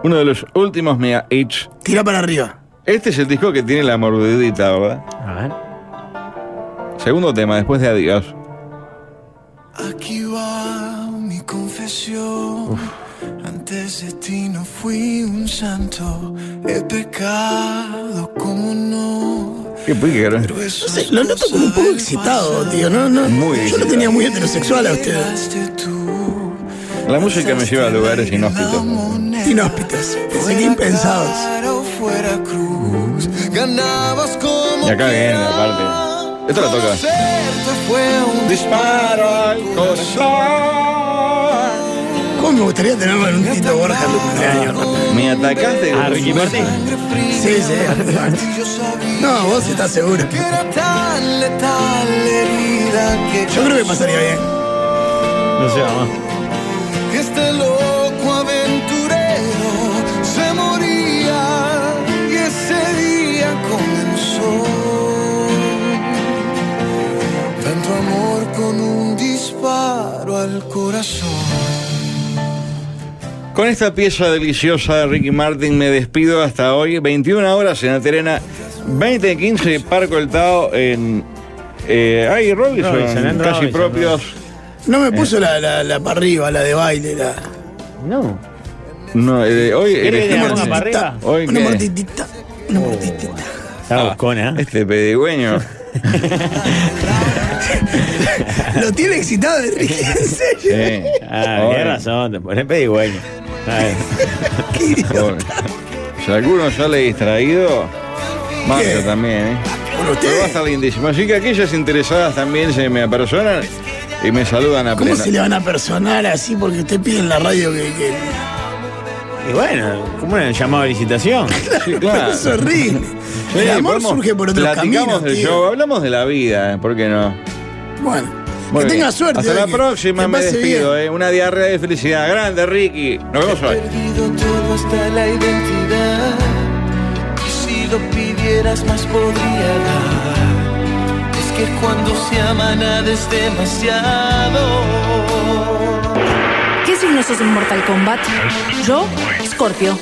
Speaker 4: uno de los últimos mega hits
Speaker 5: Tira para arriba.
Speaker 4: este es el disco que tiene la mordidita, ¿verdad?
Speaker 6: A ver.
Speaker 4: Segundo tema, después de Adiós.
Speaker 18: Aquí
Speaker 16: vez de ti no fui un santo, he pecado como no.
Speaker 4: Qué pícaro. ¿eh?
Speaker 16: No
Speaker 5: sé, lo noto como un poco excitado, tío. No, no. yo lo tenía muy heterosexual a usted.
Speaker 4: La música me lleva a lugares inhóspitos.
Speaker 5: Inhóspitos. Pensé que impensados.
Speaker 16: Claro, fuera cruz, ganabas como
Speaker 4: Y acá viene la parte. Esto la toca. Disparo al corazón.
Speaker 5: ¿Cómo me gustaría tenerlo en un Tito Borja en tu cumpleaños?
Speaker 4: Me atacaste.
Speaker 5: ¿A Ah, Ricky Martin? Sí, sí. a Ricky Martin. No, vos estás seguro.
Speaker 16: tan letal herida que
Speaker 5: Yo creo que pasaría bien.
Speaker 6: No sé, mamá.
Speaker 16: Este loco aventurero se moría y ese día comenzó. Tanto amor con un disparo al corazón.
Speaker 4: Con esta pieza deliciosa de Ricky Martin me despido hasta hoy. 21 horas en Aterena, 20 de 15 Parco El Tao en. Eh, ay, Robinson,
Speaker 5: Robinson, en
Speaker 4: casi
Speaker 5: Robinson,
Speaker 4: propios.
Speaker 5: No me puso la, la, la para arriba, la de baile, la.
Speaker 6: No.
Speaker 4: No, eh, hoy.
Speaker 5: ¿Querés que
Speaker 4: elegimos-
Speaker 5: le hagamos para arriba?
Speaker 4: Hoy
Speaker 5: Una
Speaker 4: que-
Speaker 5: mortitita. Una mortitita.
Speaker 4: Ah, Este pedigüeño.
Speaker 5: Lo tiene excitado de Ricky, en serio.
Speaker 4: Sí.
Speaker 6: Ah,
Speaker 4: Hoy.
Speaker 6: tenés razón, te pones pedigüeño.
Speaker 4: Pobre. Si alguno sale distraído, Marta también, ¿eh? Pero va a estar lindísimo. Así que aquellas interesadas también se me apersonan y me saludan a
Speaker 5: ¿Cómo
Speaker 4: pleno.
Speaker 5: se le van a personar así porque usted pide en la radio que. que-
Speaker 6: Y bueno, como un llamado de licitación.
Speaker 4: Sí,
Speaker 5: Pero es horrible.
Speaker 4: Sí,
Speaker 5: El amor
Speaker 4: podemos-
Speaker 5: surge por otros
Speaker 4: platicamos
Speaker 5: caminos.
Speaker 4: del
Speaker 5: tío.
Speaker 4: show, hablamos de la vida, ¿eh? ¿por qué no?
Speaker 5: Bueno,
Speaker 4: Muy
Speaker 5: que
Speaker 4: bien.
Speaker 5: tenga suerte.
Speaker 4: Hasta
Speaker 5: hoy,
Speaker 4: la
Speaker 5: que-
Speaker 4: próxima,
Speaker 5: que
Speaker 4: me
Speaker 5: pase
Speaker 4: despido.
Speaker 5: bien.
Speaker 4: ¿eh? Una diarrea de felicidad. Grande, Ricky. Nos vemos hoy.
Speaker 16: perdido todo hasta la identidad. Y si lo pidieras más podría dar. Es que cuando se ah, ama nada es demasiado.
Speaker 19: ¿Qué signo sos en Mortal Kombat? Yo, Scorpio.